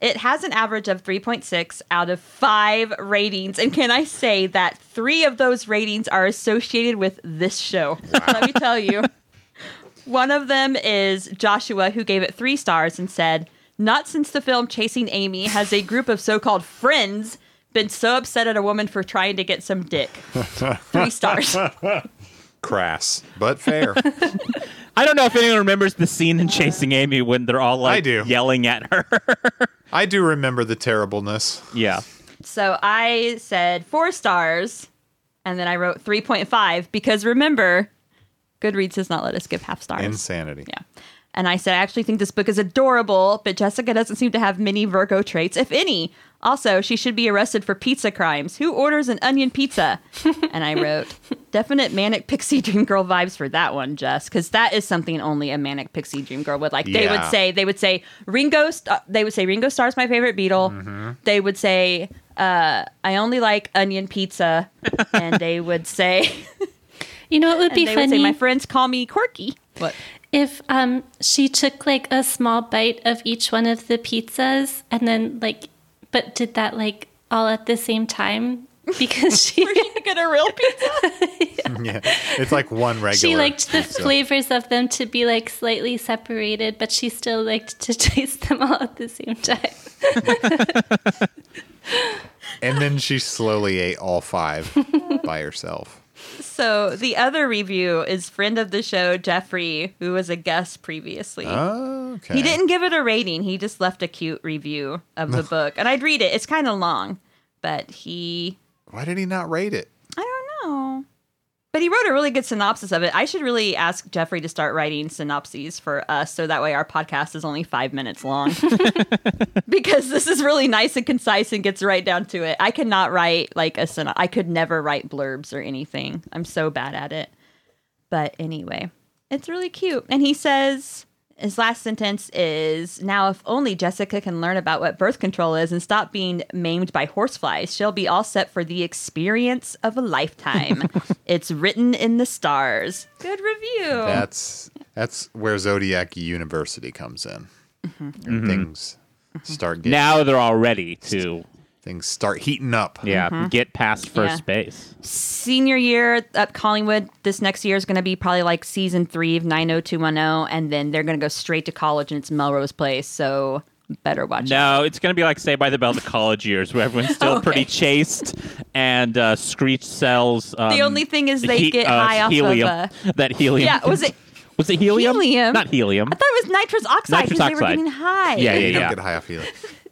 S3: it has an average of 3.6 out of five ratings, and can I say that three of those ratings are associated with this show? Let me tell you. One of them is Joshua, who gave it three stars and said, Not since the film Chasing Amy has a group of so called friends been so upset at a woman for trying to get some dick. Three stars.
S2: Crass, but fair.
S1: I don't know if anyone remembers the scene in Chasing Amy when they're all like
S2: I do.
S1: yelling at her.
S2: I do remember the terribleness.
S1: yeah.
S3: So I said four stars, and then I wrote 3.5 because remember, Goodreads does not let us give half stars.
S2: Insanity.
S3: yeah. And I said, I actually think this book is adorable, but Jessica doesn't seem to have many Virgo traits, if any. Also, she should be arrested for pizza crimes. Who orders an onion pizza? and I wrote, definite manic pixie dream girl vibes for that one, Jess, because that is something only a manic pixie dream girl would like. They would
S2: Yeah.
S3: say, they would say Ringo, St- uh," they would say Ringo Starr's my favorite Beatle. They would say, uh, I only like onion pizza, and they would say,
S4: You know, it would be
S3: and they would say,
S4: funny
S3: my friends call me quirky. What?
S4: if um, she took like a small bite of each one of the pizzas and then like, but did that like all at the same time because she
S3: Where'd you get a real pizza?
S2: Yeah. It's like one regular.
S4: she liked the
S2: pizza.
S4: flavors of them to be like slightly separated, but she still liked to taste them all at the same time.
S2: And then she slowly ate all five by herself.
S3: So the other review is friend of the show Jeffrey, who was a guest previously.
S2: Okay.
S3: He didn't give it a rating. He just left a cute review of the book, and I'd read it. It's kind of long, but he
S2: Why did he not rate it?
S3: I don't know. But he wrote a really good synopsis of it. I should really ask Jeffrey to start writing synopses for us so that way our podcast is only five minutes long. because this is really nice and concise and gets right down to it. I cannot write like a synop. I could never write blurbs or anything. I'm so bad at it. But anyway, it's really cute. And he says his last sentence is now if only Jessica can learn about what birth control is and stop being maimed by horseflies, she'll be all set for the experience of a lifetime. it's written in the stars. Good review.
S2: That's that's where Zodiac University comes in.
S3: Mm-hmm.
S2: And Things start getting
S1: Now they're all ready to
S2: things start heating up.
S1: yeah, get past first
S3: Yeah.
S1: base.
S3: Senior year at Collingwood this next year is going to be probably like season 3 of 90210 and then they're going to go straight to college and it's Melrose Place. So better watch it.
S1: No, it's going to be like Say by the Bell, the college years, where everyone's still
S3: Okay.
S1: pretty chaste and uh, Screech sells. Um,
S3: only thing is they get high off of,
S1: helium,
S3: uh,
S1: that helium.
S3: Yeah, was it
S1: was it helium?
S3: helium?
S1: Not helium.
S3: I thought it was nitrous oxide
S1: Nitrous
S3: because they were
S1: oxide.
S3: getting high.
S1: Yeah,
S2: You
S1: yeah,
S2: don't
S1: yeah.
S2: get high off either.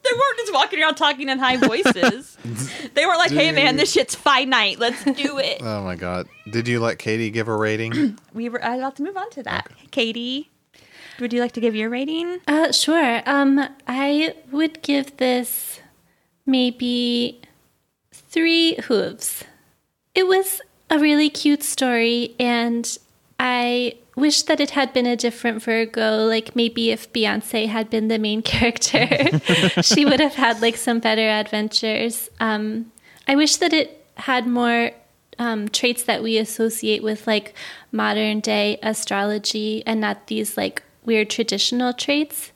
S3: They weren't just walking around talking in high voices. they were like, "Hey, man, this shit's finite. Let's do it."
S2: Oh my god. Did you let Katie give a rating?
S3: we were about to move on to
S1: Uh.
S3: that. Katie, would you like to give your rating?
S4: Uh, sure. Um, I would give this maybe three hooves. It was a really cute story, and I wish that it had been a different Virgo. Like maybe if Beyonce had been the main character, she would have had like some better adventures. Um, I wish that it had more um, traits that we associate with like modern day astrology and not these like weird traditional traits.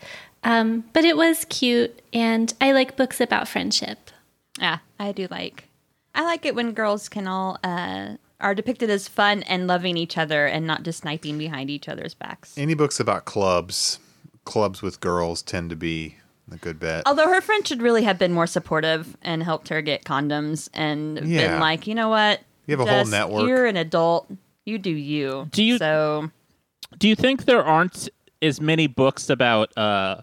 S4: Um, but it was cute, and I like books about friendship.
S3: Yeah, I do like. I like it when girls can all uh, are depicted as fun and loving each other and not just sniping behind each other's backs.
S2: Any books about clubs, clubs with girls tend to be a good bet.
S3: Although her friend should really have been more supportive and helped her get condoms and
S2: Yeah.
S3: been like, you know what?
S2: You have a whole network."
S3: You're an adult. You do you.
S1: Do you-
S3: So
S1: Do you think there aren't as many books about uh,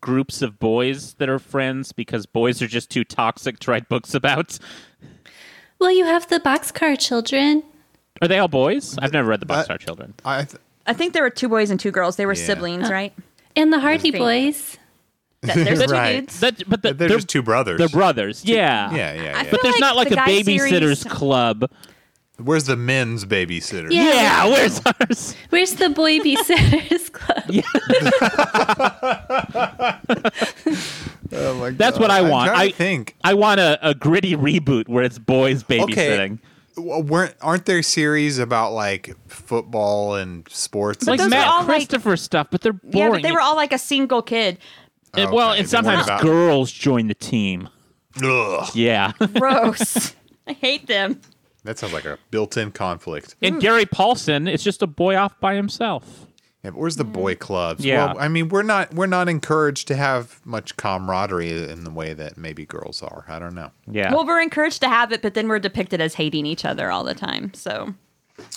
S1: groups of boys that are friends because boys are just too toxic to write books about?
S4: Well, you have the boxcar children.
S1: Are they all boys? I've never read the
S2: But-
S1: Boxstar Children.
S2: I th-
S3: I think there were two boys and two girls. They were
S2: Yeah.
S3: siblings, right?
S4: And the Hardy
S3: Interesting.
S4: Boys.
S3: That- There's two
S2: Right.
S3: dudes.
S1: That, but the,
S2: they're, just two brothers.
S1: They're brothers. Yeah.
S2: yeah, yeah, yeah.
S3: I
S1: But
S3: feel
S1: there's
S3: like
S1: not like
S3: the
S1: a
S3: guy
S1: babysitters
S3: series-
S1: club.
S2: Where's the men's babysitter?
S4: Yeah.
S1: Yeah, where's ours?
S4: Where's the Boy Babysitters Club?
S2: Oh my
S1: That's
S2: God.
S1: what I
S2: I'm
S1: want.
S2: trying to
S1: I-
S2: think.
S1: I want a, a gritty reboot where it's boys babysitting.
S2: W- weren't aren't there series about like football and sports? and
S1: Like
S3: those
S2: stuff?
S3: were
S1: Matt
S3: all, like-
S1: Christopher stuff, but they're
S3: Yeah,
S1: boring.
S3: but they were all like a single kid.
S1: And- well,
S2: Okay,
S1: and
S2: they weren't
S1: sometimes
S2: about-
S1: girls join the team.
S2: Ugh.
S1: Yeah.
S3: Gross. I hate them.
S2: that sounds like a built-in conflict.
S1: and Gary Paulson is just a boy off by himself.
S2: Yeah, but
S3: Mm.
S2: where's the boy clubs?
S1: Yeah.
S2: Well, I mean, we're not we're not encouraged to have much camaraderie in the way that maybe girls are. I don't know.
S1: Yeah.
S3: Well, we're encouraged to have it, but then we're depicted as hating each other all the time. So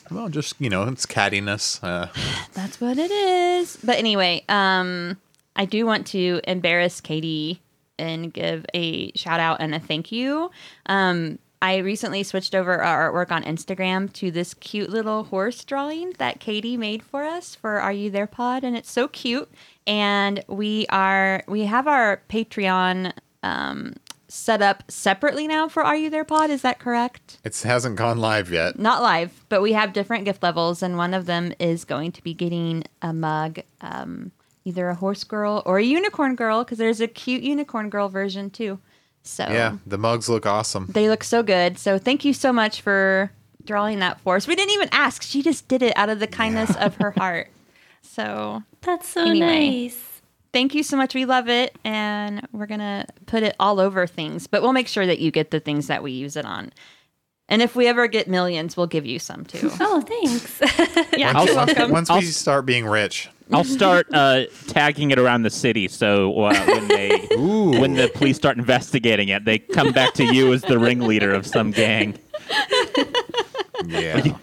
S2: Well, just you know, it's cattiness. Uh,
S3: that's what it is. But anyway, um, I do want to embarrass Katie and give a shout out and a thank you. Um, I recently switched over our artwork on Instagram to this cute little horse drawing that Katie made for us for Are You There Pod, and it's so cute. And we are we have our Patreon um, set up separately now for Are You There Pod. Is that correct?
S2: it hasn't gone live yet.
S3: not live, but we have different gift levels, and one of them is going to be getting a mug, um, either a horse girl or a unicorn girl, because there's a cute unicorn girl version too. So
S2: Yeah, the mugs look awesome.
S3: they look so good. So thank you so much for drawing that for us. We didn't even ask; she just did it out of the kindness of her heart. So
S4: That's so
S3: Anyway.
S4: nice.
S3: thank you so much. We love it, and we're gonna put it all over things, but we'll make sure that you get the things that we use it on. And if we ever get millions, we'll give you some too.
S4: Oh, thanks.
S3: Yeah,
S1: I'll-
S3: you're
S1: I'll-
S3: welcome.
S2: Once we
S1: I'll-
S2: start being rich,
S1: I'll start uh, tagging it around the city so uh, when they when the police start investigating it, they come back to you as the ringleader of some gang.
S2: yeah,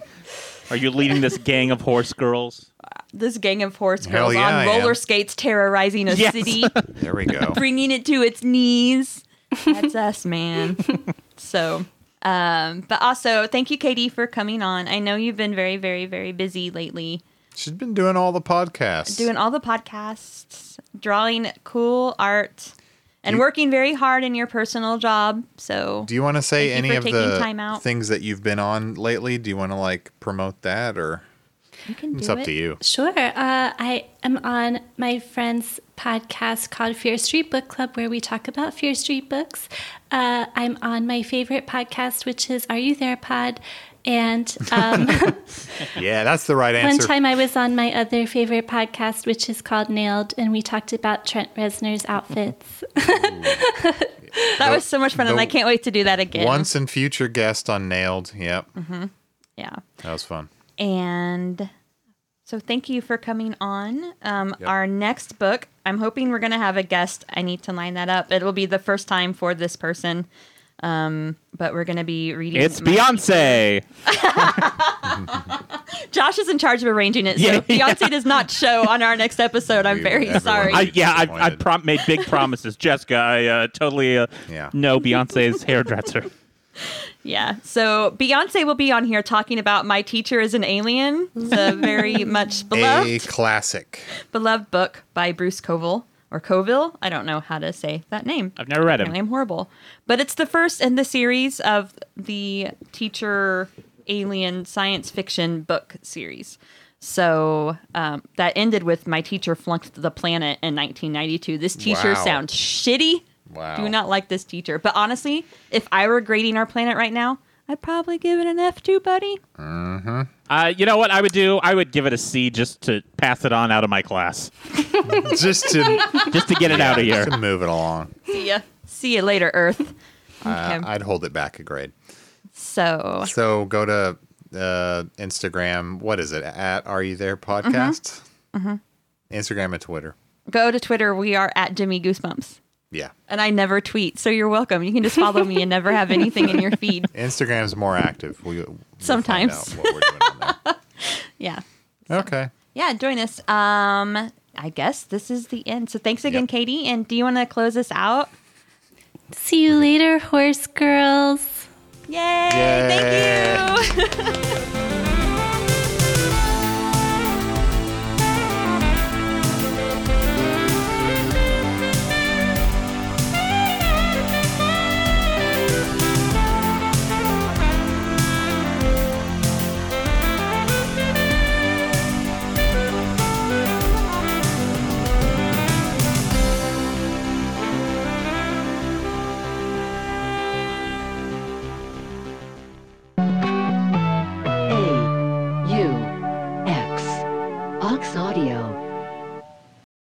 S1: Are you leading this gang of horse girls?
S3: this gang of horse
S2: Hell
S3: girls
S2: yeah, I am.
S3: on roller skates terrorizing a
S1: Yes.
S3: city,
S2: there we go.
S3: bringing it to its knees. That's us, man. so, um, but also, thank you, Katie, for coming on. I know you've been very, very, very busy lately,
S2: She's been doing all the podcasts.
S3: doing all the podcasts, drawing cool art, and working very hard in your personal job. So,
S2: Do you want to say
S3: Thank you
S2: any
S3: for
S2: of
S3: taking
S2: the
S3: time out.
S2: things that you've been on lately? Do you want to like promote that or
S3: you can do
S2: it's up
S3: it.
S2: to you?
S4: Sure. Uh, I am on my friend's podcast called Fear Street Book Club, where we talk about Fear Street books. Uh, I'm on my favorite podcast, which is Are You There Pod? And um,
S2: Yeah, that's the right
S4: one
S2: answer.
S4: time I was on my other favorite podcast, which is called Nailed, and we talked about Trent Reznor's outfits.
S3: That was so much fun, and
S2: the-
S3: I can't wait to do that again.
S2: Once and future guest on Nailed. Yep,
S3: Mm-hmm. yeah.
S2: that was fun.
S3: And so thank you for coming on. Um, Our next book, I'm hoping we're going to have a guest. I need to line that up. It will be the first time for this person. Um, but we're going to be reading.
S1: It's
S3: my-
S1: Beyonce.
S3: Josh is in charge of arranging it. So
S1: Yeah,
S3: if Beyonce does not show on our next episode, I'm
S2: We-
S3: very
S2: everyone-
S3: sorry.
S1: I, Uh, yeah, I, I
S2: Disappointed.
S1: prom- made big promises. Jessica, I uh, totally uh,
S2: Yeah.
S1: know Beyonce's hairdresser.
S3: yeah. So Beyonce will be on here talking about My Teacher is an Alien. It's a very much beloved.
S2: A classic.
S3: beloved book by Bruce Coville or Coville. I don't know how to say that name.
S1: I've never read him.
S3: Apparently I'm horrible. But it's the first in the series of the teacher alien science fiction book series. So um, that ended with my teacher flunked the planet in 1992. This teacher
S2: Wow.
S3: sounds shitty.
S2: Wow.
S3: Do not like this teacher. But honestly, if I were grading our planet right now, I'd probably give it an F two, buddy.
S1: Uh, you know what I would do? I would give it a C just to pass it on out of my class,
S2: Just to,
S1: just to get it out of here.
S2: to move it along,
S3: See ya. See you later, Earth.
S2: uh,
S3: Okay.
S2: I'd hold it back a grade.
S3: So
S2: So go to uh, Instagram. What is it? At Are You There Podcast? Instagram and Twitter.
S3: Go to Twitter. We are at Jimmy Goosebumps.
S2: Yeah.
S3: And I never tweet, so you're welcome. You can just follow me and never have anything in your feed.
S2: Instagram's more active. We we'll find
S3: Sometimes.
S2: out what we're doing on there.
S3: Yeah.
S2: okay.
S3: Yeah, join us. Um, I guess this is the end. So thanks again,
S2: Yep.
S3: Katie. And do you want to close us out?
S4: See you later, horse girls.
S3: Yay! Thank you.
S5: A U X Ox Audio.